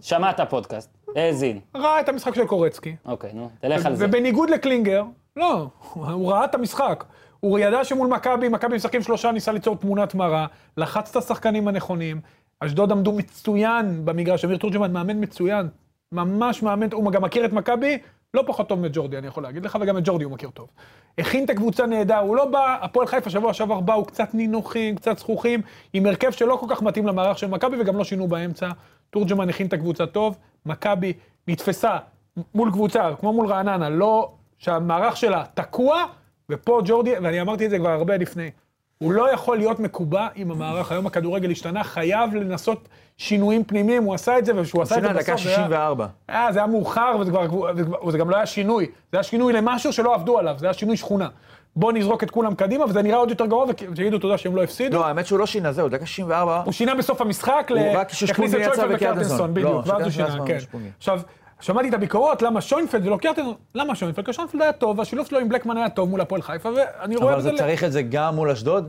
[SPEAKER 1] שמע את הפודקאסט, האזין.
[SPEAKER 3] ראה את המשחק של קורצקי,
[SPEAKER 1] אוקיי, נו, תלך על זה.
[SPEAKER 3] ובניגוד לקלינגר, לא, הוא ראה את המשחק. הוא ידע שמול מכבי, מכבי משחקים שלושה, ניסה ליצור תמונת מראה, לחץ את השחקנים הנכונים, אשדוד עמדו מצוין במגרש, אמיר תורג'מן מאמן מצוין, ממש מאמן, הוא גם מכיר את מכבי, לא פחות טוב מג'ורדי, אני יכול להגיד לך, וגם את ג'ורדי הוא מכיר טוב. הכין את הקבוצה נהדר, הוא לא בא, הפועל חיפה שבוע שעבר באו קצת נינוחים, קצת זכוכים, עם הרכב שלא כל כך מתאים למערך של מכבי, וגם לא שינו באמצע. תורג'מן הכין את הקבוצה טוב, מכבי נתפסה מול קבוצה, כמו מול רעננה, לא, שהמערך שלה תקוע, ופה ג'ורדי, ואני אמרתי את זה כבר הרבה לפני, הוא לא יכול להיות מקובע עם המערך, היום הכדורגל השתנה, חייב לנסות שינויים פנימיים, הוא עשה את זה, וכשהוא עשה את זה
[SPEAKER 2] שינה
[SPEAKER 3] בסוף,
[SPEAKER 2] דקה
[SPEAKER 3] זה היה-
[SPEAKER 2] 64.
[SPEAKER 3] אה, זה היה מאוחר, וזה, כבר, וזה, כבר- וזה גם לא היה שינוי. זה היה שינוי למשהו שלא עבדו עליו, זה היה שינוי שכונה. בוא נזרוק את כולם קדימה, וזה נראה עוד יותר גרוע, וכי- ותגידו תודה שהם לא הפסידו.
[SPEAKER 2] לא, האמת שהוא לא שינה, זהו, דקה 64.
[SPEAKER 3] הוא שינה בסוף המשחק,
[SPEAKER 2] הוא
[SPEAKER 3] ל-
[SPEAKER 2] רק ששפולי
[SPEAKER 3] הכניס את
[SPEAKER 2] יצא
[SPEAKER 3] שוינפלד
[SPEAKER 2] וקיארטנסון.
[SPEAKER 3] וקיארטנסון,
[SPEAKER 2] לא,
[SPEAKER 3] בדיוק, ואז הוא
[SPEAKER 2] שקרטנסון
[SPEAKER 3] שינה,
[SPEAKER 2] עצמם
[SPEAKER 3] כן.
[SPEAKER 2] ושפולי.
[SPEAKER 3] עכשיו, שמעתי את הביקורות, למה שוינפלד ולא קיארטנסון, למה שוינפלד? כי שוינפלד היה טוב, השילוב שלו עם בלקמן היה טוב מול הפועל חיפה, ואני רואה
[SPEAKER 2] אבל
[SPEAKER 3] בזה...
[SPEAKER 2] זה
[SPEAKER 3] ל-
[SPEAKER 2] צריך את זה גם מול אשדוד?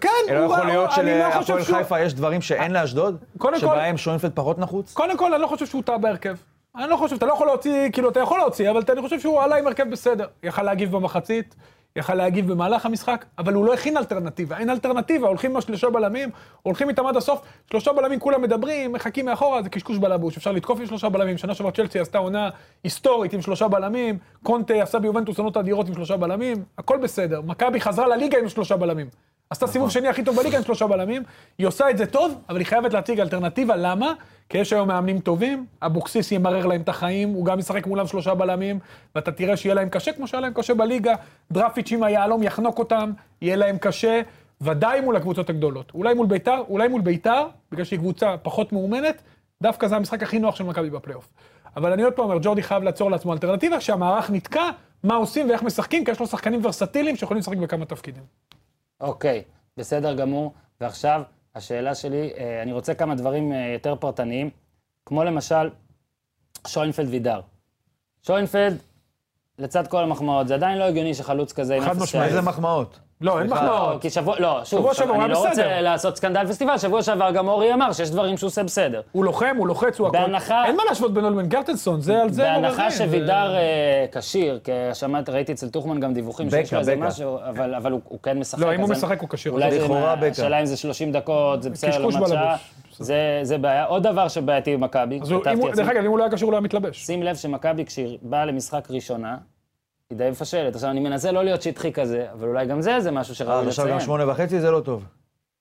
[SPEAKER 3] כן,
[SPEAKER 2] לא
[SPEAKER 3] הוא
[SPEAKER 2] יכול
[SPEAKER 3] ראה-
[SPEAKER 2] להיות
[SPEAKER 3] אני לא חושב
[SPEAKER 2] שלהפועל
[SPEAKER 3] שהוא-
[SPEAKER 2] חיפה יש דברים שאין
[SPEAKER 1] אה,
[SPEAKER 2] לאשדוד?
[SPEAKER 3] קודם כל-
[SPEAKER 2] שבהם שוינפלד פחות נחוץ?
[SPEAKER 3] קודם כל, אני לא חושב שהוא טעה בהרכב. אני לא חושב, אתה לא יכול להוציא, כאילו, אתה יכול להוציא, אבל אתה- אני חושב שהוא עלה עם הרכב בסדר. יכל להגיב במחצית, יכל להגיב במהלך המשחק, אבל הוא לא הכין אלטרנטיבה. אין אלטרנטיבה, הולכים עם השלושה בלמים, הולכים איתם עד הסוף, שלושה בלמים כולם מדברים, מחכים מאחורה, זה קשקוש בלבוש. אפשר לתקוף עם שלושה בלמים, שנה שעברה צ'לסי עשתה עונה היסטורית עם שלושה בלמים, קונטה עשה ביובנטוס עונות אדירות עם שלושה בלמים, הכל בסדר. מכבי חזרה לליגה עם שלושה בלמים. עשתה סיבוב שני הכי טוב בליגה עם שלושה בלמים, היא עושה את זה טוב, אבל היא חייבת להציג אלטרנטיבה, למה? כי יש היום מאמנים טובים, אבוקסיס ימרר להם את החיים, הוא גם ישחק מולם שלושה בלמים, ואתה תראה שיהיה להם קשה כמו שהיה להם קשה בליגה, דרפיץ' עם היהלום יחנוק אותם, יהיה להם קשה, ודאי מול הקבוצות הגדולות. אולי מול ביתר, אולי מול ביתר, בגלל שהיא קבוצה פחות מאומנת, דווקא זה המשחק הכי נוח של מכבי בפלייאוף. אבל אני עוד פעם אומר, ג'ורדי חייב לעצור לעצמו אלטרנטיבה, כשהמערך נתקע, מה עושים ואיך משחקים, כי יש לו שחקנים ורסטיליים שיכולים לשחק בכמה תפקידים.
[SPEAKER 1] אוקיי, בסדר גמור. ועכשיו, השאלה שלי, אה, אני רוצה כמה דברים אה, יותר פרטניים, כמו למשל, שוינפלד וידר. שוינפלד, לצד כל המחמאות, זה עדיין לא הגיוני שחלוץ כזה עם
[SPEAKER 3] חד
[SPEAKER 1] אפס
[SPEAKER 3] משמעית.
[SPEAKER 2] איזה
[SPEAKER 1] שערים.
[SPEAKER 2] מחמאות.
[SPEAKER 3] לא, אין
[SPEAKER 2] סליחה.
[SPEAKER 1] לא,
[SPEAKER 3] מחמאות.
[SPEAKER 1] כי שבוע, לא, שוב,
[SPEAKER 3] שבוע שעבר הוא
[SPEAKER 1] אני
[SPEAKER 3] היה
[SPEAKER 1] לא
[SPEAKER 3] בסדר.
[SPEAKER 1] רוצה לעשות סקנדל פסטיבל, שבוע שעבר גם אורי אמר שיש דברים שהוא עושה בסדר.
[SPEAKER 3] הוא לוחם, הוא לוחץ, הוא הכול.
[SPEAKER 1] בהנחה-
[SPEAKER 3] אין מה להשוות בינו לבין גרטנסון, זה על זה
[SPEAKER 1] בהנחה
[SPEAKER 3] עוררין,
[SPEAKER 1] שווידר
[SPEAKER 3] זה-
[SPEAKER 1] אה, כשיר, כי שמעת, ראיתי אצל טוחמן גם דיווחים שיש
[SPEAKER 2] בקע,
[SPEAKER 1] לו איזה
[SPEAKER 2] בקע.
[SPEAKER 1] משהו, אבל אבל הוא הוא כן משחק.
[SPEAKER 3] לא, אם
[SPEAKER 1] אז
[SPEAKER 3] הוא
[SPEAKER 1] אני-
[SPEAKER 3] משחק הוא כשיר.
[SPEAKER 1] אולי זה,
[SPEAKER 2] לכאורה
[SPEAKER 1] עם ה-
[SPEAKER 2] בקע.
[SPEAKER 1] השאלה אם זה 30 דקות, זה בסדר,
[SPEAKER 3] קשקוש
[SPEAKER 1] לעומת שעה.
[SPEAKER 3] בלבוש.
[SPEAKER 1] זה- זה בעיה. עוד דבר שבעייתי במכבי,
[SPEAKER 3] אז הוא- אם
[SPEAKER 1] כתבתי
[SPEAKER 3] הוא-
[SPEAKER 1] את זה.
[SPEAKER 3] דרך אגב, אם הוא לא היה כשיר הוא לא היה מתלבש.
[SPEAKER 1] שים לב שמכבי כשהיא באה למשחק ראשונה, היא די מפשלת. עכשיו, אני מנסה לא להיות שטחי כזה, אבל אולי גם זה איזה משהו שראוי
[SPEAKER 2] אז עכשיו
[SPEAKER 1] לציין.
[SPEAKER 2] אה, גם שמונה וחצי זה לא טוב.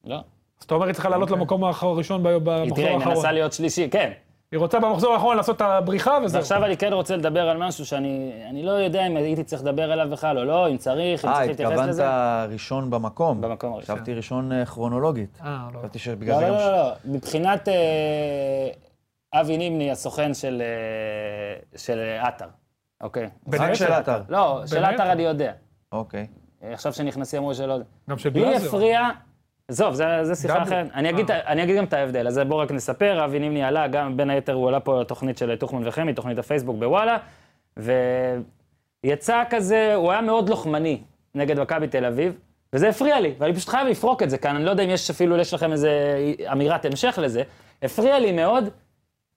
[SPEAKER 1] לא.
[SPEAKER 3] אז אתה אומר, היא צריכה לעלות למקום הראשון
[SPEAKER 1] אוקיי. היא
[SPEAKER 3] במחזור
[SPEAKER 1] תראה, היא
[SPEAKER 3] האחרון.
[SPEAKER 1] מנסה להיות שלישי, כן.
[SPEAKER 3] היא רוצה במחזור האחרון לעשות את הבריחה וזהו.
[SPEAKER 1] ועכשיו אני כן רוצה לדבר על משהו שאני אני לא יודע אם הייתי צריך לדבר עליו בכלל או לא, אם צריך, אם
[SPEAKER 2] אה,
[SPEAKER 1] צריך להתייחס
[SPEAKER 2] התכוונת
[SPEAKER 1] לזה.
[SPEAKER 2] ראשון במקום.
[SPEAKER 1] במקום הראשון.
[SPEAKER 2] חשבתי ראשון אה, כרונולוגית.
[SPEAKER 3] אה, לא.
[SPEAKER 2] חשבתי שבגלל
[SPEAKER 1] לא,
[SPEAKER 2] זה
[SPEAKER 1] לא,
[SPEAKER 2] גם...
[SPEAKER 1] לא,
[SPEAKER 2] ש-
[SPEAKER 1] לא. מבחינת אה, אבי נימני, הסוכן של אה, של אה, עטר, אוקיי?
[SPEAKER 3] בין
[SPEAKER 2] רק
[SPEAKER 3] היתר.
[SPEAKER 2] של עטר.
[SPEAKER 1] לא, של
[SPEAKER 3] באמת?
[SPEAKER 1] עטר אני יודע.
[SPEAKER 2] אוקיי.
[SPEAKER 1] אה, עכשיו שנכנסים אמרו שלא...
[SPEAKER 3] גם של
[SPEAKER 1] לי
[SPEAKER 3] גלאזר.
[SPEAKER 1] הפריע... עזוב, זה, זה שיחה
[SPEAKER 3] גם-
[SPEAKER 1] אחרת. אני אגיד,
[SPEAKER 3] אה.
[SPEAKER 1] אני אגיד גם את ההבדל, אז בואו רק נספר, אבי נימני עלה, גם בין היתר הוא עלה פה לתוכנית של טוחמן וחמי, תוכנית הפייסבוק בוואלה, ויצא כזה, הוא היה מאוד לוחמני נגד מכבי תל אביב, וזה הפריע לי, ואני פשוט חייב לפרוק את זה כאן, אני לא יודע אם יש אפילו, יש לכם איזה אמירת המשך לזה, הפריע לי מאוד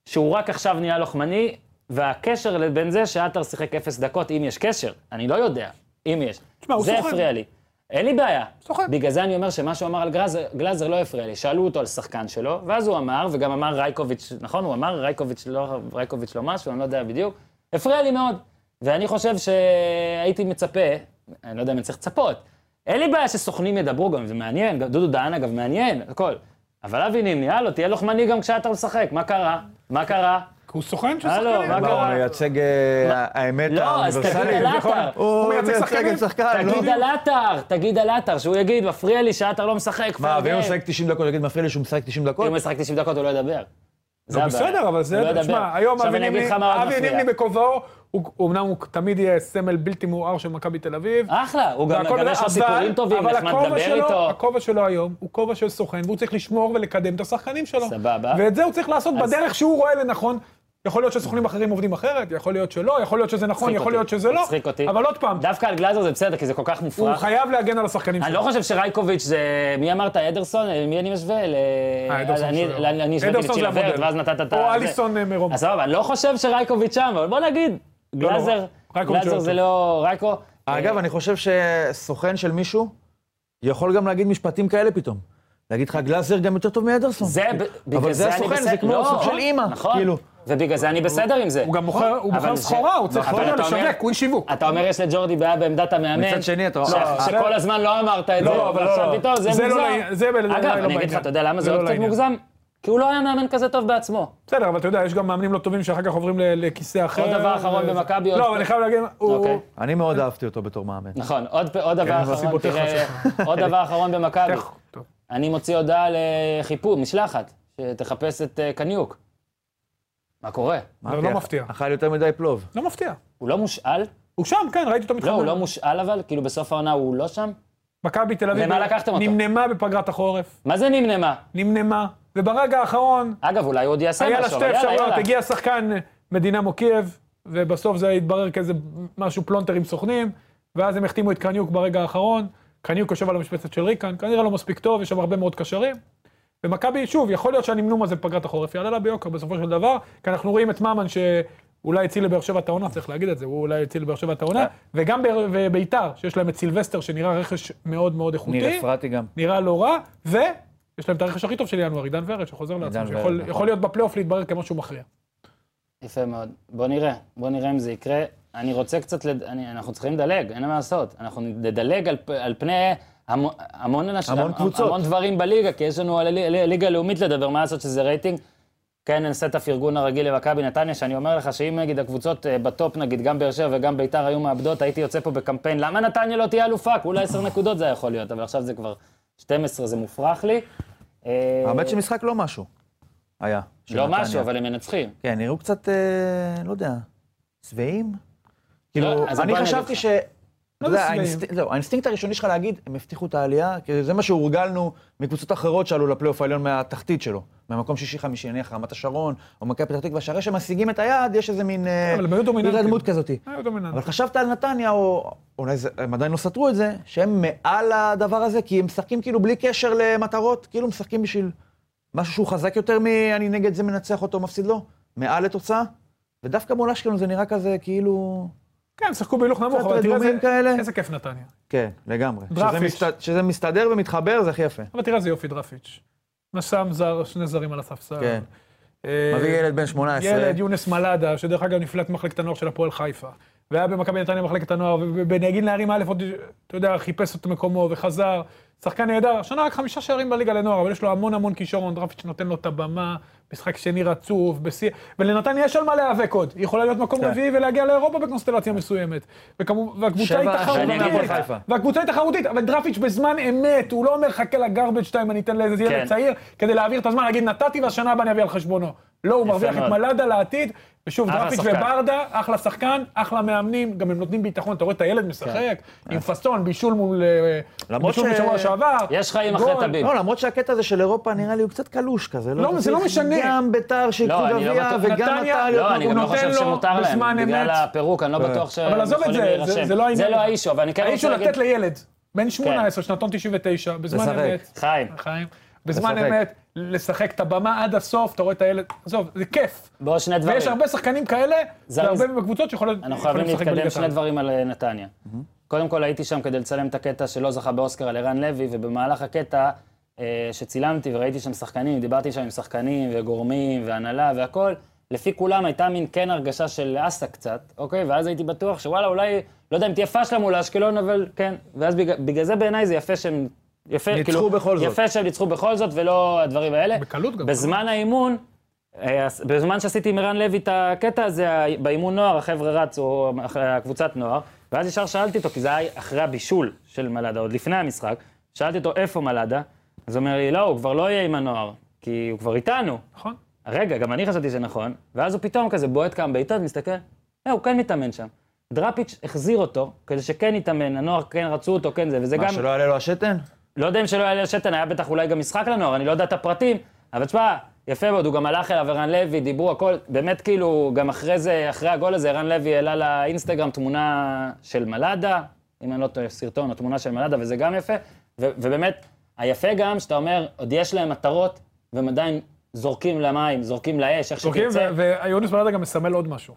[SPEAKER 1] שהוא רק עכשיו נהיה לוחמני, והקשר בין זה שעטר שיחק אפס דקות, אם יש קשר, אני לא יודע, אם יש.
[SPEAKER 3] תשמע, הוא
[SPEAKER 1] זה
[SPEAKER 3] סוכן.
[SPEAKER 1] הפריע לי. אין לי בעיה.
[SPEAKER 3] סוחב.
[SPEAKER 1] בגלל זה אני אומר שמה שהוא אמר על גלאזר, גלאזר לא הפריע לי. שאלו אותו על שחקן שלו, ואז הוא אמר, וגם אמר רייקוביץ', נכון? הוא אמר רייקוביץ' לא, רייקוביץ' לא משהו, אני לא יודע בדיוק. הפריע לי מאוד. ואני חושב שהייתי מצפה, אני לא יודע אם אני צריך לצפות. אין לי בעיה שסוכנים ידברו גם, זה מעניין. גם דודו דהן, אגב, מעניין, הכל. אבל אבי נימני, הלו, תהיה לוחמני גם כשאתה משחק, מה קרה? מה קרה?
[SPEAKER 3] כי הוא סוכן של
[SPEAKER 1] הלו,
[SPEAKER 3] שחקנים. לא,
[SPEAKER 1] מה
[SPEAKER 2] מה,
[SPEAKER 1] קרה?
[SPEAKER 2] הוא לא, מייצג אה, האמת
[SPEAKER 1] לא, אז תגיד
[SPEAKER 2] האוניברסלית?
[SPEAKER 1] על
[SPEAKER 3] נכון.
[SPEAKER 1] עטר.
[SPEAKER 2] הוא
[SPEAKER 3] הוא מייצג
[SPEAKER 2] מייצג
[SPEAKER 3] שחקנים.
[SPEAKER 2] את שחקן, לא?
[SPEAKER 1] תגיד על עטר, תגיד על עטר, שהוא יגיד, מפריע לי שעטר לא משחק.
[SPEAKER 2] מה,
[SPEAKER 1] פרגן."
[SPEAKER 2] ואם הוא משחק 90 דקות, תגיד, מפריע לי שהוא משחק 90
[SPEAKER 1] אם
[SPEAKER 2] דקות?
[SPEAKER 1] הוא משחק 90 דקות הוא לא ידבר. זה
[SPEAKER 3] לא,
[SPEAKER 1] הבעיה.
[SPEAKER 3] בסדר, אבל
[SPEAKER 1] הוא לא
[SPEAKER 3] זה...
[SPEAKER 1] ידבר.
[SPEAKER 3] תשמע, היום
[SPEAKER 1] עכשיו
[SPEAKER 3] אבי
[SPEAKER 1] אני אגיד
[SPEAKER 3] נימני-
[SPEAKER 1] לך מה עוד
[SPEAKER 3] אבי נימני
[SPEAKER 1] מפריע.
[SPEAKER 3] בכובעו, הוא- אומנם הוא תמיד יהיה סמל בלתי מעורער של מכבי תל אביב.
[SPEAKER 1] אחלה, הוא גם
[SPEAKER 3] והכל
[SPEAKER 1] גם
[SPEAKER 3] בסדר,
[SPEAKER 1] יש לו
[SPEAKER 3] אבל-
[SPEAKER 1] סיפורים טובים,
[SPEAKER 3] אבל
[SPEAKER 1] נחמד
[SPEAKER 3] הכובע
[SPEAKER 1] לדבר
[SPEAKER 3] שלו-
[SPEAKER 1] איתו.
[SPEAKER 3] הכובע שלו היום הוא כובע של סוכן, והוא צריך לשמור ולקדם את השחקנים שלו.
[SPEAKER 1] סבבה.
[SPEAKER 3] ואת זה הוא צריך לעשות
[SPEAKER 1] אז-
[SPEAKER 3] בדרך שהוא רואה לנכון. יכול להיות שסוכנים אחרים עובדים אחרת, יכול להיות שלא, יכול להיות שזה נכון,
[SPEAKER 1] מצחיק
[SPEAKER 3] יכול
[SPEAKER 1] אותי,
[SPEAKER 3] להיות שזה לא.
[SPEAKER 1] מצחיק אותי.
[SPEAKER 3] אבל עוד פעם,
[SPEAKER 1] דווקא על גלאזר זה בסדר, כי זה כל כך
[SPEAKER 3] הוא
[SPEAKER 1] מופרך.
[SPEAKER 3] חייב להגן על השחקנים
[SPEAKER 1] אני לא
[SPEAKER 3] שלו.
[SPEAKER 1] חושב שרייקוביץ' זה... מי אמרת? אדרסון? מי אני משווה? ל-
[SPEAKER 3] אה, אדרסון
[SPEAKER 1] אני-
[SPEAKER 3] שלו.
[SPEAKER 1] אני- אני השוויתי
[SPEAKER 3] אדרסון זה
[SPEAKER 1] לצ'ילה ורד,
[SPEAKER 3] המודל.
[SPEAKER 1] ואז נתת את ה...
[SPEAKER 3] או
[SPEAKER 1] זה.
[SPEAKER 3] אליסון, אה, מרומא.
[SPEAKER 1] אז סבבה, אני לא חושב שרייקוביץ' שם, אבל בוא נגיד,
[SPEAKER 3] לא,
[SPEAKER 1] גלאזר,
[SPEAKER 3] רייקוביץ'
[SPEAKER 1] גלאזר
[SPEAKER 3] הוא
[SPEAKER 1] זה
[SPEAKER 3] יותר.
[SPEAKER 1] לא... רייקו...
[SPEAKER 2] אגב, אני חושב שסוכן של מישהו יכול גם להגיד משפטים כאלה פתאום. להגיד לך, גלאזר גם יותר טוב מאדרסון.
[SPEAKER 1] זה, ב- בגלל
[SPEAKER 2] אבל
[SPEAKER 1] זה
[SPEAKER 2] זה
[SPEAKER 1] אני בסדר.
[SPEAKER 2] הסוכן, זה כמו
[SPEAKER 1] לא,
[SPEAKER 2] סוג של אימא,
[SPEAKER 1] נכון,
[SPEAKER 2] כאילו.
[SPEAKER 1] ובגלל זה אני בסדר עם זה.
[SPEAKER 3] הוא גם מוכר- הוא
[SPEAKER 1] אבל
[SPEAKER 3] מוכר
[SPEAKER 1] זה-
[SPEAKER 3] סחורה, הוא צריך
[SPEAKER 1] נכון,
[SPEAKER 3] לא
[SPEAKER 1] אתה אומר-
[SPEAKER 3] לשווק, הוא אין שיווק.
[SPEAKER 1] אתה אומר, יש לג'ורדי בעיה בעמדת המאמן.
[SPEAKER 2] מצד שני, אתה-
[SPEAKER 1] ש-
[SPEAKER 2] לא,
[SPEAKER 1] שכל
[SPEAKER 3] זה-
[SPEAKER 1] הזמן לא אמרת את
[SPEAKER 3] לא,
[SPEAKER 1] זה,
[SPEAKER 3] אבל לא,
[SPEAKER 1] ועכשיו
[SPEAKER 3] לא.
[SPEAKER 1] פתאום זה
[SPEAKER 3] זה לא
[SPEAKER 1] מוגזם.
[SPEAKER 3] לעניין- זה בעיניי לא
[SPEAKER 1] אגב, אני אגיד לך,
[SPEAKER 3] בעניין.
[SPEAKER 1] אתה יודע למה
[SPEAKER 3] זה
[SPEAKER 1] זה
[SPEAKER 3] לא
[SPEAKER 1] עוד קצת
[SPEAKER 3] לעניין.
[SPEAKER 1] מוגזם? כי הוא לא היה מאמן כזה טוב בעצמו.
[SPEAKER 3] בסדר, אבל אתה יודע, יש גם מאמנים לא טובים שאחר כך עוברים ל- לכיסא אחר.
[SPEAKER 1] דבר אחרון
[SPEAKER 3] וזה.
[SPEAKER 1] במכבי, עוד-
[SPEAKER 3] לא, אבל אני חייב להגיד, הוא...
[SPEAKER 1] אוקיי.
[SPEAKER 2] אני מאוד אהבתי אותו בתור מאמן.
[SPEAKER 1] נכון, עוד פ- עוד דבר
[SPEAKER 3] כן, אבל
[SPEAKER 1] אחרון,
[SPEAKER 3] סיבותיך
[SPEAKER 1] תראה,
[SPEAKER 3] שלך.
[SPEAKER 1] עוד דבר אחרון במכבי.
[SPEAKER 3] איך- טוב.
[SPEAKER 1] אני מוציא הודעה לחיפור, משלחת, שתחפש את אה, קניוק. מה קורה?
[SPEAKER 3] לא, לא מפתיע.
[SPEAKER 2] אכל יותר מדי פלוב.
[SPEAKER 3] לא מפתיע.
[SPEAKER 1] הוא לא מושאל?
[SPEAKER 3] הוא שם, כן, ראיתי אותו
[SPEAKER 1] לא,
[SPEAKER 3] מתחבר.
[SPEAKER 1] הוא לא מושאל אבל? כאילו בסוף העונה הוא לא שם?
[SPEAKER 3] מכבי תל אביב.
[SPEAKER 1] למה לקחתם אותו?
[SPEAKER 3] נמנמה בפגרת החורף,
[SPEAKER 1] מה זה נמנמה?
[SPEAKER 3] נמנמה, וברגע האחרון
[SPEAKER 1] אגב, אולי הוא עוד יעשה
[SPEAKER 3] היה לה
[SPEAKER 1] משהו, אבל
[SPEAKER 3] שתי
[SPEAKER 1] יאללה,
[SPEAKER 3] אפשרויות,
[SPEAKER 1] יאללה.
[SPEAKER 3] הגיע שחקן מדינמו קייב, ובסוף זה התברר כאיזה משהו פלונטר עם סוכנים, ואז הם החתימו את קניוק ברגע האחרון, קניוק יושב על המשבצת של ריקן, כנראה לא מספיק טוב, יש שם הרבה מאוד קשרים. ומכבי, שוב, יכול להיות שהנמנום הזה בפגרת החורף יעלה לה ביוקר בסופו של דבר, כי אנחנו רואים את ממן ש... אולי הציל לבאר שבע את העונה, צריך להגיד את זה, הוא אולי הציל לבאר שבע את העונה, וגם באר- וביתר, שיש להם את סילבסטר, שנראה רכש מאוד מאוד איכותי.
[SPEAKER 2] ניר אפרתי גם.
[SPEAKER 3] נראה לא רע, ויש להם את הרכש הכי טוב של ינואר, עידן ורד, שחוזר לעצמו,
[SPEAKER 2] עידן ורד,
[SPEAKER 3] שיכול
[SPEAKER 2] נכון.
[SPEAKER 3] יכול להיות בפלייאוף להתברר כמשהו מכריע.
[SPEAKER 1] יפה מאוד. בוא נראה, בוא נראה אם זה יקרה. אני רוצה קצת, לד... אני, אנחנו צריכים לדלג, אין מה לעשות. אנחנו נדלג על, פ- על פני המון, המון אנשים,
[SPEAKER 2] המון קבוצות.
[SPEAKER 1] המון דברים בליגה, כי יש לנו על הלי- הלי- הליגה הלאומית לדבר, מה לעשות שזה רייטינג? כן, אין סטאפ ארגון הרגיל למכבי נתניה, שאני אומר לך שאם נגיד הקבוצות אה, בטופ, נגיד גם באר שבע וגם ביתר היו מאבדות, הייתי יוצא פה בקמפיין, למה נתניה לא תהיה אלופה? כולה 10 נקודות זה היה יכול להיות, אבל עכשיו זה כבר 12, זה מופרך לי. אה,
[SPEAKER 2] האמת שמשחק לא משהו. היה. של
[SPEAKER 1] לא
[SPEAKER 2] נתניה.
[SPEAKER 1] משהו, אבל הם מנצחים.
[SPEAKER 2] כן, נראו קצת, אה, לא יודע, שבעים?
[SPEAKER 3] לא,
[SPEAKER 2] כאילו,
[SPEAKER 1] אז
[SPEAKER 2] אני
[SPEAKER 1] בוא נגיד
[SPEAKER 2] חשבתי
[SPEAKER 1] לך.
[SPEAKER 2] ש... אתה
[SPEAKER 3] מה זה
[SPEAKER 2] יודע,
[SPEAKER 3] לא שבעים?
[SPEAKER 2] האינסטינקט- זהו, האינסטינקט הראשוני שלך להגיד, הם הבטיחו את העלייה, כי זה מה שהורגלנו מקבוצות אחרות שעלו לפלייאוף העליון מהתחתית שלו. ממקום שישי-חמישי, נניח רמת השרון, או מכבי פתח תקווה, שהרי שמשיגים את היעד, יש איזה מין... אה,
[SPEAKER 3] כן, אבל הם היו דומיננטיים.
[SPEAKER 2] התקדמות כזאת.
[SPEAKER 3] היה דומיננטי.
[SPEAKER 2] אבל חשבת על נתניה, או אולי זה, הם עדיין לא סתרו את זה, שהם מעל הדבר הזה, כי הם משחקים כאילו בלי קשר למטרות, כאילו משחקים בשביל משהו שהוא חזק יותר מ... אני נגד זה מנצח אותו, מפסיד לו, מעל לתוצאה. ודווקא מול אשקלון זה נראה כזה כאילו...
[SPEAKER 3] כן, הם שיחקו בהילוך נמוך, אבל תראה
[SPEAKER 2] רדומים
[SPEAKER 3] איזה-
[SPEAKER 2] כאלה.
[SPEAKER 3] איזה כיף נתניה.
[SPEAKER 2] כן, לגמרי. שזה,
[SPEAKER 3] דראפיץ'.
[SPEAKER 2] מסת... שזה מסתדר ומתחבר, זה הכי יפה.
[SPEAKER 3] אבל תראה איזה יופי דרפיץ'. נסם זר, שני זרים על הספסל.
[SPEAKER 2] כן.
[SPEAKER 3] אה,
[SPEAKER 2] מביא ילד בן 18.
[SPEAKER 3] ילד, יונס מלאדה, שדרך אגב נפלט ממחלקת הנוער של הפועל חיפה. והיה במכבי נתניה במחלקת הנוער, ובנהגים נערים א' עוד, אתה יודע, חיפש את מקומו וחזר. שחקן נהדר, השנה רק חמישה שערים בליגה לנוער, אבל יש לו המון המון כישרון, דרפיץ' נותן לו את הבמה, משחק שני רצוף, בשיא, ולנתניה יש על מה להיאבק עוד. היא יכולה להיות מקום
[SPEAKER 2] כן.
[SPEAKER 3] רביעי ולהגיע לאירופה בקונסטלציה מסוימת. וכמו- והקבוצה היא
[SPEAKER 2] שבע שנים מהפועל
[SPEAKER 3] תחרותית,
[SPEAKER 2] חיפה.
[SPEAKER 3] והקבוצה היא תחרותית, אבל דרפיץ' בזמן אמת, הוא לא אומר חכה לגרבג' טיים, אני אתן לאיזה ילד
[SPEAKER 1] כן.
[SPEAKER 3] צעיר, כדי להעביר את הזמן, להגיד נתתי והשנה הבאה אני אביא על חשבונו. לא, הוא מרוויח את
[SPEAKER 1] מאוד.
[SPEAKER 3] מלאדה לעתיד, ושוב,
[SPEAKER 1] אחלה
[SPEAKER 3] דראפיץ'
[SPEAKER 1] שחקן.
[SPEAKER 3] וברדה, אחלה שחקן, אחלה מאמנים, גם הם נותנים ביטחון, אתה רואה את
[SPEAKER 1] כן.
[SPEAKER 3] הילד משחק,
[SPEAKER 1] אה.
[SPEAKER 3] עם פאסון, בישול מול... אה,
[SPEAKER 2] למרות
[SPEAKER 3] בישול
[SPEAKER 2] ש-
[SPEAKER 3] בשבוע שעבר.
[SPEAKER 1] יש חיים אחרי
[SPEAKER 3] גול.
[SPEAKER 1] תביב.
[SPEAKER 2] אה, לא, למרות שהקטע הזה של אירופה נראה לי הוא קצת קלוש כזה.
[SPEAKER 3] לא, זה לא
[SPEAKER 2] צריך
[SPEAKER 3] משנה.
[SPEAKER 2] גם ביתר שיקחו
[SPEAKER 1] לא, אני לא
[SPEAKER 2] גביע,
[SPEAKER 1] בטוח.
[SPEAKER 2] וגם
[SPEAKER 3] נתניה-
[SPEAKER 2] נתניה.
[SPEAKER 3] להיות
[SPEAKER 1] לא, אני גם לא
[SPEAKER 3] נותן
[SPEAKER 1] חושב
[SPEAKER 3] לו
[SPEAKER 1] שמותר להם,
[SPEAKER 3] בזמן
[SPEAKER 1] בגלל
[SPEAKER 3] אמת. אה.
[SPEAKER 1] הפירוק, אני לא בטוח שהם
[SPEAKER 3] אבל עזוב את
[SPEAKER 1] יכולים
[SPEAKER 3] זה,
[SPEAKER 1] להירשם.
[SPEAKER 3] זה- זה לא העניין.
[SPEAKER 1] זה לא האישו, אבל אני כן
[SPEAKER 3] האיש
[SPEAKER 1] רוצה
[SPEAKER 3] הוא
[SPEAKER 1] להגיד... כן.
[SPEAKER 3] לתת לילד, בן 18, שנתון 99, בזמן
[SPEAKER 2] לשחק.
[SPEAKER 3] אמת.
[SPEAKER 1] חיים.
[SPEAKER 3] חיים. בזמן
[SPEAKER 2] לשחק.
[SPEAKER 3] אמת, לשחק את הבמה עד הסוף, אתה רואה את הילד, עזוב, זה כיף.
[SPEAKER 1] בוא, שני דברים.
[SPEAKER 3] ויש הרבה שחקנים כאלה,
[SPEAKER 1] זריז.
[SPEAKER 3] והרבה מהקבוצות שיכולות
[SPEAKER 1] אנחנו
[SPEAKER 3] אוקיי. יכולים
[SPEAKER 1] חייבים
[SPEAKER 3] לשחק
[SPEAKER 1] להתקדם
[SPEAKER 3] בליגת
[SPEAKER 1] שני
[SPEAKER 3] העל.
[SPEAKER 1] דברים על אה, נתניה. קודם כל הייתי שם כדי לצלם את הקטע שלא זכה באוסקר על ערן לוי, ובמהלך הקטע אה, שצילמתי וראיתי שם שחקנים, דיברתי שם עם שחקנים וגורמים והנהלה והכול, לפי כולם הייתה מין כן הרגשה של אסה קצת, אוקיי? ואז הייתי בטוח שוואלה, אולי, לא יודע אם תהיה פשלה מול אשקלון, אבל כן. ואז בגלל, בגלל זה בעיניי זה יפה שהם... יפה, כאילו,
[SPEAKER 2] ניצחו בכל זאת.
[SPEAKER 1] יפה שהם ניצחו בכל זאת, ולא הדברים האלה.
[SPEAKER 3] בקלות גם.
[SPEAKER 1] בזמן האימון, אה, אז- בזמן שעשיתי עם ערן לוי את הקטע הזה, ה- באימון נוער, החבר'ה רצו, הח- הקבוצת נוער, ואז ישר שאלתי אותו, כי זה היה אחרי הבישול של מלאדה, עוד לפני המשחק, שאלתי אותו, איפה מלאדה? אז הוא אומר לי, לא, הוא כבר לא יהיה עם הנוער, כי הוא כבר איתנו.
[SPEAKER 3] נכון?
[SPEAKER 1] רגע, גם אני חשבתי שנכון, ואז הוא פתאום כזה בועט כמה בעיטות, מסתכל, אה, הוא כן מתאמן שם. דראפיץ' החזיר אותו, כדי שכן יתאמן, הנוער כן רצו אותו, כן זה, וזה גם...
[SPEAKER 2] מה, שלא יעלה לו השתן?
[SPEAKER 1] לא יודע אם שלא היה לי השתן, היה בטח אולי גם משחק לנוער, אני לא יודע את הפרטים, אבל תשמע, יפה מאוד, הוא גם הלך אליו, ערן לוי, דיברו הכל, באמת כאילו, גם אחרי זה, אחרי הגול הזה, ערן לוי העלה לאינסטגרם תמונה של מלאדה, אם אני לא טועה, סרטון או תמונה של מלאדה, וזה גם יפה, ו- ובאמת, היפה גם, שאתה אומר, עוד יש להם מטרות, והם עדיין זורקים למים, זורקים לאש, איך
[SPEAKER 3] זורקים,
[SPEAKER 1] שתרצה.
[SPEAKER 3] אוקיי, ויונס מלאדה גם מסמל עוד משהו.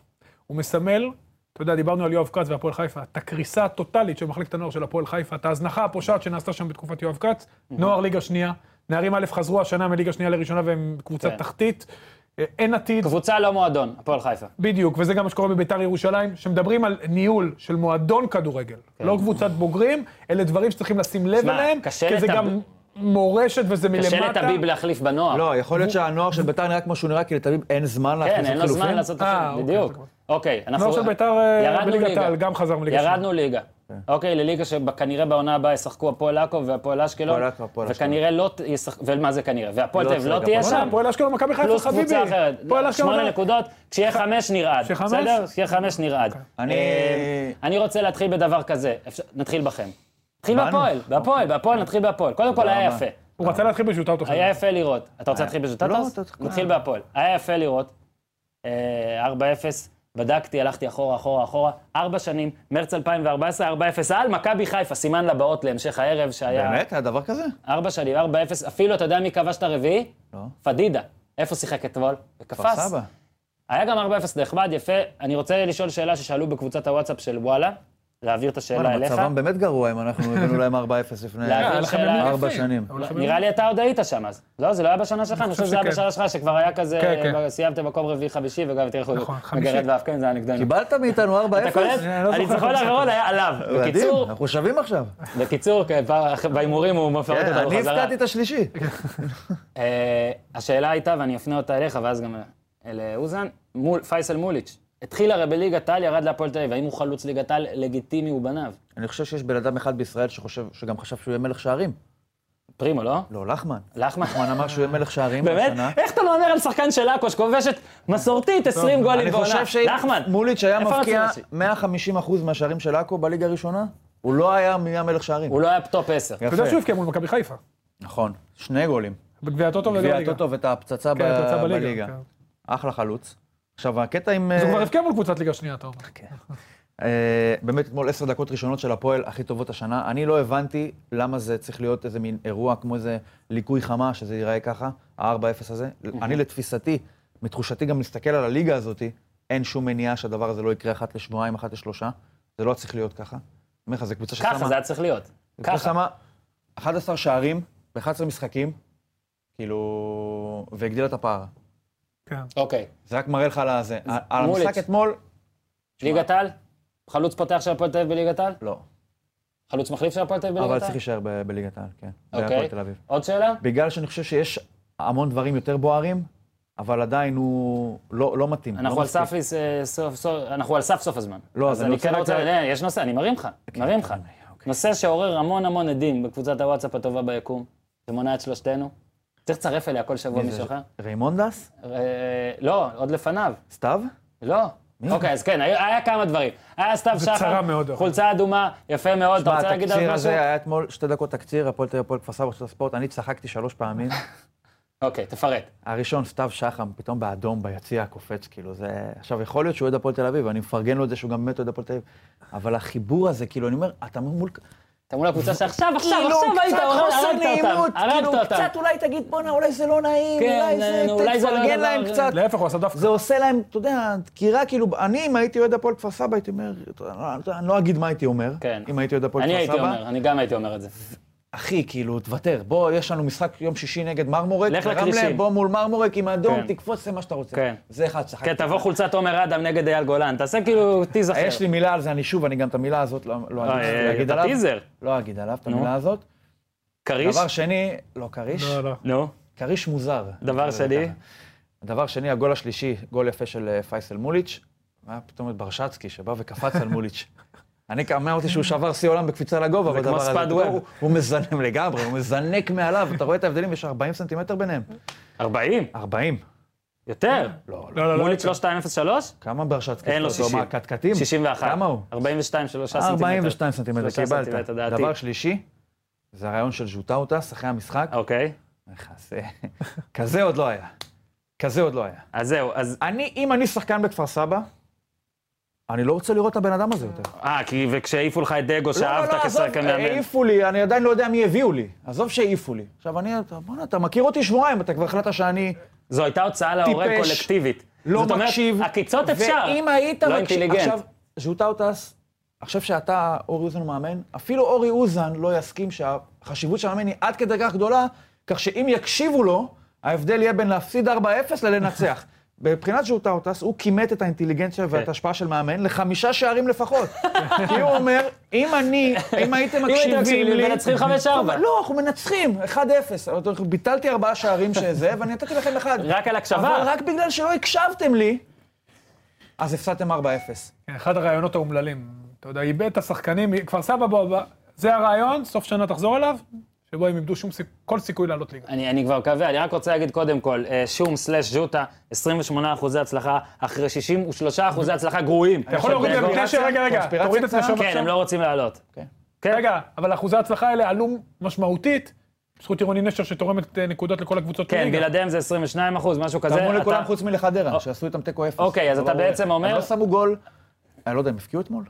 [SPEAKER 3] הוא מסמל, אתה יודע, דיברנו על יואב כץ והפועל חיפה, את הקריסה הטוטלית של מחלקת הנוער של הפועל חיפה, את ההזנחה הפושעת שנעשתה שם בתקופת יואב כץ, נוער ליגה שנייה, נערים א' חזרו השנה מליגה שנייה לראשונה והם קבוצה
[SPEAKER 1] כן.
[SPEAKER 3] תחתית, אה, אין עתיד.
[SPEAKER 1] קבוצה לא מועדון, הפועל חיפה.
[SPEAKER 3] בדיוק, וזה גם מה שקורה בביתר ירושלים, שמדברים על ניהול של מועדון כדורגל, לא קבוצת בוגרים, אלה דברים שצריכים לשים לב
[SPEAKER 1] כן. שמע,
[SPEAKER 3] אליהם,
[SPEAKER 1] קשה
[SPEAKER 3] כי זה
[SPEAKER 1] לטב-
[SPEAKER 3] גם מורשת וזה מלמטה.
[SPEAKER 1] קשה לתביב להחליף בנוער.
[SPEAKER 2] לא, יכול להיות שהנוער של ביתר נראה כמו שהוא נראה, כי לתמיד אין זמן לעשות
[SPEAKER 1] כן,
[SPEAKER 2] חילופים.
[SPEAKER 1] אין לו זמן לעשות את
[SPEAKER 3] אה,
[SPEAKER 1] זה,
[SPEAKER 3] אוקיי,
[SPEAKER 1] בדיוק.
[SPEAKER 3] אוקיי.
[SPEAKER 1] אוקיי, אנחנו...
[SPEAKER 3] ועכשיו ביתר, אה,
[SPEAKER 1] ירדנו
[SPEAKER 3] בליגת
[SPEAKER 1] ליגה.
[SPEAKER 3] העל, גם חזר מליגה כן. שנייה.
[SPEAKER 1] ירדנו ליגה. אוקיי, לליגה שכנראה בעונה הבאה ישחקו הפועל עכו והפועל אשקלון,
[SPEAKER 2] הפועל עכו, הפועל אשקלון.
[SPEAKER 1] וכנראה לא ת- ישחק... ומה זה כנראה? והפועל
[SPEAKER 2] לא
[SPEAKER 1] תל אביב לא
[SPEAKER 2] תשחק,
[SPEAKER 1] תהיה
[SPEAKER 2] הפועל
[SPEAKER 1] שם?
[SPEAKER 3] וואלה, הפועל אשקלון מכבי חיפה
[SPEAKER 1] פלוס
[SPEAKER 3] חביבי.
[SPEAKER 1] קבוצה אחרת. לא,
[SPEAKER 3] הפועל אשקלון
[SPEAKER 1] שמונה נקודות, כשיהיה חמש נרעד.
[SPEAKER 3] כשחמש?
[SPEAKER 1] בסדר? כשיהיה חמש נרעד.
[SPEAKER 3] אוקיי.
[SPEAKER 2] אני-
[SPEAKER 1] אה, אני רוצה להתחיל בדבר כזה, אפשר- נתחיל בכם. נתחיל
[SPEAKER 2] בנו?
[SPEAKER 1] בהפועל, בהפועל, בהפועל נתחיל בהפועל. קודם כל היה
[SPEAKER 2] רבה.
[SPEAKER 1] יפה.
[SPEAKER 3] הוא רצה להתחיל בז'וטאוטו.
[SPEAKER 1] היה יפה לראות. אתה רוצה להתחיל
[SPEAKER 2] אה. לא,
[SPEAKER 1] בז'וטטוס?
[SPEAKER 2] אתה תתחיל.
[SPEAKER 1] נתחיל בהפועל. היה יפה לראות. אה, 4-0, בדקתי, הלכתי אחורה, אחורה, אחורה. ארבע שנים, מרץ 2014, 4-0 על מכבי חיפה, סימן לבאות להמשך הערב שהיה...
[SPEAKER 2] באמת? היה דבר כזה?
[SPEAKER 1] ארבע שנים, 4-0, אפילו, אתה יודע מי כבש את הרביעי?
[SPEAKER 2] לא.
[SPEAKER 1] פדידה. איפה שיחק אתמול? בקפס.
[SPEAKER 2] כפר סבא.
[SPEAKER 1] היה גם 4-0 נחמד, יפה. אני רוצה לשאול שאלה ששאלו בקבוצת הוואטסאפ של וואלה, להעביר את השאלה
[SPEAKER 2] וואלה,
[SPEAKER 1] אליך.
[SPEAKER 2] מצבם באמת גרוע אם אנחנו הבאנו להם 4-0 לפני אה,
[SPEAKER 1] להעביר
[SPEAKER 3] היה לכם ימים
[SPEAKER 2] ארבע
[SPEAKER 3] יפים.
[SPEAKER 2] שנים.
[SPEAKER 3] אבל לכם
[SPEAKER 1] לא, נראה לי אתה עוד היית שם אז. לא, זה לא היה בשנה שלך, אני חושב שזה היה
[SPEAKER 3] שכן.
[SPEAKER 1] בשנה שלך, שכבר היה כזה,
[SPEAKER 3] כן, כן.
[SPEAKER 1] אה, סיימתם מקום רביעי-חמישי, וגם תראה איך הוא
[SPEAKER 3] נכון, חמישי.
[SPEAKER 1] מגרד ואף כן, זה היה נגדנו.
[SPEAKER 2] קיבלת מאיתנו 4-0?
[SPEAKER 1] אתה קולט?
[SPEAKER 3] אני לא זוכר
[SPEAKER 1] הניצחון
[SPEAKER 3] את המשחק
[SPEAKER 1] האחרון היה עליו.
[SPEAKER 2] מדהים, נכון.
[SPEAKER 1] בקיצור,
[SPEAKER 2] אנחנו שווים עכשיו.
[SPEAKER 1] בקיצור, כן, כבר- בהימורים הוא מפרט אותנו
[SPEAKER 2] כן, אני
[SPEAKER 1] חזרה.
[SPEAKER 2] הפקעתי את השלישי.
[SPEAKER 1] אה, השאלה הייתה, ואני אפנה אותה אליך, ואז גם לאוזן, מול- פייסל מוליץ'. התחיל הרי בליגת העל, ירד להפועל תל אביב. האם הוא חלוץ ליגת העל לגיטימי ובניו?
[SPEAKER 2] אני חושב שיש בן אדם אחד בישראל שחושב, שגם חשב שהוא יהיה מלך שערים.
[SPEAKER 1] פרימו, לא?
[SPEAKER 2] לא, לחמן.
[SPEAKER 1] לחמן.
[SPEAKER 2] לחמן אמר שהוא יהיה מלך שערים
[SPEAKER 1] באמת?
[SPEAKER 2] השנה.
[SPEAKER 1] איך אתה לא אומר על שחקן של עכו שכובשת מסורתית 20 גולים
[SPEAKER 2] אני
[SPEAKER 1] בעונה?
[SPEAKER 2] חושב שאם
[SPEAKER 1] לחמן,
[SPEAKER 2] מוליץ' היה
[SPEAKER 1] איפה רצו
[SPEAKER 2] מבקיע
[SPEAKER 1] להוציא?
[SPEAKER 2] 150 אחוז מהשערים של עכו בליגה הראשונה, הוא לא היה נהיה מלך שערים.
[SPEAKER 1] הוא לא היה טופ 10.
[SPEAKER 2] יפה.
[SPEAKER 3] אתה יודע שהוא הבקיע מול מכבי חיפה.
[SPEAKER 2] נכון, שני גולים.
[SPEAKER 3] בגביע הטוטו
[SPEAKER 2] גביע
[SPEAKER 3] ובגביע הליגה.
[SPEAKER 2] הטוטו ואת ההפצצה
[SPEAKER 3] כן, הפצצה
[SPEAKER 2] ב-
[SPEAKER 3] בליגה,
[SPEAKER 2] בליגה.
[SPEAKER 3] כן.
[SPEAKER 2] אחלה חלוץ. עכשיו, הקטע עם...
[SPEAKER 3] אז הוא
[SPEAKER 2] אה,
[SPEAKER 3] כבר הבקיע מול קבוצת ליגה שנייה, אתה אומר.
[SPEAKER 2] אה, באמת אתמול עשר דקות ראשונות של הפועל הכי טובות השנה. אני לא הבנתי למה זה צריך להיות איזה מין אירוע, כמו איזה ליקוי חמה, שזה ייראה ככה, ה-4-0 הזה.
[SPEAKER 3] אוקיי.
[SPEAKER 2] אני לתפיסתי, מתחושתי גם להסתכל על הליגה הזאת, אין שום מניעה שהדבר הזה לא יקרה אחת לשבועיים, אחת לשלושה. זה לא צריך להיות ככה. אני אומר לך, זו קבוצה ששמה...
[SPEAKER 1] ככה זה היה צריך להיות.
[SPEAKER 2] זו קבוצה
[SPEAKER 1] ככה.
[SPEAKER 2] ששמה 11 שערים ב-11 משחקים, כאילו, והגדילה את הפער.
[SPEAKER 3] כן.
[SPEAKER 1] אוקיי.
[SPEAKER 2] זה רק מראה לך על הזה. על
[SPEAKER 1] מוליץ.
[SPEAKER 2] המשחק אתמול,
[SPEAKER 1] ליגת העל? חלוץ פותח של הפועל תל אביב בליגת העל?
[SPEAKER 2] לא.
[SPEAKER 1] חלוץ מחליף של הפועל תל אביב
[SPEAKER 2] אבל
[SPEAKER 1] בליגת
[SPEAKER 2] צריך
[SPEAKER 1] העל?
[SPEAKER 2] להישאר ב- בליגת העל, כן.
[SPEAKER 1] אוקיי.
[SPEAKER 2] בהפועל תל אביב. לא
[SPEAKER 1] עוד שאלה?
[SPEAKER 2] בגלל שאני חושב שיש המון דברים יותר בוערים, אבל עדיין הוא לא, לא מתאים.
[SPEAKER 1] אנחנו
[SPEAKER 2] לא
[SPEAKER 1] על סף
[SPEAKER 2] מספיק.
[SPEAKER 1] אה, סוף- סוף- אנחנו על סף סוף הזמן.
[SPEAKER 2] לא, אז
[SPEAKER 1] אז
[SPEAKER 2] אני
[SPEAKER 1] אני
[SPEAKER 2] רוצה
[SPEAKER 1] כן
[SPEAKER 2] רק
[SPEAKER 1] רוצה...
[SPEAKER 2] ל-
[SPEAKER 1] לא, יש נושא, אני מרים לך. מרים לך.
[SPEAKER 2] אוקיי.
[SPEAKER 1] נושא שעורר המון המון עדים בקבוצת הוואטסאפ הטובה ביקום, שמונה את שלושתנו. צריך לצרף אליה כל שבוע
[SPEAKER 2] מי זה?
[SPEAKER 1] מישהו אחר.
[SPEAKER 2] ריימונדס?
[SPEAKER 1] אה, לא, עוד לפניו.
[SPEAKER 2] סתיו?
[SPEAKER 1] לא. אוקיי, אז כן, היה היה כמה דברים. היה סתיו
[SPEAKER 3] זה צרה מאוד,
[SPEAKER 1] שחר,
[SPEAKER 3] אבל.
[SPEAKER 1] חולצה אדומה, יפה מאוד, אתה
[SPEAKER 2] שמע,
[SPEAKER 1] רוצה להגיד
[SPEAKER 2] התקציר
[SPEAKER 1] על
[SPEAKER 2] הזה
[SPEAKER 1] משהו?
[SPEAKER 2] היה אתמול שתי דקות תקציר, הפועל תל אביב, הפועל כפר סבא, רשות הספורט, אני צחקתי שלוש פעמים.
[SPEAKER 1] אוקיי, תפרט.
[SPEAKER 2] הראשון, סתיו שחם, פתאום באדום, ביציע, קופץ, כאילו, זה... עכשיו, יכול להיות שהוא אוהד הפועל תל אביב, אני מפרגן לו את זה שהוא גם באמת אוהד הפועל תל אביב, אבל החיבור הזה, כאילו, אני אומר, אתה מול... כאילו,
[SPEAKER 1] אתה מול הקבוצה שעכשיו, עכשיו, עכשיו היית, הורג- הרגת אותם. הרגת אותם.
[SPEAKER 2] אולי תגיד, בואנה, אולי זה לא נעים,
[SPEAKER 1] כן, אה, אולי זה לא הדבר הזה."
[SPEAKER 3] להפך, הוא עשה דווקא.
[SPEAKER 2] זה עושה להם, אתה יודע, דקירה, כאילו, אני, אם הייתי אוהד הפועל כפר סבא, הייתי אומר, אתה יודע, אני לא אגיד מה הייתי אומר,
[SPEAKER 1] כן.
[SPEAKER 2] אם הייתי אוהד הפועל
[SPEAKER 1] אני
[SPEAKER 2] כפר
[SPEAKER 1] הייתי
[SPEAKER 2] סבא,
[SPEAKER 1] אומר, אני גם הייתי אומר את זה.
[SPEAKER 2] אחי, כאילו, תוותר, בוא, יש לנו משחק יום שישי נגד מרמורק,
[SPEAKER 1] לך
[SPEAKER 2] ברמלה,
[SPEAKER 1] לקרישים.
[SPEAKER 2] בוא מול מרמורק עם
[SPEAKER 1] כן.
[SPEAKER 2] האדום, תקפוץ, זה מה שאתה רוצה.
[SPEAKER 1] כן.
[SPEAKER 2] זה אחד, שחקתי.
[SPEAKER 1] כן, תבוא חולצת עומר אדם נגד אייל גולן, תעשה כאילו טיז אחר.
[SPEAKER 2] אה, יש לי מילה על זה, אני שוב, אני גם את המילה הזאת לא לא
[SPEAKER 1] אה,
[SPEAKER 2] אגיד-
[SPEAKER 1] אה,
[SPEAKER 2] אגיד
[SPEAKER 1] אתה
[SPEAKER 2] עליו.
[SPEAKER 1] טיזר.
[SPEAKER 2] לא אגיד עליו, את
[SPEAKER 1] נו.
[SPEAKER 2] המילה הזאת.
[SPEAKER 1] כריש?
[SPEAKER 2] דבר שני, לא כריש,
[SPEAKER 3] לא, לא.
[SPEAKER 1] נו,
[SPEAKER 2] כריש מוזר.
[SPEAKER 1] דבר שני?
[SPEAKER 2] דבר שני, הגול השלישי, גול יפה של אה, פייסל מוליץ', היה פתאום את ברשצקי שבא וקפץ על מוליץ'. אני כ- אמרתי שהוא שבר שיא עולם בקפיצה לגובה,
[SPEAKER 1] זה
[SPEAKER 2] בדבר
[SPEAKER 1] כמו
[SPEAKER 2] הזה.
[SPEAKER 1] ספד
[SPEAKER 2] פתאום
[SPEAKER 1] ווב.
[SPEAKER 2] הוא- הוא מזנק לגמרי, הוא מזנק מעליו, אתה רואה את ההבדלים, יש 40 סנטימטר ביניהם.
[SPEAKER 1] 40?
[SPEAKER 2] 40.
[SPEAKER 1] יותר.
[SPEAKER 2] לא, לא.
[SPEAKER 3] לא, לא, לא.
[SPEAKER 1] מוליץ' 3203?
[SPEAKER 2] כמה ברשצקי?
[SPEAKER 1] אין לו
[SPEAKER 2] אותו?
[SPEAKER 1] 60.
[SPEAKER 2] מה, קטקטים?
[SPEAKER 1] 61.
[SPEAKER 2] כמה הוא?
[SPEAKER 1] 42, 3 סנטימטר.
[SPEAKER 2] 42 סנטימטר,
[SPEAKER 1] לא שלושה
[SPEAKER 2] קיבלת.
[SPEAKER 1] סנטימטר, דעתי.
[SPEAKER 2] דבר שלישי, זה הרעיון של ז'וטאוטס אחרי המשחק.
[SPEAKER 1] אוקיי,
[SPEAKER 2] איך זה? כזה עוד לא היה. כזה עוד לא היה.
[SPEAKER 1] אז זהו, אז...
[SPEAKER 2] אני, אם אני שחקן בכפר סבא, אני לא רוצה לראות את הבן אדם הזה יותר.
[SPEAKER 1] אה, כי וכשהעיפו לך את דגו
[SPEAKER 2] לא, לא,
[SPEAKER 1] שאהבת
[SPEAKER 2] לא, עזוב,
[SPEAKER 1] כשחקן מאמן.
[SPEAKER 2] העיפו לי, אני עדיין לא יודע מי הביאו לי. עזוב שהעיפו לי. עכשיו אני, אתה- בוא'נה, אתה מכיר אותי שבועיים, אתה כבר החלטת שאני...
[SPEAKER 1] זו הייתה הוצאה להורג
[SPEAKER 2] טיפש,
[SPEAKER 1] קולקטיבית.
[SPEAKER 2] לא
[SPEAKER 1] זאת אומרת,
[SPEAKER 2] מקשיב.
[SPEAKER 1] עקיצות אפשר.
[SPEAKER 2] ואם היית
[SPEAKER 1] לא
[SPEAKER 2] מקשיב...
[SPEAKER 1] אינטליגנט.
[SPEAKER 2] עכשיו, ז'וטאוטס, אני חושב שאתה, אורי אוזן הוא מאמן, אפילו אורי אוזן לא יסכים שהחשיבות של המאמן היא עד כדי כך גדולה, כך שאם יקשיבו לו, ההבדל יהיה בין להפסיד 4-0 ללנצח. מבחינת ז'וטאוטס, הוא כימת את האינטליגנציה
[SPEAKER 1] כן.
[SPEAKER 2] ואת ההשפעה של מאמן לחמישה שערים לפחות. כי הוא אומר, אם אני, אם הייתם
[SPEAKER 1] הייתם
[SPEAKER 2] מקשיבים
[SPEAKER 1] מקשיבים לי,
[SPEAKER 2] לי...
[SPEAKER 1] מנצחים 5-4.
[SPEAKER 2] לא, אנחנו מנצחים, 1-0. אנחנו- ביטלתי ארבעה שערים שזה, ואני נתתי לכם אחד.
[SPEAKER 1] רק על הקשבה.
[SPEAKER 2] אבל רק בגלל שלא הקשבתם לי, אז הפסדתם 4-0.
[SPEAKER 3] כן, אחד הרעיונות האומללים. אתה יודע, איבד את השחקנים, כפר סבא בו, בו- זה הרעיון, סוף שנה תחזור אליו, שבו הם איבדו שום סיכ- כל סיכוי לעלות ליגה.
[SPEAKER 1] אני, אני כבר מקווה, אני רק רוצה להגיד קודם כל, אה, שום סלאש ז'וטה, 28 אחוזי הצלחה, אחרי 63 אחוזי הצלחה גרועים.
[SPEAKER 3] אתה יכול להוריד
[SPEAKER 1] של
[SPEAKER 3] להם
[SPEAKER 1] דגו.
[SPEAKER 3] לפני ש... רגע, רגע,
[SPEAKER 2] קונספירציה
[SPEAKER 3] תוריד את זה
[SPEAKER 2] קטנה?
[SPEAKER 3] שם
[SPEAKER 1] כן,
[SPEAKER 3] עכשיו.
[SPEAKER 1] הם לא רוצים לעלות. כן.
[SPEAKER 3] רגע, אבל אחוזי ההצלחה האלה עלו משמעותית, בזכות עירוני נשר שתורמת אה, נקודות לכל הקבוצות
[SPEAKER 1] כן,
[SPEAKER 3] בליגה.
[SPEAKER 1] בלעדיהם זה 22 אחוז, משהו כזה.
[SPEAKER 2] תרמו
[SPEAKER 1] אתה-
[SPEAKER 2] לכולם חוץ מלחדרה, שעשו איתם תיקו 0.
[SPEAKER 1] אוקיי, אז
[SPEAKER 2] לא
[SPEAKER 1] אתה
[SPEAKER 2] ברור.
[SPEAKER 1] בעצם אומר-
[SPEAKER 2] הם לא שמו גול, אני לא יודע, הם הפקיעו אתמול?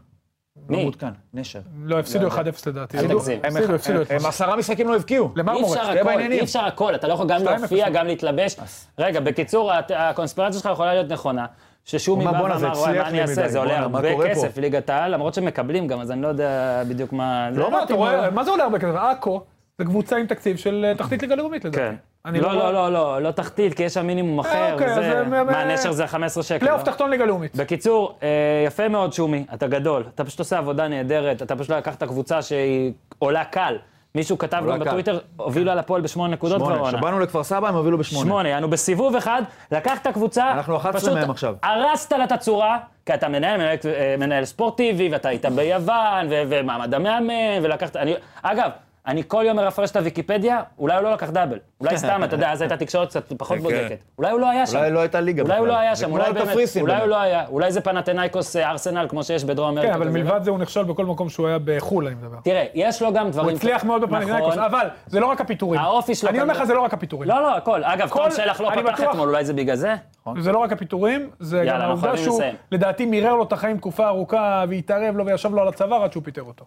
[SPEAKER 2] לא
[SPEAKER 1] מי? לא-
[SPEAKER 2] מעודכן, נשר.
[SPEAKER 3] לא, הפסידו 1-0 לדעתי.
[SPEAKER 1] אל
[SPEAKER 3] הפסידו-
[SPEAKER 1] תגזים.
[SPEAKER 2] הם-
[SPEAKER 3] הפסידו, הפסידו
[SPEAKER 2] הם-
[SPEAKER 3] אתמול.
[SPEAKER 2] הם עשרה משחקים לא הבקיעו.
[SPEAKER 1] אי
[SPEAKER 3] למרמורק.
[SPEAKER 1] אפשר
[SPEAKER 2] תהיה
[SPEAKER 1] הכל,
[SPEAKER 2] בעניינים.
[SPEAKER 1] אי אפשר הכל, אתה לא יכול גם
[SPEAKER 3] שתיים
[SPEAKER 1] להופיע,
[SPEAKER 3] אפס.
[SPEAKER 1] גם להתלבש. רגע, בקיצור, הת- הקונספירציה שלך יכולה להיות נכונה, ששומי
[SPEAKER 2] הוא
[SPEAKER 1] בא
[SPEAKER 2] אומר, "בואנה, זה
[SPEAKER 1] ואמר, וואי,
[SPEAKER 2] הצליח
[SPEAKER 1] מה אני
[SPEAKER 2] לי
[SPEAKER 1] אעשה?
[SPEAKER 2] מדי,
[SPEAKER 1] זה עולה
[SPEAKER 2] בואנה, מה
[SPEAKER 1] הרבה
[SPEAKER 2] קורה פה?"
[SPEAKER 1] כסף, ליגת העל, למרות שמקבלים גם, אז אני לא יודע בדיוק מה... זה
[SPEAKER 3] לא, אתה
[SPEAKER 2] מתאים
[SPEAKER 3] רואה,
[SPEAKER 2] לו.
[SPEAKER 3] מה זה עולה הרבה כסף? עכו זה קבוצה עם תקציב של אה, תחתית ליגה לאומית לדעתי.
[SPEAKER 1] כן.
[SPEAKER 3] אני
[SPEAKER 1] לא, לא, לא, לא, לא תחתית, כי יש שם מינימום אחר,
[SPEAKER 3] אוקיי, אז
[SPEAKER 1] זה...
[SPEAKER 3] הם, הם,
[SPEAKER 1] מה,
[SPEAKER 3] אה,
[SPEAKER 1] הנשר זה 15 שקל,
[SPEAKER 3] פלייאוף
[SPEAKER 1] לא?
[SPEAKER 3] תחתון ליגה לאומית.
[SPEAKER 1] בקיצור, אה, יפה מאוד, שומי, אתה גדול. אתה פשוט עושה עבודה נהדרת, אתה פשוט לא לקחת קבוצה שהיא עולה קל. מישהו כתב
[SPEAKER 2] עולה
[SPEAKER 1] גם
[SPEAKER 2] קל.
[SPEAKER 1] בטוויטר, הובילו על הפועל בשמונה נקודות כבר
[SPEAKER 2] שמונה,
[SPEAKER 1] עונה.
[SPEAKER 2] כשבאנו לכפר סבא הם הובילו בשמונה.
[SPEAKER 1] שמונה, אנו בסיבוב אחד, לקחת קבוצה,
[SPEAKER 2] אנחנו 11 מהם עכשיו.
[SPEAKER 1] הרסת לה את הצורה, כי אתה מנהל, מנהל, אה, מנהל ספורטיבי, ואתה היית ביוון, ו- ומעמד המאמן, ולקחת... אני, אגב, אני כל יום מרפרש את הוויקיפדיה, אולי הוא לא לקח דאבל. אולי סתם, אתה יודע, אז הייתה תקשורת קצת פחות
[SPEAKER 2] כן.
[SPEAKER 1] בודקת. אולי הוא לא היה שם.
[SPEAKER 2] אולי לא הייתה ליגה
[SPEAKER 1] אולי הוא
[SPEAKER 2] בכלל.
[SPEAKER 1] לא היה
[SPEAKER 2] זה
[SPEAKER 1] שם,
[SPEAKER 2] כמו
[SPEAKER 1] אולי
[SPEAKER 2] על
[SPEAKER 1] באמת,
[SPEAKER 2] קפריסין
[SPEAKER 1] אולי הוא
[SPEAKER 2] באמת.
[SPEAKER 1] לא היה, אולי זה פנתנאיקוס אה, ארסנל, כמו שיש בדרום אמריקה.
[SPEAKER 3] כן, אבל
[SPEAKER 1] כזה.
[SPEAKER 3] מלבד זה הוא נכשל בכל מקום שהוא היה בחו"ל, אני מדבר.
[SPEAKER 1] תראה, יש לו גם דברים...
[SPEAKER 3] הוא הצליח מאוד בפנגניקוס,
[SPEAKER 1] נכון.
[SPEAKER 3] אבל זה לא רק הפיטורים.
[SPEAKER 1] האופי שלו
[SPEAKER 3] אני אומר
[SPEAKER 1] גם-
[SPEAKER 3] לך, זה לא רק הפיטורים.
[SPEAKER 1] לא, לא, הכל. אגב,
[SPEAKER 3] כל-
[SPEAKER 1] תום שלח לא
[SPEAKER 3] אני
[SPEAKER 1] פתח
[SPEAKER 3] בטוח-
[SPEAKER 1] אתמול, אולי זה בגלל זה?
[SPEAKER 3] זה לא רק הפיטורים, זה
[SPEAKER 1] יאללה,
[SPEAKER 3] גם
[SPEAKER 1] אנחנו
[SPEAKER 3] העובדה
[SPEAKER 1] חייבים
[SPEAKER 3] שהוא,
[SPEAKER 1] לסיים.
[SPEAKER 3] לדעתי, מירר לו את החיים תקופה ארוכה, והתערב לו וישב לו על הצוואר עד שהוא פיטר אותו.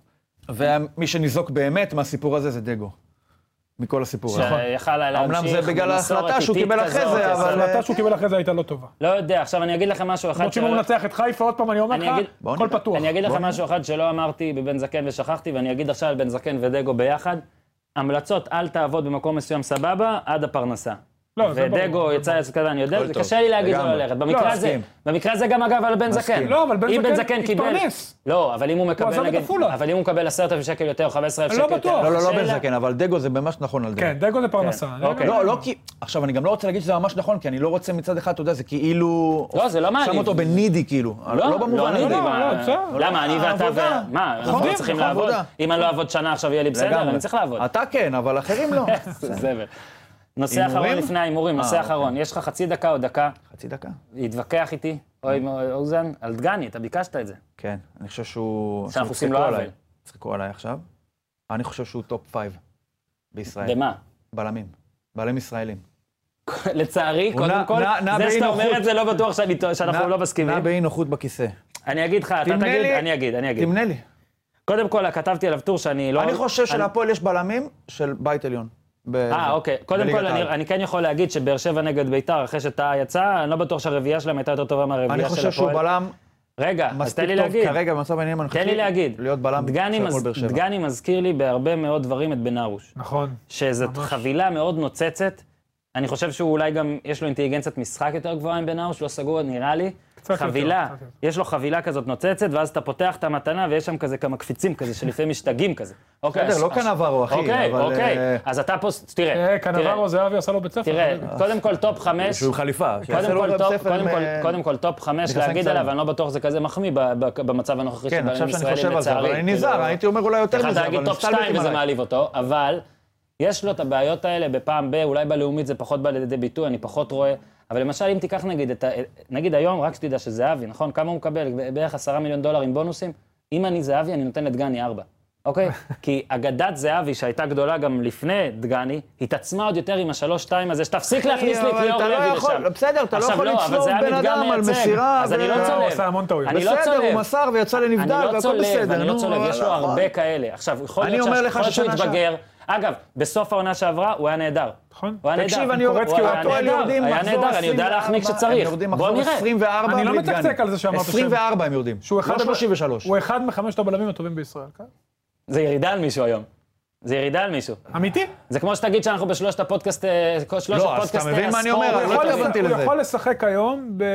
[SPEAKER 2] ומי שניזוק באמת מהסיפור הזה זה דגו. מכל הסיפור הזה.
[SPEAKER 1] שיכל היה
[SPEAKER 2] נכון. אמנם
[SPEAKER 1] להמשיך.
[SPEAKER 2] זה בגלל
[SPEAKER 1] במסורת
[SPEAKER 2] ההחלטה שהוא
[SPEAKER 1] איטית
[SPEAKER 2] קיבל
[SPEAKER 1] כזאת,
[SPEAKER 2] אחרי זה,
[SPEAKER 1] אה,
[SPEAKER 2] אבל-
[SPEAKER 3] ההחלטה שהוא קיבל אחרי זה הייתה לא טובה.
[SPEAKER 1] לא יודע, עכשיו אני אגיד לכם משהו אחד
[SPEAKER 3] למרות שאם הוא
[SPEAKER 1] שלא...
[SPEAKER 3] מנצח את חיפה, עוד פעם אני אומר
[SPEAKER 1] אני
[SPEAKER 3] לך,
[SPEAKER 1] אגיד-
[SPEAKER 2] בוא
[SPEAKER 3] הכל
[SPEAKER 2] נראה.
[SPEAKER 3] פתוח.
[SPEAKER 1] אני אגיד
[SPEAKER 2] בוא
[SPEAKER 1] לכם
[SPEAKER 2] נראה.
[SPEAKER 1] משהו אחד שלא אמרתי בבן זקן ושכחתי, ואני אגיד עכשיו על בן זקן ודגו ביחד. המלצות, אל תעבוד במקום מסוים סבבה, עד הפרנסה.
[SPEAKER 3] לא, זה ברור.
[SPEAKER 1] ודגו יצא עץ קטן, אני יודע,
[SPEAKER 2] הכל
[SPEAKER 1] זה
[SPEAKER 2] טוב,
[SPEAKER 1] קשה לי להגיד לו
[SPEAKER 2] לגמרי. לא,
[SPEAKER 1] ללכת. במקרה הזה,
[SPEAKER 2] מסכים.
[SPEAKER 1] במקרה הזה גם אגב על בן זקן.
[SPEAKER 2] מסכים.
[SPEAKER 3] לא, אבל בן
[SPEAKER 1] אם
[SPEAKER 3] זקן
[SPEAKER 1] קיבל-
[SPEAKER 3] התפרנס.
[SPEAKER 1] לא, אבל אם הוא מקבל,
[SPEAKER 3] עזב את
[SPEAKER 1] נגיד,
[SPEAKER 3] עפולה.
[SPEAKER 1] אבל אם הוא מקבל 10,000 שקל יותר, או 15,000
[SPEAKER 3] אני לא
[SPEAKER 1] שקל יותר,
[SPEAKER 3] בטוח.
[SPEAKER 2] לא, לא, לא
[SPEAKER 1] קשה
[SPEAKER 2] בן
[SPEAKER 1] לה-
[SPEAKER 2] זקן, אבל דגו זה ממש נכון על דגו.
[SPEAKER 3] כן, דגו זה פרנסה. אני לא
[SPEAKER 1] אוקיי.
[SPEAKER 3] יודע.
[SPEAKER 2] לא, לא כי... עכשיו, אני גם לא רוצה להגיד שזה ממש נכון, כי אני לא רוצה מצד אחד, אתה יודע, זה כאילו...
[SPEAKER 1] לא, זה לא מעליב.
[SPEAKER 2] שם אותו בנידי, כאילו.
[SPEAKER 1] לא,
[SPEAKER 2] לא במובן
[SPEAKER 1] אני
[SPEAKER 2] הזה.
[SPEAKER 1] יודע,
[SPEAKER 3] לא,
[SPEAKER 1] מה-
[SPEAKER 3] לא, בסדר.
[SPEAKER 1] למה, אני ואתה ו...
[SPEAKER 2] עבודה.
[SPEAKER 1] מה, אנחנו
[SPEAKER 2] עובדים,
[SPEAKER 1] לא צריכים
[SPEAKER 2] אנחנו
[SPEAKER 1] לעבוד?
[SPEAKER 2] עבודה.
[SPEAKER 1] אם אני לא אעבוד שנה עכשיו יהיה לי בסדר,
[SPEAKER 2] לגמרי.
[SPEAKER 1] אני צריך לעבוד.
[SPEAKER 2] אתה כן, אבל אחרים לא.
[SPEAKER 1] זבל. נושא
[SPEAKER 2] הימורים?
[SPEAKER 1] אחרון לפני ההימורים,
[SPEAKER 2] אה,
[SPEAKER 1] נושא
[SPEAKER 2] אוקיי.
[SPEAKER 1] אחרון. יש לך חצי דקה או דקה
[SPEAKER 2] חצי דקה.
[SPEAKER 1] להתווכח איתי, או עם אוזן, על דגני, אתה ביקשת את זה.
[SPEAKER 2] כן, אני חושב שהוא...
[SPEAKER 1] שאנחנו לא עושים
[SPEAKER 2] שיצחקו
[SPEAKER 1] לו עוול.
[SPEAKER 2] עליי. צחקו עליי עכשיו. אני חושב שהוא טופ פייב בישראל.
[SPEAKER 1] במה?
[SPEAKER 2] בלמים. בלמים ישראלים.
[SPEAKER 1] לצערי,
[SPEAKER 2] הוא
[SPEAKER 1] קודם
[SPEAKER 2] נע-
[SPEAKER 1] כל,
[SPEAKER 2] נע- נע
[SPEAKER 1] זה שאתה
[SPEAKER 2] באי-נוחות.
[SPEAKER 1] אומר את זה לא בטוח שאני טוע-
[SPEAKER 2] נע-
[SPEAKER 1] שאנחנו לא מסכימים.
[SPEAKER 2] נע באי נוחות בכיסא.
[SPEAKER 1] אני אגיד לך, אתה
[SPEAKER 2] תמנה
[SPEAKER 1] תגיד,
[SPEAKER 2] לי-
[SPEAKER 1] אני אגיד, אני אגיד.
[SPEAKER 2] תמנה לי.
[SPEAKER 1] קודם כל, כתבתי עליו טור שאני לא...
[SPEAKER 2] אני חושב
[SPEAKER 1] אני-
[SPEAKER 2] שלהפועל יש בלמים של בית עליון. ב-
[SPEAKER 1] אה, אוקיי. קודם
[SPEAKER 2] בליגת
[SPEAKER 1] כל, אני-
[SPEAKER 2] העל.
[SPEAKER 1] אני כן יכול להגיד שבאר שבע נגד ביתר, אחרי שטאה יצא, אני לא בטוח שהרביעייה שלהם הייתה יותר טובה מהרביעייה של
[SPEAKER 2] אני
[SPEAKER 1] הפועל.
[SPEAKER 2] חושב שהוא בלם
[SPEAKER 1] רגע, אז תן
[SPEAKER 2] מספיק
[SPEAKER 1] לי
[SPEAKER 2] טוב
[SPEAKER 1] להגיד.
[SPEAKER 2] כרגע במצב העניינים הנוכחי.
[SPEAKER 1] תן לי להגיד.
[SPEAKER 2] להיות בלם
[SPEAKER 1] דגני
[SPEAKER 2] של
[SPEAKER 1] מז-
[SPEAKER 2] הפועל באר שבע.
[SPEAKER 1] דגני מזכיר לי בהרבה מאוד דברים את בן ארוש.
[SPEAKER 3] נכון.
[SPEAKER 1] שזאת חבילה מאוד נוצצת. אני חושב שהוא אולי גם, יש לו אינטליגנציית משחק יותר גבוהה עם בן ארוש, לא סגור, נראה לי.
[SPEAKER 3] יותר,
[SPEAKER 1] חבילה,
[SPEAKER 3] קצת יותר.
[SPEAKER 1] יש לו חבילה כזאת נוצצת, ואז אתה פותח את המתנה, ויש שם כזה כמה קפיצים כזה, שלפעמים משתגעים כזה. אוקיי,
[SPEAKER 2] בסדר,
[SPEAKER 1] אז-
[SPEAKER 2] לא
[SPEAKER 1] אז-
[SPEAKER 2] קנברו, אחי,
[SPEAKER 1] אוקיי,
[SPEAKER 2] אבל,
[SPEAKER 1] אוקיי.
[SPEAKER 2] אה,
[SPEAKER 1] אז אתה פה, תראה, תראה,
[SPEAKER 3] אה, קנברו זהבי עשה לו בית ספר. לא
[SPEAKER 1] תראה, קודם כל טופ חמש,
[SPEAKER 2] שהוא עם חליפה. שיעשה
[SPEAKER 1] קודם
[SPEAKER 2] לו
[SPEAKER 1] כל,
[SPEAKER 2] לא גם
[SPEAKER 1] טופ,
[SPEAKER 2] ספר
[SPEAKER 1] קודם,
[SPEAKER 2] עם,
[SPEAKER 1] כל,
[SPEAKER 2] אה,
[SPEAKER 1] קודם כל טופ חמש
[SPEAKER 2] מכנסיים
[SPEAKER 1] להגיד
[SPEAKER 2] קצרים.
[SPEAKER 1] עליו, אני לא בטוח שזה כזה מחמיא ב- ב- במצב הנוכחי
[SPEAKER 2] כן, עכשיו שאני חושב
[SPEAKER 1] ישראלים,
[SPEAKER 2] על זה, אבל
[SPEAKER 1] לצערי,
[SPEAKER 2] אני
[SPEAKER 1] כאילו,
[SPEAKER 2] נזהר, הייתי אומר אולי יותר
[SPEAKER 1] יכלת
[SPEAKER 2] מזה, אבל
[SPEAKER 1] להגיד טופ
[SPEAKER 2] מסתלבטים
[SPEAKER 1] שתיים וזה
[SPEAKER 2] עליי.
[SPEAKER 1] מעליב אותו, אבל יש לו את הבעיות האלה בפעם ב, אולי בלאומית זה פחות בא לידי ביטוי, אני פחות רואה, אבל למשל אם תיקח נגיד את ה... נגיד היום, רק שתדע שזהבי, נכון? כמה הוא מקבל? בערך עשרה מיליון דולר עם בונוסים? אם אני זהבי, אני נותן לדגני ארבע. אוקיי? כי אגדת זהבי, שהייתה גדולה גם לפני דגני, התעצמה עוד יותר עם השלוש-שתיים הזה, שתפסיק להכניס לי את
[SPEAKER 2] אבל
[SPEAKER 1] ליאור
[SPEAKER 2] אתה לא
[SPEAKER 1] לוי
[SPEAKER 2] יכול-
[SPEAKER 1] לשם.
[SPEAKER 2] בסדר, אתה לא
[SPEAKER 1] עכשיו,
[SPEAKER 2] יכול
[SPEAKER 1] אבל
[SPEAKER 2] לצלוב
[SPEAKER 1] זהבי
[SPEAKER 2] בן
[SPEAKER 1] דגם
[SPEAKER 2] אדם על
[SPEAKER 1] מייצג,
[SPEAKER 2] מסירה
[SPEAKER 1] אז אני לא
[SPEAKER 2] ו-
[SPEAKER 1] צולב.
[SPEAKER 2] הוא
[SPEAKER 3] עשה המון טעויות.
[SPEAKER 1] אני לא
[SPEAKER 2] בסדר,
[SPEAKER 1] צולב.
[SPEAKER 2] הוא מסר ויצא
[SPEAKER 1] אני
[SPEAKER 2] לנבדל,
[SPEAKER 1] לא
[SPEAKER 2] והכל
[SPEAKER 1] צולב,
[SPEAKER 2] בסדר.
[SPEAKER 1] אני לא
[SPEAKER 2] נו,
[SPEAKER 1] צולב, יש לו
[SPEAKER 2] אבל-
[SPEAKER 1] הרבה כאלה. עכשיו, יכול
[SPEAKER 2] אני
[SPEAKER 1] להיות שה-
[SPEAKER 2] אומר לך
[SPEAKER 1] יכול להיות שהוא
[SPEAKER 2] ששנה שעברה-
[SPEAKER 1] התבגר. אגב, בסוף העונה שעברה הוא היה נהדר.
[SPEAKER 3] נכון.
[SPEAKER 1] הוא היה נהדר.
[SPEAKER 2] תקשיב, אני
[SPEAKER 1] הוא
[SPEAKER 2] קורצקי,
[SPEAKER 1] היה
[SPEAKER 2] הפועל
[SPEAKER 1] נהדר,
[SPEAKER 2] יורדים
[SPEAKER 1] היה
[SPEAKER 2] מחזור
[SPEAKER 1] נהדר, אני יודע
[SPEAKER 2] 24,
[SPEAKER 1] להחמיא
[SPEAKER 2] הם
[SPEAKER 1] כשצריך.
[SPEAKER 2] יורדים
[SPEAKER 1] בוא
[SPEAKER 2] מחזור
[SPEAKER 1] נראה.
[SPEAKER 2] 24
[SPEAKER 3] אני לא
[SPEAKER 2] בלי דגני.
[SPEAKER 3] מצקצק על זה שאמרת שהם-
[SPEAKER 2] 24 הם יורדים,
[SPEAKER 3] שהוא אחד
[SPEAKER 2] לא
[SPEAKER 3] מה-
[SPEAKER 2] 33.
[SPEAKER 3] הוא אחד מחמשת הבלמים הטובים בישראל. כן?
[SPEAKER 1] זה ירידה על מישהו היום. זה ירידה על מישהו.
[SPEAKER 3] אמיתי?
[SPEAKER 1] זה כמו שתגיד שאנחנו בשלושת הפודקאסט, אה, כל שלושת
[SPEAKER 2] לא, אז אתה
[SPEAKER 1] הפודקאסטי
[SPEAKER 2] מבין מה אני
[SPEAKER 1] הספורט.
[SPEAKER 2] אומר?
[SPEAKER 3] הוא
[SPEAKER 2] לא
[SPEAKER 3] יכול
[SPEAKER 2] התכוונתי
[SPEAKER 3] לשחק- הוא
[SPEAKER 2] לזה.
[SPEAKER 3] יכול לשחק היום ב-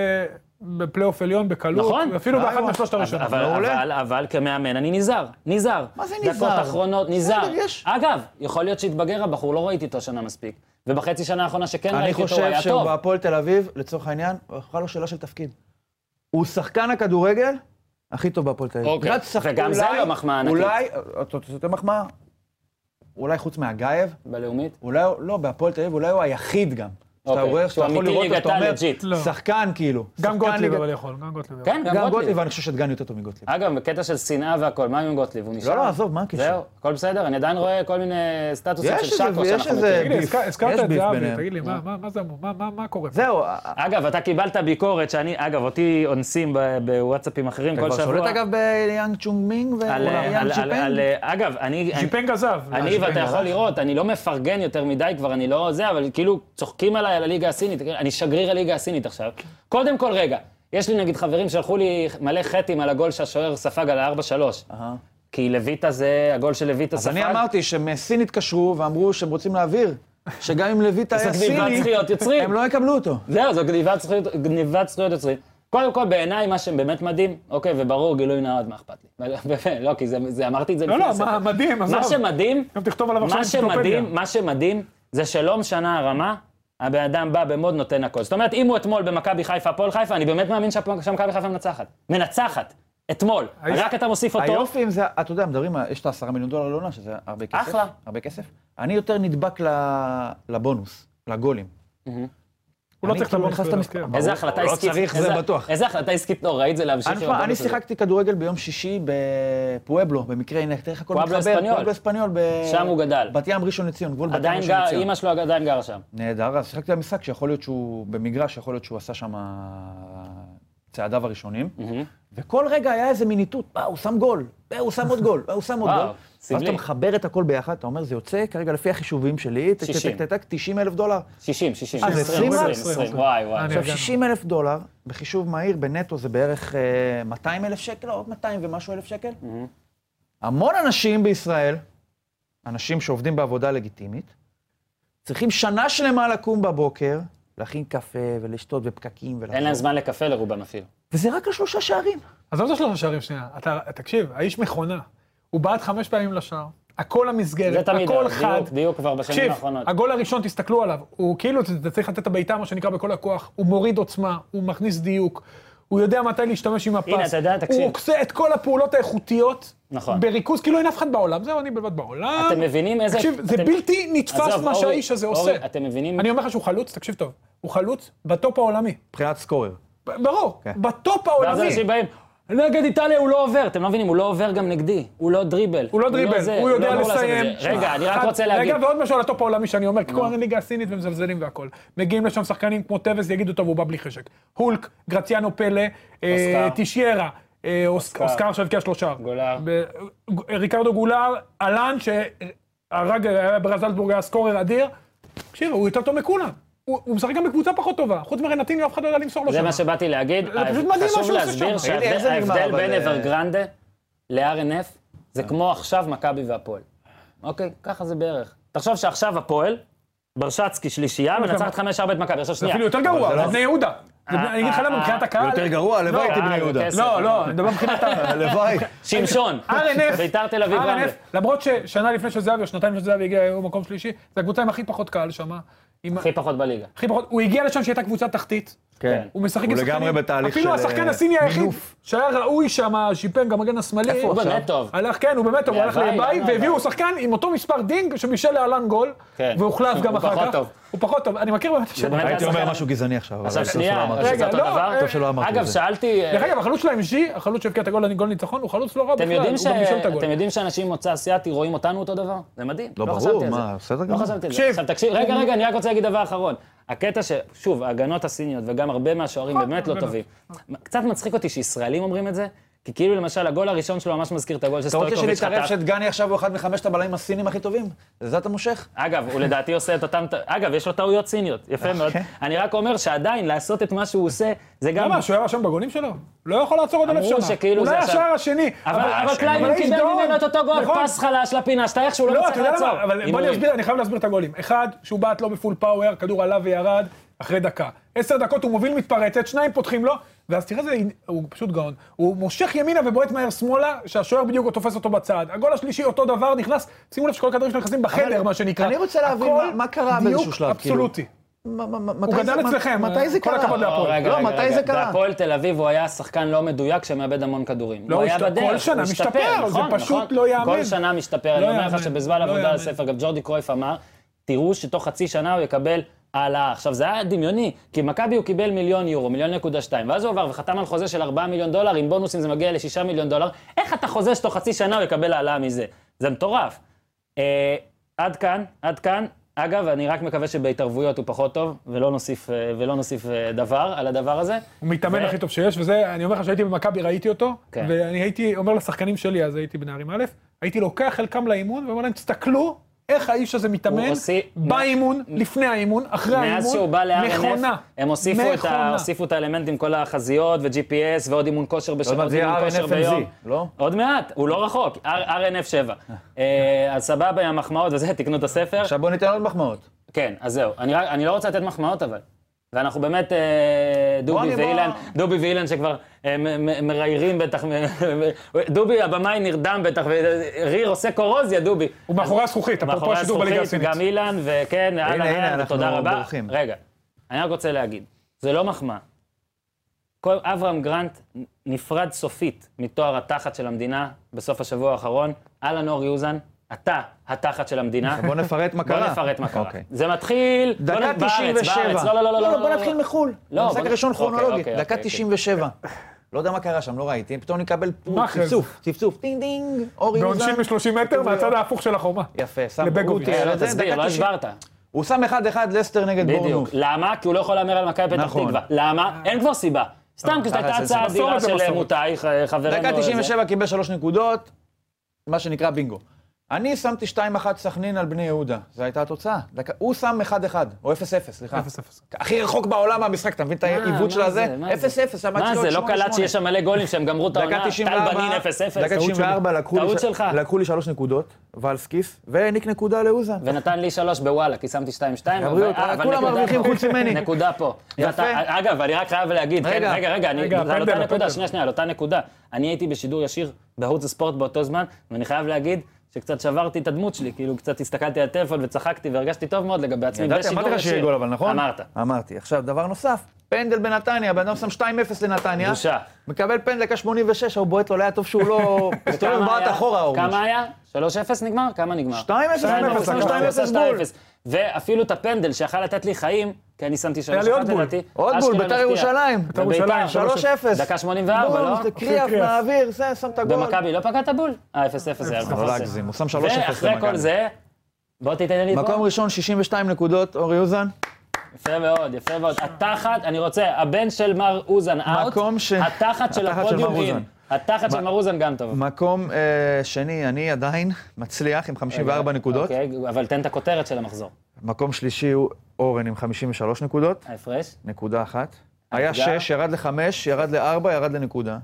[SPEAKER 3] בפלייאוף עליון בקלות.
[SPEAKER 1] נכון.
[SPEAKER 3] אפילו
[SPEAKER 2] אה,
[SPEAKER 3] באחת
[SPEAKER 2] הוא-
[SPEAKER 3] מהשלושת הראשונות.
[SPEAKER 1] אבל,
[SPEAKER 2] מעולה.
[SPEAKER 1] אבל, אבל כמאמן אני נזהר, נזהר.
[SPEAKER 2] מה זה נזהר?
[SPEAKER 1] דקות אחרונות, נזהר.
[SPEAKER 2] בסדר, יש.
[SPEAKER 1] אגב, יכול להיות שהתבגר הבחור, לא ראיתי אותו שנה מספיק. ובחצי שנה האחרונה שכן
[SPEAKER 2] אני
[SPEAKER 1] ראיתי אותו, הוא
[SPEAKER 2] חושב
[SPEAKER 1] היה טוב.
[SPEAKER 2] שבהפועל תל אביב, לצורך העניין, בכלל לא שאלה של תפקיד. הוא שחקן הכדורגל הכי טוב בהפועל תל אביב.
[SPEAKER 1] אוקיי,
[SPEAKER 2] מבחינת שחק-
[SPEAKER 1] וגם זה
[SPEAKER 2] אולי-
[SPEAKER 1] לא מחמאה ענקית.
[SPEAKER 2] אולי, אתה תוצא מחמאה, אולי חוץ מהגייב,
[SPEAKER 1] בלאומית.
[SPEAKER 2] אולי, הוא- לא, בהפועל תל אביב אולי הוא היחיד גם. שאתה
[SPEAKER 1] אוקיי,
[SPEAKER 2] רואה,
[SPEAKER 1] שהוא
[SPEAKER 2] שאתה יכול
[SPEAKER 1] אמיתי
[SPEAKER 2] לראות אותו,
[SPEAKER 1] ליגת
[SPEAKER 2] אתה אומר,
[SPEAKER 1] העל, legit.
[SPEAKER 3] לא.
[SPEAKER 2] שחקן כאילו.
[SPEAKER 3] גם
[SPEAKER 2] שחקן
[SPEAKER 3] גוטליב
[SPEAKER 2] ליגה-
[SPEAKER 3] אבל יכול, גם גוטליב. יכול.
[SPEAKER 1] כן,
[SPEAKER 2] גם גוטליב, ואני חושב שדגני יותר מגוטליב.
[SPEAKER 1] אגב, בקטע של שנאה והכל, מה עם גוטליב? הוא נשאר?
[SPEAKER 2] לא, עזוב, מה הקשר?
[SPEAKER 1] זהו, הכל בסדר, אני עדיין רואה כל מיני סטטוסים
[SPEAKER 2] יש
[SPEAKER 1] של
[SPEAKER 2] איזה-
[SPEAKER 1] שקו
[SPEAKER 2] יש
[SPEAKER 1] שאנחנו
[SPEAKER 2] איזה-
[SPEAKER 1] מכירים.
[SPEAKER 3] תגיד לי,
[SPEAKER 2] ביף.
[SPEAKER 3] הזכ- הזכרת
[SPEAKER 2] יש
[SPEAKER 3] את
[SPEAKER 2] ביף
[SPEAKER 3] זהבי,
[SPEAKER 2] ביניהם. אה.
[SPEAKER 3] תגיד לי, מה- מה מה זה אמור? מה- מה- מה קורה? פה?
[SPEAKER 2] זהו,
[SPEAKER 1] אגב, אתה קיבלת ביקורת שאני, אגב, אותי אונסים ב- בוואטסאפים אחרים
[SPEAKER 2] אתה
[SPEAKER 1] כל
[SPEAKER 2] כבר
[SPEAKER 1] שבוע.
[SPEAKER 2] שולט אגב ביאנג צ'ונג מינג
[SPEAKER 1] על- על-
[SPEAKER 2] ויאנג
[SPEAKER 1] על-
[SPEAKER 2] צ'יפנג?
[SPEAKER 1] על- אגב, אני... אני-
[SPEAKER 3] ג'יפנג עזב.
[SPEAKER 1] אני,
[SPEAKER 3] ג'יפנג
[SPEAKER 1] ואתה
[SPEAKER 3] עזב.
[SPEAKER 1] יכול לראות, אני לא מפרגן יותר מדי כבר, אני לא זה, אבל כאילו צוחקים עליי על הליגה הסינית, אני שגריר הליגה הסינית עכשיו. קודם כל, רגע, יש לי נגיד חברים שלחו לי מלא חטים על הגול שהשוער ספג על ה-4-3.
[SPEAKER 2] אהה.
[SPEAKER 1] כי לויטה זה, הגול של לויטה
[SPEAKER 2] אז
[SPEAKER 1] ספג.
[SPEAKER 2] אני אמרתי שמסין התקשרו ואמרו שהם רוצים להעביר, שגם אם לויטה היה
[SPEAKER 1] זה גניבת
[SPEAKER 2] "אה, סיני,
[SPEAKER 1] זכויות יוצרים.
[SPEAKER 2] הם לא יקבלו אותו.
[SPEAKER 1] זהו, זו גניבת זכויות, גניבת זכויות יוצרים. קודם כל, בעיניי, מה שבאמת מדהים, אוקיי, וברור, גילוי נאות, מה אכפת לי? באמת, לא, כי זה, זה, אמרתי את זה
[SPEAKER 3] לא,
[SPEAKER 1] לפני
[SPEAKER 3] לא,
[SPEAKER 1] הסרט.
[SPEAKER 3] מה- מדהים, עזוב.
[SPEAKER 1] מה שמדהים,
[SPEAKER 3] גם תכתוב עליו עכשיו
[SPEAKER 1] מה
[SPEAKER 3] אנציקלופדיה.
[SPEAKER 1] שמדהים, מה שמדהים, זה שלא משנה הרמה, הבן אדם בא במוד נותן הכל. זאת אומרת, אם הוא אתמול במכבי חיפה, הפועל חיפה, אני באמת מאמין שהפ- שמכבי חיפה מנצחת. מנצחת. אתמול.
[SPEAKER 3] היופ-
[SPEAKER 1] רק אתה מוסיף אותו.
[SPEAKER 2] היופי עם זה, אתה יודע, מדברים, על- יש את העשרה מיליון דולר לעונה, שזה הרבה כסף.
[SPEAKER 1] אחלה.
[SPEAKER 2] הרבה כסף. אני יותר נדבק ל- לבונוס, לגולים.
[SPEAKER 3] הוא לא
[SPEAKER 2] אני
[SPEAKER 3] צריך את
[SPEAKER 2] כאילו
[SPEAKER 3] הבונוס
[SPEAKER 2] נכנס
[SPEAKER 3] בעיניו,
[SPEAKER 2] למשחק.
[SPEAKER 3] כן.
[SPEAKER 2] ברור,
[SPEAKER 1] איזה החלטה
[SPEAKER 2] לא
[SPEAKER 1] עסקית.
[SPEAKER 2] צריך, זה
[SPEAKER 1] איזה-
[SPEAKER 2] בטוח.
[SPEAKER 1] איזה החלטה עסקית נוראית זה להמשיך
[SPEAKER 2] אני,
[SPEAKER 1] עם
[SPEAKER 2] אני
[SPEAKER 1] הבונוס הזה.
[SPEAKER 2] שיחקתי כדורגל ביום שישי בפואבלו, במקרה, הנה, תראה איך הכל
[SPEAKER 1] פואבלו אספניול.
[SPEAKER 2] פואבלו אספניול. ב-
[SPEAKER 1] שם הוא גדל.
[SPEAKER 2] בת ים ראשון לציון, גבול בת ים
[SPEAKER 1] עדיין
[SPEAKER 2] ראשון
[SPEAKER 1] גר,
[SPEAKER 2] לציון.
[SPEAKER 1] אימא שלו עדיין גרה שם.
[SPEAKER 2] נהדר, אז שיחקתי במשחק שיכול להיות שהוא במגרש, יכול להיות שהוא עשה שם צעדיו הראשונים.
[SPEAKER 1] Mm.
[SPEAKER 2] וכל רגע היה איזה מין איתות, אה, הוא שם גול, אה, הוא שם עוד גול, אה, הוא שם עוד
[SPEAKER 1] וואו,
[SPEAKER 2] גול. ואז
[SPEAKER 1] סמלי.
[SPEAKER 2] אתה מחבר את הכל ביחד, אתה אומר, זה יוצא כרגע לפי החישובים שלי, טק, טק,
[SPEAKER 1] 60.
[SPEAKER 2] טק, טק, 90 אלף דולר.
[SPEAKER 1] 60, 60.
[SPEAKER 2] אה, זה
[SPEAKER 1] 20,
[SPEAKER 2] 20,
[SPEAKER 1] 20, וואי, וואי.
[SPEAKER 3] אני-
[SPEAKER 2] עכשיו,
[SPEAKER 3] הגענו.
[SPEAKER 2] 60 אלף דולר, בחישוב מהיר, בנטו זה בערך אה, 200 אלף שקל, או עוד 200 ומשהו אלף שקל. המון אנשים בישראל, אנשים שעובדים בעבודה לגיטימית, צריכים שנה שלמה לקום בבוקר, להכין קפה ולשתות ופקקים ולחזור.
[SPEAKER 1] אין להם זמן לקפה לרובם אפילו.
[SPEAKER 2] וזה רק השלושה שערים.
[SPEAKER 3] עזוב את השלושה שערים שנייה, אתה, תקשיב, האיש מכונה. הוא בעט חמש פעמים לשער, הכל
[SPEAKER 1] זה
[SPEAKER 3] המסגרת,
[SPEAKER 1] תמיד,
[SPEAKER 3] הכל
[SPEAKER 1] דיוק-
[SPEAKER 3] חד.
[SPEAKER 1] דיוק כבר בשנים
[SPEAKER 3] תקשיב,
[SPEAKER 1] האחרונות.
[SPEAKER 3] הגול הראשון, תסתכלו עליו, הוא כאילו, אתה אתה צריך לתת את הבעיטה, מה שנקרא, בכל הכוח, הוא מוריד עוצמה, הוא מכניס דיוק, הוא יודע מתי להשתמש עם הפס.
[SPEAKER 1] הנה, אתה יודע, תקשיב.
[SPEAKER 3] הוא עושה את כל הפעולות האיכותיות.
[SPEAKER 1] נכון.
[SPEAKER 3] בריכוז, כאילו אין אף אחד בעולם, זהו, אני בלבד בעולם.
[SPEAKER 1] אתם מבינים איזה-
[SPEAKER 3] תקשיב, זה
[SPEAKER 1] אתם-
[SPEAKER 3] בלתי נתפס
[SPEAKER 1] עזוב,
[SPEAKER 3] מה
[SPEAKER 1] אורי,
[SPEAKER 3] שהאיש הזה
[SPEAKER 1] אורי,
[SPEAKER 3] עושה.
[SPEAKER 1] אתם מבינים?
[SPEAKER 3] אני אומר לך שהוא חלוץ, תקשיב טוב, הוא חלוץ בטופ העולמי.
[SPEAKER 2] מבחינת סקורר.
[SPEAKER 3] ב- ברור,
[SPEAKER 2] כן.
[SPEAKER 3] בטופ
[SPEAKER 1] ואז
[SPEAKER 3] העולמי.
[SPEAKER 1] אנשים באים, נגד איטליה הוא לא עובר, אתם לא מבינים, הוא לא עובר גם נגדי, הוא לא דריבל.
[SPEAKER 3] הוא לא דריבל,
[SPEAKER 1] זה,
[SPEAKER 3] הוא יודע
[SPEAKER 1] אמור לעשות את
[SPEAKER 3] לסיים.
[SPEAKER 1] זה. רגע, אני רק
[SPEAKER 3] אחד-
[SPEAKER 1] רוצה להגיד,
[SPEAKER 3] רגע, ועוד משהו על הטופ העולמי שאני אומר, כי כל הליגה הסינית ומזלזלים והכול. מגיעים לשם שחקנים כמו טווס, יגידו, טוב, הוא בא בלי חשק. הולק, גרציאנו פלא, אה,
[SPEAKER 1] אוסקר.
[SPEAKER 3] טישיירה, אה, אוס-
[SPEAKER 1] אוסקר.
[SPEAKER 3] אוסקר שהבקיע שלושה.
[SPEAKER 1] גולר.
[SPEAKER 3] ב- ג- ריקרדו גולר, אלן, שהרג, היה ברזלסבורג, היה סקורר אדיר. תקשיב, הוא יותר טוב מכולם. הוא הוא משחק גם בקבוצה פחות טובה. חוץ מרנטיני, אף אחד לא יודע למסור לו
[SPEAKER 1] זה
[SPEAKER 3] שם.
[SPEAKER 1] מה שבאתי להגיד,
[SPEAKER 3] זה פשוט מדהים מה
[SPEAKER 1] חשוב
[SPEAKER 3] שהוא עושה
[SPEAKER 1] להסביר
[SPEAKER 3] שם.
[SPEAKER 2] תגיד לי, איך זה נגמר,
[SPEAKER 1] שההבדל
[SPEAKER 2] אבל,
[SPEAKER 1] בין
[SPEAKER 2] אה,
[SPEAKER 1] אברגרנדה ל-RNF זה כמו עכשיו מכבי והפועל. אוקיי, ככה זה בערך. תחשוב שעכשיו הפועל, ברשצקי שלישייה, מנצחת 5-4 את מכבי, עכשיו
[SPEAKER 3] זה
[SPEAKER 1] שנייה.
[SPEAKER 3] אפילו יותר
[SPEAKER 2] זה לא-
[SPEAKER 3] גרוע, בני יהודה. זה-
[SPEAKER 1] אה,
[SPEAKER 3] אני אגיד לך
[SPEAKER 1] אה,
[SPEAKER 3] למה, מבחינת
[SPEAKER 1] אה,
[SPEAKER 3] הקהל...
[SPEAKER 2] יותר גרוע, הלוואי
[SPEAKER 3] לא,
[SPEAKER 2] הייתי בני
[SPEAKER 1] אה,
[SPEAKER 2] יהודה.
[SPEAKER 1] אוקיי.
[SPEAKER 3] לא, לא, אני מדבר מבחינת ה...
[SPEAKER 2] הלוואי.
[SPEAKER 1] שמשון,
[SPEAKER 3] RNF,
[SPEAKER 1] ביתר תל אביב, רמלה.
[SPEAKER 3] RNF, למרות ששנה לפני שזהבי, או שנתיים לפני שזהבי הגיע, היו מקום שלישי, זו הקבוצה עם הכי פחות קהל שם. עם-
[SPEAKER 1] הכי פחות בליגה.
[SPEAKER 3] הכי פחות, הוא הגיע לשם שהייתה קבוצה תחתית.
[SPEAKER 1] כן.
[SPEAKER 3] הוא משחק עם
[SPEAKER 2] הוא
[SPEAKER 3] שחקנים.
[SPEAKER 2] לגמרי בתהליך
[SPEAKER 3] אפילו
[SPEAKER 2] של,
[SPEAKER 3] השחקן
[SPEAKER 2] אה,
[SPEAKER 3] הסיני היחיד
[SPEAKER 2] מינוף.
[SPEAKER 3] שהיה ראוי שם, שיפן, גם הגן השמאלי.
[SPEAKER 1] איפה הוא הוא עכשיו? באמת טוב.
[SPEAKER 3] הלך, כן, הוא באמת טוב, הוא הלך
[SPEAKER 1] להוואי,
[SPEAKER 3] להביי,
[SPEAKER 1] למה
[SPEAKER 3] והביאו
[SPEAKER 1] להוואי?
[SPEAKER 3] שחקן עם אותו מספר דינג שבישל לאלן גול,
[SPEAKER 1] כן.
[SPEAKER 3] והוחלף גם
[SPEAKER 1] הוא
[SPEAKER 3] אחר כך.
[SPEAKER 1] פחות טוב.
[SPEAKER 3] הוא פחות טוב, אני מכיר באמת את השם.
[SPEAKER 1] באמת
[SPEAKER 2] הייתי אומר
[SPEAKER 1] השחקן-
[SPEAKER 2] משהו גזעני לא, עכשיו. אבל
[SPEAKER 1] עכשיו
[SPEAKER 2] טוב שלא
[SPEAKER 1] שנייה,
[SPEAKER 2] אמרתי.
[SPEAKER 1] רגע,
[SPEAKER 3] רגע,
[SPEAKER 1] זה אותו
[SPEAKER 3] לא,
[SPEAKER 1] דבר?
[SPEAKER 2] טוב שלא אמרתי את
[SPEAKER 1] אגב,
[SPEAKER 2] זה.
[SPEAKER 1] שאלתי... אה,
[SPEAKER 3] דרך אגב, החלוץ שלהם ז'י, החלוץ שהבקיע את הגול, גול ניצחון, הוא חלוץ לא
[SPEAKER 1] אתם
[SPEAKER 3] רע בכלל, הוא
[SPEAKER 1] יודעים,
[SPEAKER 3] גם
[SPEAKER 1] ש...
[SPEAKER 3] בישל את הגול.
[SPEAKER 1] אתם יודעים שאנשים ממוצא אסיאתי רואים אותנו אותו דבר? זה מדהים.
[SPEAKER 2] לא, ברור,
[SPEAKER 1] חשבתי על
[SPEAKER 2] מה,
[SPEAKER 1] זה.
[SPEAKER 2] בסדר
[SPEAKER 1] לא
[SPEAKER 2] גמור.
[SPEAKER 1] חשבתי על זה.
[SPEAKER 3] תקשיב.
[SPEAKER 1] עכשיו תקשיב, רגע, רגע, אני רק רוצה להגיד דבר אחרון. הקטע ש... שוב, ההגנות הסיניות וגם הרבה מהשוערים באמת לא
[SPEAKER 3] הגנות.
[SPEAKER 1] טובים. קצת מצחיק אותי שישראלים אומרים את זה, כי כאילו למשל הגול הראשון שלו ממש מזכיר את הגול
[SPEAKER 2] אתה רוצה
[SPEAKER 1] שסטויקוביץ'
[SPEAKER 2] שנתערב
[SPEAKER 1] חטף.
[SPEAKER 2] שדגני עכשיו הוא אחד מחמשת הבלמים הסינים הכי טובים? לזה אתה מושך?
[SPEAKER 1] אגב, הוא לדעתי עושה את אותם... אגב, יש לו טעויות סיניות, יפה
[SPEAKER 3] אוקיי.
[SPEAKER 1] מאוד. אני רק אומר שעדיין לעשות את מה שהוא עושה, זה גם...
[SPEAKER 3] למה, שהוא היה רשם בגולים שלו? לא יכול לעצור עוד אלף שנה.
[SPEAKER 1] אמרו שכאילו זה
[SPEAKER 3] אולי
[SPEAKER 1] עכשיו-
[SPEAKER 3] השער השני.
[SPEAKER 1] אבל, אבל
[SPEAKER 3] השני-
[SPEAKER 1] קליימן
[SPEAKER 3] אבל האיש
[SPEAKER 1] קיבל
[SPEAKER 3] דון.
[SPEAKER 1] ממנו את אותו גול,
[SPEAKER 3] נכון.
[SPEAKER 1] פס חלש לפינה, שאתה איכשהו לא
[SPEAKER 3] לא,
[SPEAKER 1] מצליח
[SPEAKER 3] אתה יודע
[SPEAKER 1] לעצור.
[SPEAKER 3] למה, אבל בוא
[SPEAKER 1] הימורים.
[SPEAKER 3] אני אסביר, אני חייב להסביר את הגולים. אחד, שהוא בעט לא בפול פאוור, כדור עלה וירד אחרי דקה. עשר דקות הוא מוביל מתפרצת, שניים פותחים לו, ואז תראה איזה, הוא פשוט גאון. הוא מושך ימינה ובועט מהר שמאלה, שהשוער בדיוק תופס אותו בצד. הגול השלישי אותו דבר, נכנס, שימו לב שכל הכדורים שלו נכנסים בחדר,
[SPEAKER 2] אבל
[SPEAKER 3] מה שנקרא.
[SPEAKER 2] אני רוצה להבין
[SPEAKER 3] הכל
[SPEAKER 2] מה- מה קרה באיזשהו שלב,
[SPEAKER 3] דיוק
[SPEAKER 2] כאילו.
[SPEAKER 3] אבסולוטי.
[SPEAKER 2] מה- מה- מה-
[SPEAKER 3] הוא
[SPEAKER 2] מתי זה-
[SPEAKER 3] גדל
[SPEAKER 2] מה-
[SPEAKER 3] אצלכם, אה,
[SPEAKER 2] מתי זה
[SPEAKER 3] כל
[SPEAKER 2] קרה?
[SPEAKER 3] הכבוד
[SPEAKER 1] לא,
[SPEAKER 3] להפועל.
[SPEAKER 1] רגע,
[SPEAKER 2] לא,
[SPEAKER 1] רגע,
[SPEAKER 2] מתי
[SPEAKER 1] רגע.
[SPEAKER 2] זה קרה?
[SPEAKER 1] בהפועל תל אביב הוא היה שחקן לא מדויק שמאבד המון כדורים.
[SPEAKER 3] לא,
[SPEAKER 1] הוא
[SPEAKER 3] הוא
[SPEAKER 1] היה
[SPEAKER 3] השת-
[SPEAKER 1] בדרך,
[SPEAKER 3] כל
[SPEAKER 1] הוא
[SPEAKER 3] שנה משתפר, זה
[SPEAKER 1] נכון,
[SPEAKER 3] פשוט
[SPEAKER 1] נכון.
[SPEAKER 3] לא ייאמן.
[SPEAKER 1] כל שנה משתפר, אני
[SPEAKER 3] לא
[SPEAKER 1] אומר לך
[SPEAKER 3] ייאמן,
[SPEAKER 1] שבזמן
[SPEAKER 3] לא
[SPEAKER 1] עבודה
[SPEAKER 3] ייאמן.
[SPEAKER 1] על ספר, גם ג'ורדי קרויף אמר, תראו שתוך חצי שנה הוא יקבל העלאה. עכשיו, זה היה דמיוני, כי במכבי הוא קיבל מיליון יורו, מיליון נקודה שתיים, ואז הוא עבר וחתם על חוזה של 4 מיליון דולר, עם בונוסים זה מגיע ל-6 מיליון דולר. איך אתה חוזה שתוך חצי שנה הוא יקבל העלאה מזה? זה מטורף. אה, עד כאן, עד כאן. אגב, אני רק מקווה שבהתערבויות הוא פחות טוב, ולא נוסיף, אה, ולא נוסיף אה, דבר על הדבר הזה.
[SPEAKER 3] הוא מתאמן
[SPEAKER 1] ו-
[SPEAKER 3] הכי טוב שיש, וזה, אני אומר לך שהייתי במכבי, ראיתי אותו,
[SPEAKER 1] כן.
[SPEAKER 3] ואני הייתי אומר לשחקנים שלי, אז הייתי בנערים א', הייתי לוקח חלקם לאימון ואומר להם, תסתכלו איך האיש הזה מתאמן,
[SPEAKER 1] עושה-
[SPEAKER 3] באימון, לפני האימון, אחרי האימון,
[SPEAKER 1] מאז שהוא בא ל-RNF,
[SPEAKER 3] מכונה.
[SPEAKER 1] הם הוסיפו את, ה...
[SPEAKER 3] מכונה.
[SPEAKER 1] הוסיפו את האלמנטים, כל החזיות ו-GPS ועוד אימון כושר בשבוע,
[SPEAKER 2] מעט לא זה יהיה
[SPEAKER 1] אימון כושר
[SPEAKER 2] RNFMZ,
[SPEAKER 1] ביום.
[SPEAKER 2] לא?
[SPEAKER 1] עוד מעט, הוא לא רחוק, R- RNF 7. אה, אז סבבה עם המחמאות וזה, תקנו את הספר.
[SPEAKER 2] עכשיו בוא ניתן עוד מחמאות.
[SPEAKER 1] כן, אז זהו. אני, רק- אני לא רוצה לתת מחמאות, אבל. ואנחנו באמת, אה, דובי
[SPEAKER 2] רוני, בוא.
[SPEAKER 1] ואילן, דובי ואילן שכבר אה, מ- מ- מראיירים בטח, מ- דובי הבמאי נרדם בטח, וריר עושה קורוזיה, דובי.
[SPEAKER 3] הוא מאחורי הזכוכית, אפרופו
[SPEAKER 1] מאחורי
[SPEAKER 3] השידור בליגה
[SPEAKER 1] הזכוכית,
[SPEAKER 3] הסינית.
[SPEAKER 1] גם אילן, וכן, אהלן,
[SPEAKER 2] הנה,
[SPEAKER 1] אהלן,
[SPEAKER 2] אנחנו
[SPEAKER 1] ותודה רבה.
[SPEAKER 2] בורחים.
[SPEAKER 1] רגע, אני רק רוצה להגיד, זה לא מחמאה. כל אברהם גרנט נפרד סופית מתואר התחת של המדינה בסוף השבוע האחרון. אהלן אור יוזן, אתה התחת של המדינה.
[SPEAKER 2] בוא נפרט מה קרה.
[SPEAKER 1] בוא נפרט מה קרה.
[SPEAKER 2] אוקיי.
[SPEAKER 1] זה מתחיל... בוא
[SPEAKER 2] דקה
[SPEAKER 1] נ- בארץ,
[SPEAKER 2] 97.
[SPEAKER 1] בארץ. לא, לא, לא, לא, לא,
[SPEAKER 2] בוא נתחיל מחו"ל.
[SPEAKER 1] לא,
[SPEAKER 2] לא,
[SPEAKER 1] בוא
[SPEAKER 2] המשחק
[SPEAKER 1] נ-
[SPEAKER 2] הראשון
[SPEAKER 1] אוקיי,
[SPEAKER 2] כרונולוגית,
[SPEAKER 1] אוקיי,
[SPEAKER 2] דקה
[SPEAKER 1] אוקיי.
[SPEAKER 2] 97. לא יודע מה קרה שם, לא ראיתי, פתאום נקבל פו-
[SPEAKER 3] מאחז.
[SPEAKER 2] צפצוף, צפצוף, טינג דינג, אורי אוזן.
[SPEAKER 3] בעונשין מ-30 מטר, מהצד ההפוך של החומה.
[SPEAKER 2] יפה, שם
[SPEAKER 3] לבגוביץ'.
[SPEAKER 2] הוא תיאר
[SPEAKER 1] לא,
[SPEAKER 2] את זה,
[SPEAKER 1] תסביר,
[SPEAKER 2] דקה
[SPEAKER 1] לא
[SPEAKER 2] 90.
[SPEAKER 1] הסברת.
[SPEAKER 2] הוא שם 1-1 לסטר נגד
[SPEAKER 1] בדיוק.
[SPEAKER 2] בורנוף.
[SPEAKER 1] למה? כי הוא לא יכול להמר על מכבי פתח
[SPEAKER 2] נכון. אה,
[SPEAKER 1] תקווה. למה? אין כבר סיבה. סתם כי זו הייתה
[SPEAKER 2] זה- זה
[SPEAKER 1] הצעה
[SPEAKER 3] מסורת,
[SPEAKER 1] אדירה
[SPEAKER 3] זה
[SPEAKER 1] של
[SPEAKER 3] מסורת.
[SPEAKER 1] מוטי, ח- חברנו. אה,
[SPEAKER 2] דקה
[SPEAKER 1] הזה.
[SPEAKER 2] 97 קיבל 3 נקודות, מה שנקרא בינגו. אני שמתי 2-1 סכנין על בני יהודה, זו הייתה התוצאה. דקה- הוא שם 1-1, או 0-0, סליחה.
[SPEAKER 3] 0-0.
[SPEAKER 2] הכי רחוק בעולם מהמשחק, אתה מבין את העיוות של
[SPEAKER 1] מה
[SPEAKER 2] הזה?
[SPEAKER 1] זה, מה זה?
[SPEAKER 2] 0-0, עמד
[SPEAKER 1] מה זה, לא קלט שיש שם מלא גולים שהם גמרו את העונה,
[SPEAKER 2] דקה
[SPEAKER 1] טל בנין
[SPEAKER 2] 94,
[SPEAKER 1] 0-0.
[SPEAKER 2] דקה
[SPEAKER 1] טעות שלי.
[SPEAKER 2] 94 לקחו לי
[SPEAKER 1] טעות
[SPEAKER 2] ש-
[SPEAKER 1] שלך.
[SPEAKER 2] לקחו לי שלוש נקודות, ולסקיס, והעניק נקודה לאוזן.
[SPEAKER 1] ונתן לי שלוש בוואלה, כי שמתי שתיים שתיים.
[SPEAKER 2] גבריות,
[SPEAKER 1] אבל- אה, אבל
[SPEAKER 2] כולם
[SPEAKER 1] נקודה
[SPEAKER 2] מרוויחים
[SPEAKER 1] פה.
[SPEAKER 2] חוץ ממני.
[SPEAKER 1] נקודה פה.
[SPEAKER 2] יפה.
[SPEAKER 1] ואתה- אגב, אני רק חייב להגיד, כן,
[SPEAKER 2] רגע.
[SPEAKER 1] רגע, רגע, אני-
[SPEAKER 3] רגע,
[SPEAKER 1] על
[SPEAKER 3] הפנדל,
[SPEAKER 1] אותה נקודה,
[SPEAKER 3] הפנדל.
[SPEAKER 1] שנייה, שנייה, על אותה נקודה. אני הייתי בשידור ישיר בערוץ הספורט באותו זמן, ואני חייב להגיד שקצת שברתי את הדמות שלי, כאילו קצת הסתכלתי על הטלפון וצחקתי והרגשתי טוב מאוד לגבי עצמי.
[SPEAKER 2] ידעתי,
[SPEAKER 1] בשידור
[SPEAKER 2] אמרתי לך שיהיה
[SPEAKER 1] ישיר.
[SPEAKER 2] גול, אבל נכון?
[SPEAKER 1] אמרת.
[SPEAKER 2] אמרתי. עכשיו, דבר נוסף, פנדל בנתניה, בן אדם שם 2-0 לנתניה.
[SPEAKER 1] בושה.
[SPEAKER 2] מקבל פנדל דקה 86, ההוא בועט לו ליד, טוב שהוא לא... מסתובב
[SPEAKER 1] כמה
[SPEAKER 2] בעט
[SPEAKER 1] היה?
[SPEAKER 2] אחורה, ההוא.
[SPEAKER 1] כמה היה? 3-0 נגמר? כמה נגמר?
[SPEAKER 2] 2-0, 2-0, 2-0 בול.
[SPEAKER 1] 2-0. ואפילו את הפנדל שיכל לתת לי חיים, כי אני שמתי 3-1
[SPEAKER 3] היה לי עוד בול.
[SPEAKER 1] לדעתי.
[SPEAKER 2] עוד
[SPEAKER 1] אשכרה לא
[SPEAKER 2] בול, בית"ר
[SPEAKER 1] הפתיע.
[SPEAKER 2] ירושלים.
[SPEAKER 1] ובית"ר.
[SPEAKER 3] ירושלים,
[SPEAKER 2] 3-0.
[SPEAKER 1] דקה 84, לא?
[SPEAKER 2] בום, זה קריאף,
[SPEAKER 3] קריאף.
[SPEAKER 2] מהאוויר, זה, שם את הגול.
[SPEAKER 1] במכבי לא פגעת בול? אה, 0-0 זה היה
[SPEAKER 2] אבל לא להגזים, הוא שם 3-0
[SPEAKER 1] ואחרי כל
[SPEAKER 2] למכבי.
[SPEAKER 1] זה, בוא תיתן לי
[SPEAKER 2] מקום
[SPEAKER 1] פה.
[SPEAKER 2] ראשון, 62 נקודות, אורי אוזן.
[SPEAKER 1] יפה מאוד, יפה מאוד. התחת, אני רוצה, הבן של מר אוזן אאוט,
[SPEAKER 2] מקום ש-
[SPEAKER 1] התחת של
[SPEAKER 2] התחת של
[SPEAKER 1] הפודיום
[SPEAKER 2] מר
[SPEAKER 1] אין.
[SPEAKER 2] אוזן.
[SPEAKER 1] התחת של מר אוזן גם טוב.
[SPEAKER 2] מקום אה, שני, אני עדיין מצליח עם 54 נקודות.
[SPEAKER 1] אוקיי, אבל תן את הכותרת של המחזור.
[SPEAKER 2] מקום שלישי הוא אורן עם 53 נקודות,
[SPEAKER 1] ההפרש?
[SPEAKER 2] נקודה אחת. היה
[SPEAKER 1] נקודה.
[SPEAKER 2] 6, ירד ל-5, ירד ל-4, ירד לנקודה.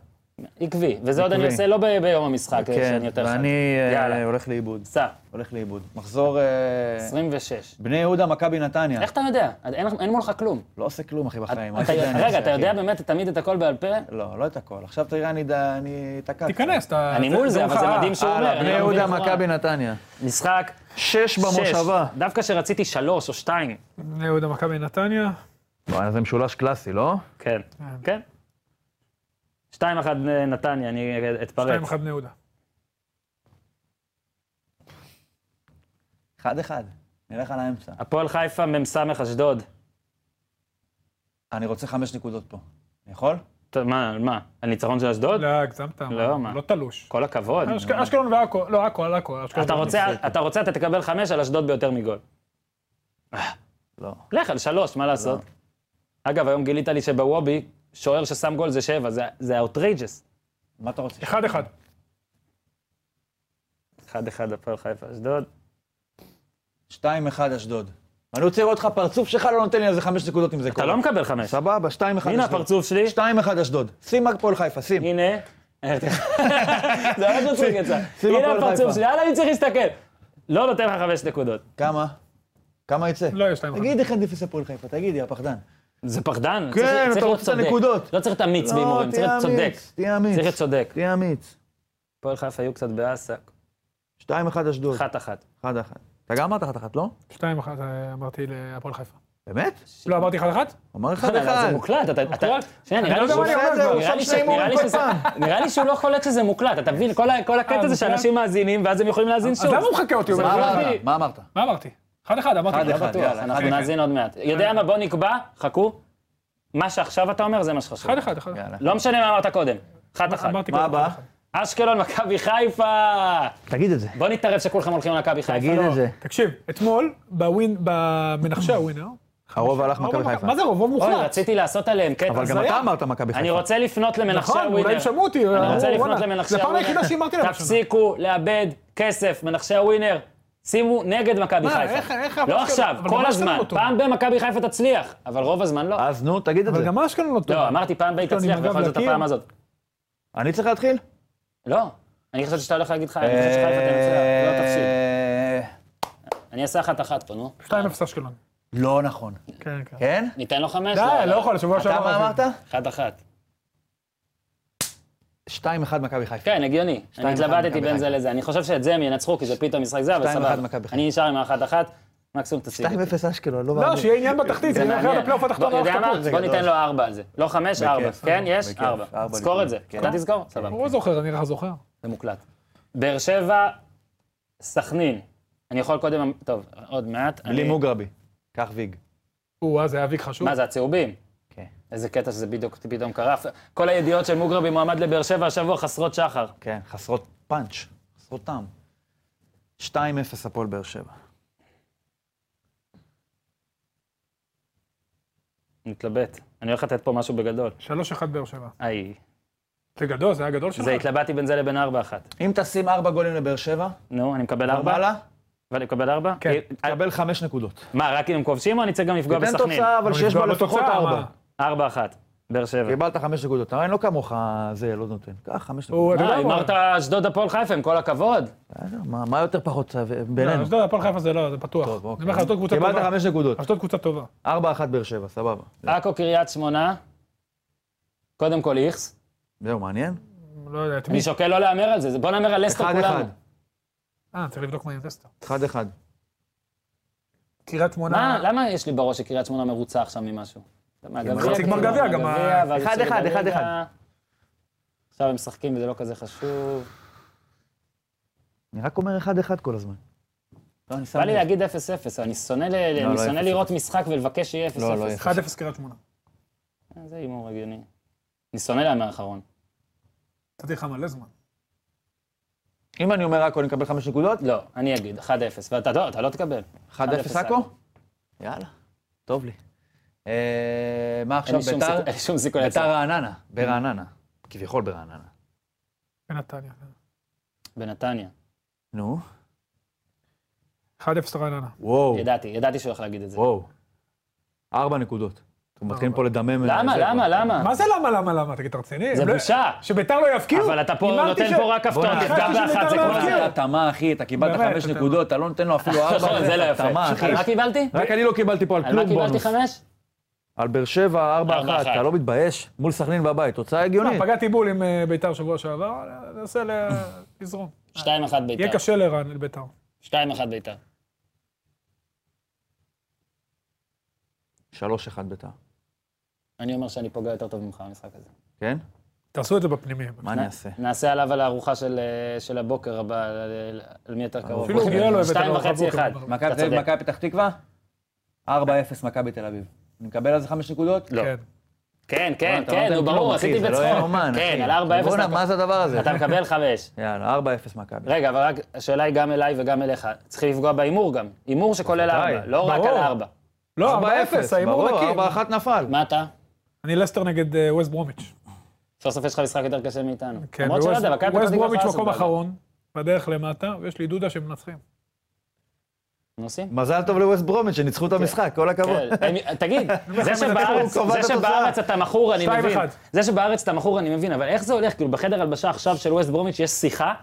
[SPEAKER 1] עקבי. וזה עוד אני
[SPEAKER 2] עקבי.
[SPEAKER 1] עושה לא ב- ביום המשחק,
[SPEAKER 2] כן,
[SPEAKER 1] שאני יותר חד.
[SPEAKER 2] ואני אה,
[SPEAKER 1] יאללה.
[SPEAKER 2] הולך לאיבוד.
[SPEAKER 1] סע,
[SPEAKER 2] הולך לאיבוד. מחזור אה,
[SPEAKER 1] 26.
[SPEAKER 2] בני יהודה, מכבי נתניה.
[SPEAKER 1] איך אתה יודע? אין אין מולך כלום.
[SPEAKER 2] לא עושה כלום, אחי, בחיים.
[SPEAKER 1] אתה-
[SPEAKER 2] אל תדע, אני
[SPEAKER 1] רגע,
[SPEAKER 2] עושה, כן.
[SPEAKER 1] אתה יודע
[SPEAKER 2] אחי.
[SPEAKER 1] באמת תמיד את הכל בעל פה?
[SPEAKER 2] לא, לא את הכל. עכשיו תראה, אני ד- אני תקעתי.
[SPEAKER 3] תיכנס, אתה...
[SPEAKER 1] אני מול זה, אבל זה
[SPEAKER 3] מולך.
[SPEAKER 1] מדהים שהוא אומר.
[SPEAKER 2] הלאה,
[SPEAKER 1] אני
[SPEAKER 2] בני
[SPEAKER 1] לא מבין
[SPEAKER 2] יהודה,
[SPEAKER 1] איך הוא
[SPEAKER 2] מכבי
[SPEAKER 1] ראה.
[SPEAKER 2] נתניה.
[SPEAKER 1] משחק
[SPEAKER 2] שש
[SPEAKER 1] שש.
[SPEAKER 2] במושבה.
[SPEAKER 1] דווקא שרציתי שלוש או שתיים.
[SPEAKER 3] בני יהודה מכבי נתניה.
[SPEAKER 2] וואי, זה משולש קלאסי, לא?
[SPEAKER 1] כן. כן. שתיים אחד אה, נתניה, אני אתפרץ.
[SPEAKER 3] 2-1 בני יהודה.
[SPEAKER 2] אחד אחד. נלך על האמצע.
[SPEAKER 1] הפועל חיפה, מ"ס אשדוד.
[SPEAKER 2] אני רוצה חמש נקודות פה. אני יכול?
[SPEAKER 1] טוב, מה, מה? הניצרון של אשדוד?
[SPEAKER 3] לא, הגזמת.
[SPEAKER 1] לא, מה?
[SPEAKER 3] לא תלוש.
[SPEAKER 1] כל הכבוד.
[SPEAKER 3] אשק- אשקלון ועכו, לא, עכו, על עכו. אשקלון
[SPEAKER 1] אתה
[SPEAKER 3] ועכו.
[SPEAKER 1] רוצה, אתה רוצה, אתה תקבל חמש על אשדוד ביותר מגול.
[SPEAKER 2] לא.
[SPEAKER 1] לך על שלוש, מה לעשות? אגב, היום גילית לי שבוובי, שוער ששם גול זה שבע, זה- זה outrageous.
[SPEAKER 2] מה אתה רוצה?
[SPEAKER 3] 1-1.
[SPEAKER 1] אחד אחד הפועל חיפה אשדוד.
[SPEAKER 2] 2-1 אשדוד. אני רוצה לראות לך פרצוף שלך לא נותן לי על זה חמש נקודות אם זה קורה.
[SPEAKER 1] אתה לא מקבל חמש.
[SPEAKER 2] סבבה, 2-1 אשדוד.
[SPEAKER 1] הנה הפרצוף שלי.
[SPEAKER 2] 2-1 אשדוד. שים הפועל חיפה, שים.
[SPEAKER 1] הנה. זה לא היה פרצוף יצא.
[SPEAKER 2] שים
[SPEAKER 1] הנה
[SPEAKER 2] הפועל
[SPEAKER 1] הפרצוף
[SPEAKER 2] חיפה.
[SPEAKER 1] שלי, יאללה, אני צריך להסתכל. לא נותן לך חמש נקודות.
[SPEAKER 2] כמה? כמה יצא?
[SPEAKER 3] לא, יש 2-1.
[SPEAKER 2] תגיד איך אין אפס הפועל חיפה, תגיד, יא פחדן.
[SPEAKER 1] זה פחדן.
[SPEAKER 2] כן,
[SPEAKER 1] צריך- צריך
[SPEAKER 2] אתה
[SPEAKER 1] להיות
[SPEAKER 2] רוצה את
[SPEAKER 1] צודק.
[SPEAKER 2] הנקודות.
[SPEAKER 1] לא צריך להתאמיץ בהימורים, צריך להיות צודק.
[SPEAKER 2] תהיה אמיץ.
[SPEAKER 1] צריך להיות צודק.
[SPEAKER 2] תהיה אמיץ.
[SPEAKER 1] הפועל חיפה היו קצת באסק.
[SPEAKER 2] 2-1 אשדוד.
[SPEAKER 1] אחת אחת.
[SPEAKER 2] 1-1. אתה גם אמרת 1-1, לא?
[SPEAKER 3] 2-1 אה, אמרתי להפועל חיפה.
[SPEAKER 2] באמת?
[SPEAKER 3] לא, אמרתי 1-1?
[SPEAKER 2] הוא אמר 1-1.
[SPEAKER 1] זה מוקלט, אתה... אתה- שנייה, נראה
[SPEAKER 3] אני לא
[SPEAKER 1] לי
[SPEAKER 3] יודע
[SPEAKER 1] שהוא-
[SPEAKER 3] מה אני אומר כבר.
[SPEAKER 1] נראה
[SPEAKER 2] הוא
[SPEAKER 1] לי
[SPEAKER 2] שם
[SPEAKER 1] ש-
[SPEAKER 2] שני
[SPEAKER 1] נראה
[SPEAKER 2] הימורים
[SPEAKER 1] לי
[SPEAKER 2] כל
[SPEAKER 1] שזה-
[SPEAKER 2] פעם.
[SPEAKER 1] נראה לי שהוא לא קולט שזה מוקלט, אתה מבין? כל ה- כל הקטע
[SPEAKER 3] אה,
[SPEAKER 1] זה
[SPEAKER 3] מוקלט?
[SPEAKER 1] שאנשים מאזינים, ואז הם יכולים להאזין שוב.
[SPEAKER 3] אז למה הוא מחכה אותי? הוא
[SPEAKER 1] זה
[SPEAKER 3] לא
[SPEAKER 2] מה
[SPEAKER 1] לא
[SPEAKER 3] אמר
[SPEAKER 2] אמרת?
[SPEAKER 1] מבין.
[SPEAKER 2] מה אמרת?
[SPEAKER 3] מה אמרתי? 1-1, אמרתי.
[SPEAKER 2] 1-1.
[SPEAKER 1] לא בטוח,
[SPEAKER 2] יאללה,
[SPEAKER 1] אנחנו
[SPEAKER 2] אחד אחד.
[SPEAKER 1] נאזין עוד מעט. יודע מה, בוא נקבע, חכו. מה שעכשיו אתה אומר זה מה שחשוב.
[SPEAKER 3] 1-1, 1-1.
[SPEAKER 2] יאללה.
[SPEAKER 1] לא משנה מה אמרת קודם. אחת אחת.
[SPEAKER 3] אה, אמרתי
[SPEAKER 2] מה
[SPEAKER 3] קודם,
[SPEAKER 2] הבא?
[SPEAKER 3] 1-1.
[SPEAKER 1] אשקלון, מכבי חיפה!
[SPEAKER 2] תגיד את זה.
[SPEAKER 1] בוא נתערב שכולכם הולכים למכבי חיפה.
[SPEAKER 2] תגיד
[SPEAKER 1] לא.
[SPEAKER 2] את זה.
[SPEAKER 3] תקשיב, אתמול, בווין, במנחשי הווינר,
[SPEAKER 2] הרוב הלך מכבי
[SPEAKER 3] הרוב-
[SPEAKER 2] חיפה.
[SPEAKER 3] מה זה רוב? רוב
[SPEAKER 1] אוי,
[SPEAKER 3] מוחלט.
[SPEAKER 1] רציתי לעשות עליהם קטע.
[SPEAKER 2] אבל גם
[SPEAKER 1] הזיה.
[SPEAKER 2] אתה אמרת מכבי חיפה.
[SPEAKER 1] אני רוצה לפנות למנחשי
[SPEAKER 3] נכון, אולי
[SPEAKER 1] הווינר.
[SPEAKER 3] הם שמעו אותי.
[SPEAKER 1] אני רוצה
[SPEAKER 3] אמרו,
[SPEAKER 1] לפנות
[SPEAKER 3] וואלה.
[SPEAKER 1] למנחשי
[SPEAKER 3] זה פעם
[SPEAKER 1] הווינר.
[SPEAKER 3] היחידה שהימרתי להם השנה.
[SPEAKER 1] תפסיקו לאבד כסף, מנחשי הווינר. שימו נגד מכבי
[SPEAKER 3] מה,
[SPEAKER 1] חיפה.
[SPEAKER 3] איך- איך אבל
[SPEAKER 1] לא
[SPEAKER 3] אשכנ-
[SPEAKER 1] עכשיו,
[SPEAKER 3] אבל גם
[SPEAKER 1] כל
[SPEAKER 3] אשכנון
[SPEAKER 1] הזמן.
[SPEAKER 3] לא טוב.
[SPEAKER 1] פעם במכבי חיפה תצליח, אבל רוב הזמן לא.
[SPEAKER 2] אז נו, תגיד את זה.
[SPEAKER 3] אבל גם אשקלון לא אה, טוב.
[SPEAKER 1] לא, אמרתי פעם בי
[SPEAKER 3] אשכנון
[SPEAKER 1] תצליח,
[SPEAKER 3] עם הגב
[SPEAKER 1] בכל זאת
[SPEAKER 3] לקיר.
[SPEAKER 1] הפעם הזאת.
[SPEAKER 2] אני צריך להתחיל?
[SPEAKER 1] לא, אני חושב שאתה הולך להגיד לך, אני חושב שחיפה תנצח, לא תפסיד.
[SPEAKER 2] אה,
[SPEAKER 1] אני אעשה אחת-אחת פה, נו.
[SPEAKER 3] 2-0 אשקלון.
[SPEAKER 2] לא נכון.
[SPEAKER 3] כן, כן.
[SPEAKER 2] כן?
[SPEAKER 1] ניתן לו חמש?
[SPEAKER 3] די, לא יכול, שבוע
[SPEAKER 2] אתה
[SPEAKER 3] שעבר.
[SPEAKER 2] מה אמרת?
[SPEAKER 1] אחת-אחת.
[SPEAKER 2] 2-1 מכבי חיפה.
[SPEAKER 1] כן, הגיוני. אני
[SPEAKER 2] אחד
[SPEAKER 1] התלבטתי
[SPEAKER 2] מכבי
[SPEAKER 1] בין זה
[SPEAKER 2] חיפה.
[SPEAKER 1] לזה. אני חושב שאת זה הם ינצחו, כי זה פתאום משחק זה, אבל
[SPEAKER 2] שתיים
[SPEAKER 1] סבבה.
[SPEAKER 2] אחד מכבי חיפה.
[SPEAKER 1] אני נשאר עם האחת-אחת, מקסימום תציג.
[SPEAKER 2] 2-0 אשקלון, לא מאמין.
[SPEAKER 3] לא, שיהיה עניין בתחתית, זה יהיה אחרת
[SPEAKER 1] מעניין.
[SPEAKER 3] לפלייאוף התחתון.
[SPEAKER 1] בוא,
[SPEAKER 3] לא
[SPEAKER 1] יודע
[SPEAKER 3] רק
[SPEAKER 1] מה?
[SPEAKER 3] תחתון.
[SPEAKER 1] בוא
[SPEAKER 2] גדול.
[SPEAKER 1] ניתן לו ארבע על זה. לא חמש, ארבע. כן, יש?
[SPEAKER 2] בכיף.
[SPEAKER 1] ארבע.
[SPEAKER 2] ארבע
[SPEAKER 1] תזכור
[SPEAKER 2] לפני.
[SPEAKER 1] את זה.
[SPEAKER 2] כן.
[SPEAKER 1] אתה תזכור? סבבה.
[SPEAKER 3] הוא לא זוכר, אני ככה זוכר.
[SPEAKER 1] זה מוקלט. באר שבע, סכנין. אני יכול קודם... טוב, עוד מעט.
[SPEAKER 2] בלי
[SPEAKER 1] אני-
[SPEAKER 2] מוגרבי. קח ויג.
[SPEAKER 3] הוא, אז היה אה, אביק חשוב.
[SPEAKER 1] מה זה, הצהובים?
[SPEAKER 2] כן.
[SPEAKER 1] איזה קטע שזה בדיוק פתאום קרה. כל הידיעות של מוגרבי מועמד לבאר שבע השבוע חסרות שחר.
[SPEAKER 2] כן, חסרות פאנץ', חסרות טעם. 2-0 הפועל באר שבע.
[SPEAKER 1] מתלבט. אני הולך לתת פה משהו בגדול.
[SPEAKER 3] 3-1 באר שבע.
[SPEAKER 1] איי.
[SPEAKER 3] זה גדול, זה היה גדול שלך.
[SPEAKER 1] זה התלבטתי בין זה לבין ארבע אחת.
[SPEAKER 2] אם תשים 4 גולים לבאר שבע,
[SPEAKER 1] נו, אני מקבל ארבע?
[SPEAKER 2] ומעלה,
[SPEAKER 1] ואני מקבל ארבע?
[SPEAKER 3] כן.
[SPEAKER 1] אה,
[SPEAKER 2] תקבל 5 נקודות.
[SPEAKER 1] מה, רק אם הם כובשים או אני צריך גם לפגוע
[SPEAKER 2] תן
[SPEAKER 1] בסכנין?
[SPEAKER 2] תוצאה, אבל
[SPEAKER 3] אבל
[SPEAKER 2] שיש בה
[SPEAKER 3] לפגוע
[SPEAKER 2] לפחות
[SPEAKER 3] בתוצאה,
[SPEAKER 2] 4.
[SPEAKER 3] מה?
[SPEAKER 1] ארבע אחת, באר שבע.
[SPEAKER 2] קיבלת 5 נקודות. הרי לא כמוך זה לא נותן. קח 5
[SPEAKER 3] הוא, לא,
[SPEAKER 2] נקודות.
[SPEAKER 3] אתה
[SPEAKER 1] מה,
[SPEAKER 3] יודע מה?
[SPEAKER 1] לא, אמרת אשדוד הפועל חיפה, עם כל הכבוד.
[SPEAKER 2] בסדר, מה- מה יותר פחות אה,
[SPEAKER 3] לא,
[SPEAKER 2] בינינו?
[SPEAKER 3] אשדוד, הפועל חיפה זה לא, זה פתוח.
[SPEAKER 2] טוב,
[SPEAKER 3] אני
[SPEAKER 2] אוקיי.
[SPEAKER 3] אומר לך, אשדוד קבוצה
[SPEAKER 2] קיבלת
[SPEAKER 3] טובה.
[SPEAKER 2] 5 נקודות.
[SPEAKER 3] אשדוד קבוצה טובה.
[SPEAKER 2] 4-1 באר שבע, סבבה.
[SPEAKER 1] עכו, קריית שמונה, קודם כל איכס.
[SPEAKER 2] זהו, מעניין?
[SPEAKER 3] לא יודע, את מי?
[SPEAKER 1] אני שוקל לא להמר על זה, זה- בוא נהמר על לסטר
[SPEAKER 2] 1-1.
[SPEAKER 1] כולנו.
[SPEAKER 3] אה, צריך לבדוק מה עם טסטר.
[SPEAKER 2] 1-1.
[SPEAKER 3] קריית
[SPEAKER 1] מה,
[SPEAKER 3] שמונה.
[SPEAKER 1] למה יש לי בראש שקריית שמונה מרוצה עכשיו ממשהו? מהגביע,
[SPEAKER 3] חצי גמר
[SPEAKER 1] כאילו,
[SPEAKER 3] גביע, גם
[SPEAKER 1] מהגביע,
[SPEAKER 3] ה-
[SPEAKER 1] ואז
[SPEAKER 2] אחד,
[SPEAKER 1] הפסידו
[SPEAKER 2] אחד,
[SPEAKER 1] בליגה.
[SPEAKER 2] אחד, אחד.
[SPEAKER 1] עכשיו הם משחקים וזה לא כזה חשוב.
[SPEAKER 2] אני רק אומר 1-1 כל הזמן. לא, אני שם
[SPEAKER 1] בא לי
[SPEAKER 2] לב.
[SPEAKER 1] להגיד 0-0, אני שונא ל-
[SPEAKER 2] לא,
[SPEAKER 1] אני
[SPEAKER 2] לא
[SPEAKER 1] שונא
[SPEAKER 2] 0-0.
[SPEAKER 1] לראות משחק ולבקש שיהיה 0-0.
[SPEAKER 2] לא, לא,
[SPEAKER 3] 1-0 קריית שמונה.
[SPEAKER 1] אה, זה הימור הגיוני. אני שונא להם האחרון.
[SPEAKER 3] נתתי לך מלא זמן.
[SPEAKER 2] אם אני אומר עכו, אני מקבל 5 נקודות?
[SPEAKER 1] לא, אני אגיד, 1-0, ואתה לא, אתה לא תקבל.
[SPEAKER 2] 1-0 עכו? יאללה, טוב לי. אה, מה
[SPEAKER 1] אין
[SPEAKER 2] עכשיו,
[SPEAKER 1] לי שום
[SPEAKER 2] ביתר?
[SPEAKER 1] סיכוי- אין לי שום סיכוי
[SPEAKER 2] ביתר
[SPEAKER 1] לצאת.
[SPEAKER 2] רעננה, ברעננה. כביכול ברעננה.
[SPEAKER 3] בנתניה. כן.
[SPEAKER 1] בנתניה.
[SPEAKER 2] נו.
[SPEAKER 3] 1-0 רעננה.
[SPEAKER 2] וואו,
[SPEAKER 1] ידעתי, ידעתי שהוא הולך להגיד את זה.
[SPEAKER 2] וואו. ארבע נקודות. אתם מתחילים פה לדמם...
[SPEAKER 1] למה,
[SPEAKER 2] זה
[SPEAKER 1] למה,
[SPEAKER 2] כבר.
[SPEAKER 1] למה?
[SPEAKER 3] מה זה למה, למה, למה? תגיד, אתה רציני?
[SPEAKER 1] אה. זה
[SPEAKER 3] הם לא-
[SPEAKER 1] בושה.
[SPEAKER 3] שביתר לא יפקיעו?
[SPEAKER 1] אבל אתה פה
[SPEAKER 3] הימרתי
[SPEAKER 1] נותן
[SPEAKER 3] ש-
[SPEAKER 1] פה רק הפתעות,
[SPEAKER 2] נראה
[SPEAKER 1] תפגע
[SPEAKER 3] לי
[SPEAKER 1] באחת,
[SPEAKER 3] שביתר
[SPEAKER 1] זה
[SPEAKER 3] לא
[SPEAKER 1] כמו...
[SPEAKER 2] בואנה,
[SPEAKER 3] יפקיעו.
[SPEAKER 2] אתה התאמה, אחי, אתה קיבלת
[SPEAKER 3] באמת,
[SPEAKER 2] חמש
[SPEAKER 3] אתה-
[SPEAKER 2] נקודות, אתה לא נותן לו אפילו ארבע.
[SPEAKER 1] נכון, זה לא יפה.
[SPEAKER 2] התאמה, אחי.
[SPEAKER 1] על מה קיבלתי?
[SPEAKER 2] רק אני לא קיבלתי פה על
[SPEAKER 1] על מה
[SPEAKER 2] כלום
[SPEAKER 1] קיבלתי
[SPEAKER 2] בונוס.
[SPEAKER 1] חמש?
[SPEAKER 2] על באר שבע, ארבע
[SPEAKER 1] ארבע
[SPEAKER 2] אחת,
[SPEAKER 1] אחת.
[SPEAKER 2] אתה לא מתבייש? מול סכנין בבית, תוצאה
[SPEAKER 3] מה,
[SPEAKER 2] הגיונית.
[SPEAKER 3] לא, פגעתי בול עם אה, ביתר שבוע שעבר, ננסה ל- לזרום.
[SPEAKER 1] אה. שתיים אחת ביתר.
[SPEAKER 3] יהיה קשה לרן, לביתר.
[SPEAKER 1] שתיים אחת ביתר.
[SPEAKER 2] שלוש אחד ביתר,
[SPEAKER 1] אני אומר שאני פוגע יותר טוב ממך במשחק הזה.
[SPEAKER 2] כן?
[SPEAKER 3] תעשו את זה בפנימיים.
[SPEAKER 2] מה אני אעשה?
[SPEAKER 1] נעשה עליו על הארוחה של, אה, של הבוקר הבא, על- על על מי יותר קרוב.
[SPEAKER 3] אפילו גילה לא הבאת
[SPEAKER 1] שתיים
[SPEAKER 3] לו ארוחת
[SPEAKER 1] וחצי
[SPEAKER 3] בוקר
[SPEAKER 1] אחד.
[SPEAKER 3] בבוקר.
[SPEAKER 2] מכבי
[SPEAKER 1] אתה
[SPEAKER 2] תל אביב,
[SPEAKER 1] צודק.
[SPEAKER 2] מכבי פתח תקווה, 4-0 מכבי תל אביב. אני מקבל על זה חמש נקודות?
[SPEAKER 1] לא.
[SPEAKER 3] כן.
[SPEAKER 1] כן, כן,
[SPEAKER 2] אתה לא
[SPEAKER 1] כן,
[SPEAKER 2] נותן
[SPEAKER 1] נו
[SPEAKER 2] כלום,
[SPEAKER 1] ברור,
[SPEAKER 2] אחי,
[SPEAKER 1] עשיתי
[SPEAKER 2] זה לא
[SPEAKER 1] בצחוק.
[SPEAKER 2] יאומן,
[SPEAKER 1] כן,
[SPEAKER 2] אחי.
[SPEAKER 1] על ארבע אפס.
[SPEAKER 2] בואנה, מה זה הדבר הזה?
[SPEAKER 1] אתה מקבל חמש.
[SPEAKER 2] יאללה, 4-0 מכבי.
[SPEAKER 1] רגע, אבל רק, השאלה היא גם אליי וגם אליך. צריכים לפגוע בהימור גם. הימור שכולל
[SPEAKER 2] בוודאי.
[SPEAKER 1] ארבע, לא רק
[SPEAKER 3] ברור.
[SPEAKER 1] על ארבע.
[SPEAKER 3] לא, 4-0,
[SPEAKER 2] 4-0,
[SPEAKER 3] ההימור
[SPEAKER 2] ברור,
[SPEAKER 3] נקי.
[SPEAKER 2] 4-1 נפל.
[SPEAKER 1] מה אתה?
[SPEAKER 3] אני לסטר נגד אה, ווסט ברומיץ'.
[SPEAKER 1] סוף סוף יש לך משחק יותר קשה מאיתנו.
[SPEAKER 3] כן,
[SPEAKER 1] למרות שלא
[SPEAKER 3] וווסט
[SPEAKER 1] יודע, מכבי פתח
[SPEAKER 3] ווסט
[SPEAKER 1] תקווה
[SPEAKER 3] ברומיץ'
[SPEAKER 1] יכולה לעשות
[SPEAKER 3] מקום
[SPEAKER 1] בעיה.
[SPEAKER 3] אחרון, בדרך למטה, ויש לי דודה שמנצחים.
[SPEAKER 1] נוסעים?
[SPEAKER 2] מזל טוב לווסט ברומיץ' שניצחו את המשחק, כל הכבוד.
[SPEAKER 1] כן, הם- תגיד, זה שבארץ,
[SPEAKER 2] הוא קובע
[SPEAKER 1] זה
[SPEAKER 2] את התוצאה.
[SPEAKER 1] שבארץ אתה מכור, אני
[SPEAKER 3] שתיים
[SPEAKER 1] מבין.
[SPEAKER 3] אחד.
[SPEAKER 1] זה שבארץ אתה מכור, אני מבין, אבל איך זה הולך? כאילו, בחדר הלבשה עכשיו של ווסט ברומיץ' יש שיחה,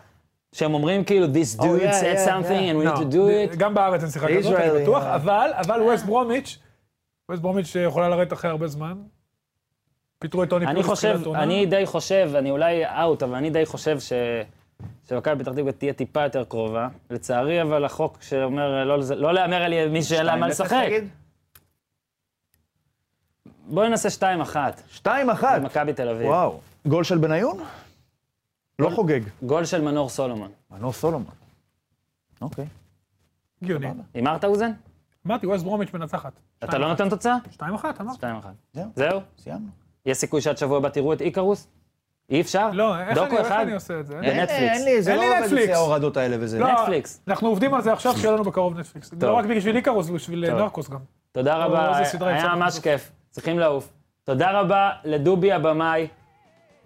[SPEAKER 1] שהם אומרים כאילו, this dude
[SPEAKER 2] Oh, yeah,
[SPEAKER 1] said
[SPEAKER 2] yeah,
[SPEAKER 1] something and we
[SPEAKER 3] לא,
[SPEAKER 1] need to do it.
[SPEAKER 3] גם בארץ אין שיחה כזאת,
[SPEAKER 2] Israeli,
[SPEAKER 3] אני בטוח,
[SPEAKER 2] אה.
[SPEAKER 3] אבל, אבל ווסט ברומיץ', ווסט ברומיץ' אה, יכולה לרדת אחרי הרבה זמן. פיטרו את טוני
[SPEAKER 1] אני
[SPEAKER 3] פלוס
[SPEAKER 1] חושב,
[SPEAKER 3] בתחילת העונה.
[SPEAKER 1] אני די חושב, אני אולי אאוט, אבל אני די חושב ש... שמכבי פתח תקווה תהיה טיפה יותר קרובה. לצערי, אבל החוק שאומר לא, לז- לא להמר על מי שאין לה מה
[SPEAKER 2] 2-0
[SPEAKER 1] לשחק.
[SPEAKER 2] תגיד?
[SPEAKER 1] בואו ננסה 2-1,
[SPEAKER 2] 2-1.
[SPEAKER 3] אה,
[SPEAKER 1] מכבי תל אביב.
[SPEAKER 2] וואו. גול של בניון? לא חוגג.
[SPEAKER 1] גול של מנור סולומון.
[SPEAKER 2] מנור סולומון. אוקיי.
[SPEAKER 3] הגיוני.
[SPEAKER 1] הימרת אוזן?
[SPEAKER 3] אמרתי, ווסט ברומיץ' מנצחת.
[SPEAKER 1] אתה לא נותן תוצאה?
[SPEAKER 3] 2-1,
[SPEAKER 1] 2-1.
[SPEAKER 3] אמרתי.
[SPEAKER 2] זהו.
[SPEAKER 1] זהו?
[SPEAKER 2] סיימנו.
[SPEAKER 1] יש סיכוי שעד שבוע הבא תראו את איקרוס? אי אפשר?
[SPEAKER 3] לא, איך אני-
[SPEAKER 1] דוקו
[SPEAKER 3] איך
[SPEAKER 1] אחד? אה,
[SPEAKER 3] אני עושה את זה?
[SPEAKER 1] אין נטפליקס.
[SPEAKER 2] אין לי, זה
[SPEAKER 3] אין לי
[SPEAKER 2] לא עובד
[SPEAKER 3] נטפליקס.
[SPEAKER 2] לפי ההורדות האלה וזה.
[SPEAKER 3] לא,
[SPEAKER 1] נטפליקס.
[SPEAKER 3] אנחנו עובדים על זה עכשיו, שיהיה לנו בקרוב נטפליקס. לא רק בשביל איקרוס, בשביל
[SPEAKER 1] טוב.
[SPEAKER 3] נרקוס גם.
[SPEAKER 1] תודה
[SPEAKER 3] לא,
[SPEAKER 1] רבה,
[SPEAKER 3] זה סדרה עם
[SPEAKER 1] היה
[SPEAKER 3] צמח
[SPEAKER 1] ממש
[SPEAKER 3] בסוף.
[SPEAKER 1] כיף. צריכים לעוף. תודה רבה לדובי הבמאי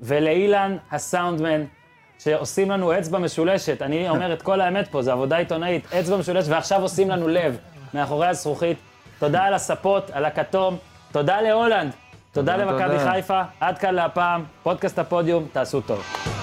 [SPEAKER 1] ולאילן הסאונדמן. שעושים לנו אצבע משולשת. אני אומר את כל האמת פה, זו עבודה עיתונאית, אצבע משולשת, ועכשיו עושים לנו לב מאחורי הזכוכית. תודה על הספות, על הכתום, תודה להולנד, תודה
[SPEAKER 2] תודה,
[SPEAKER 1] למכבי
[SPEAKER 2] תודה.
[SPEAKER 1] חיפה, עד כאן להפעם, פודקאסט הפודיום, תעשו טוב.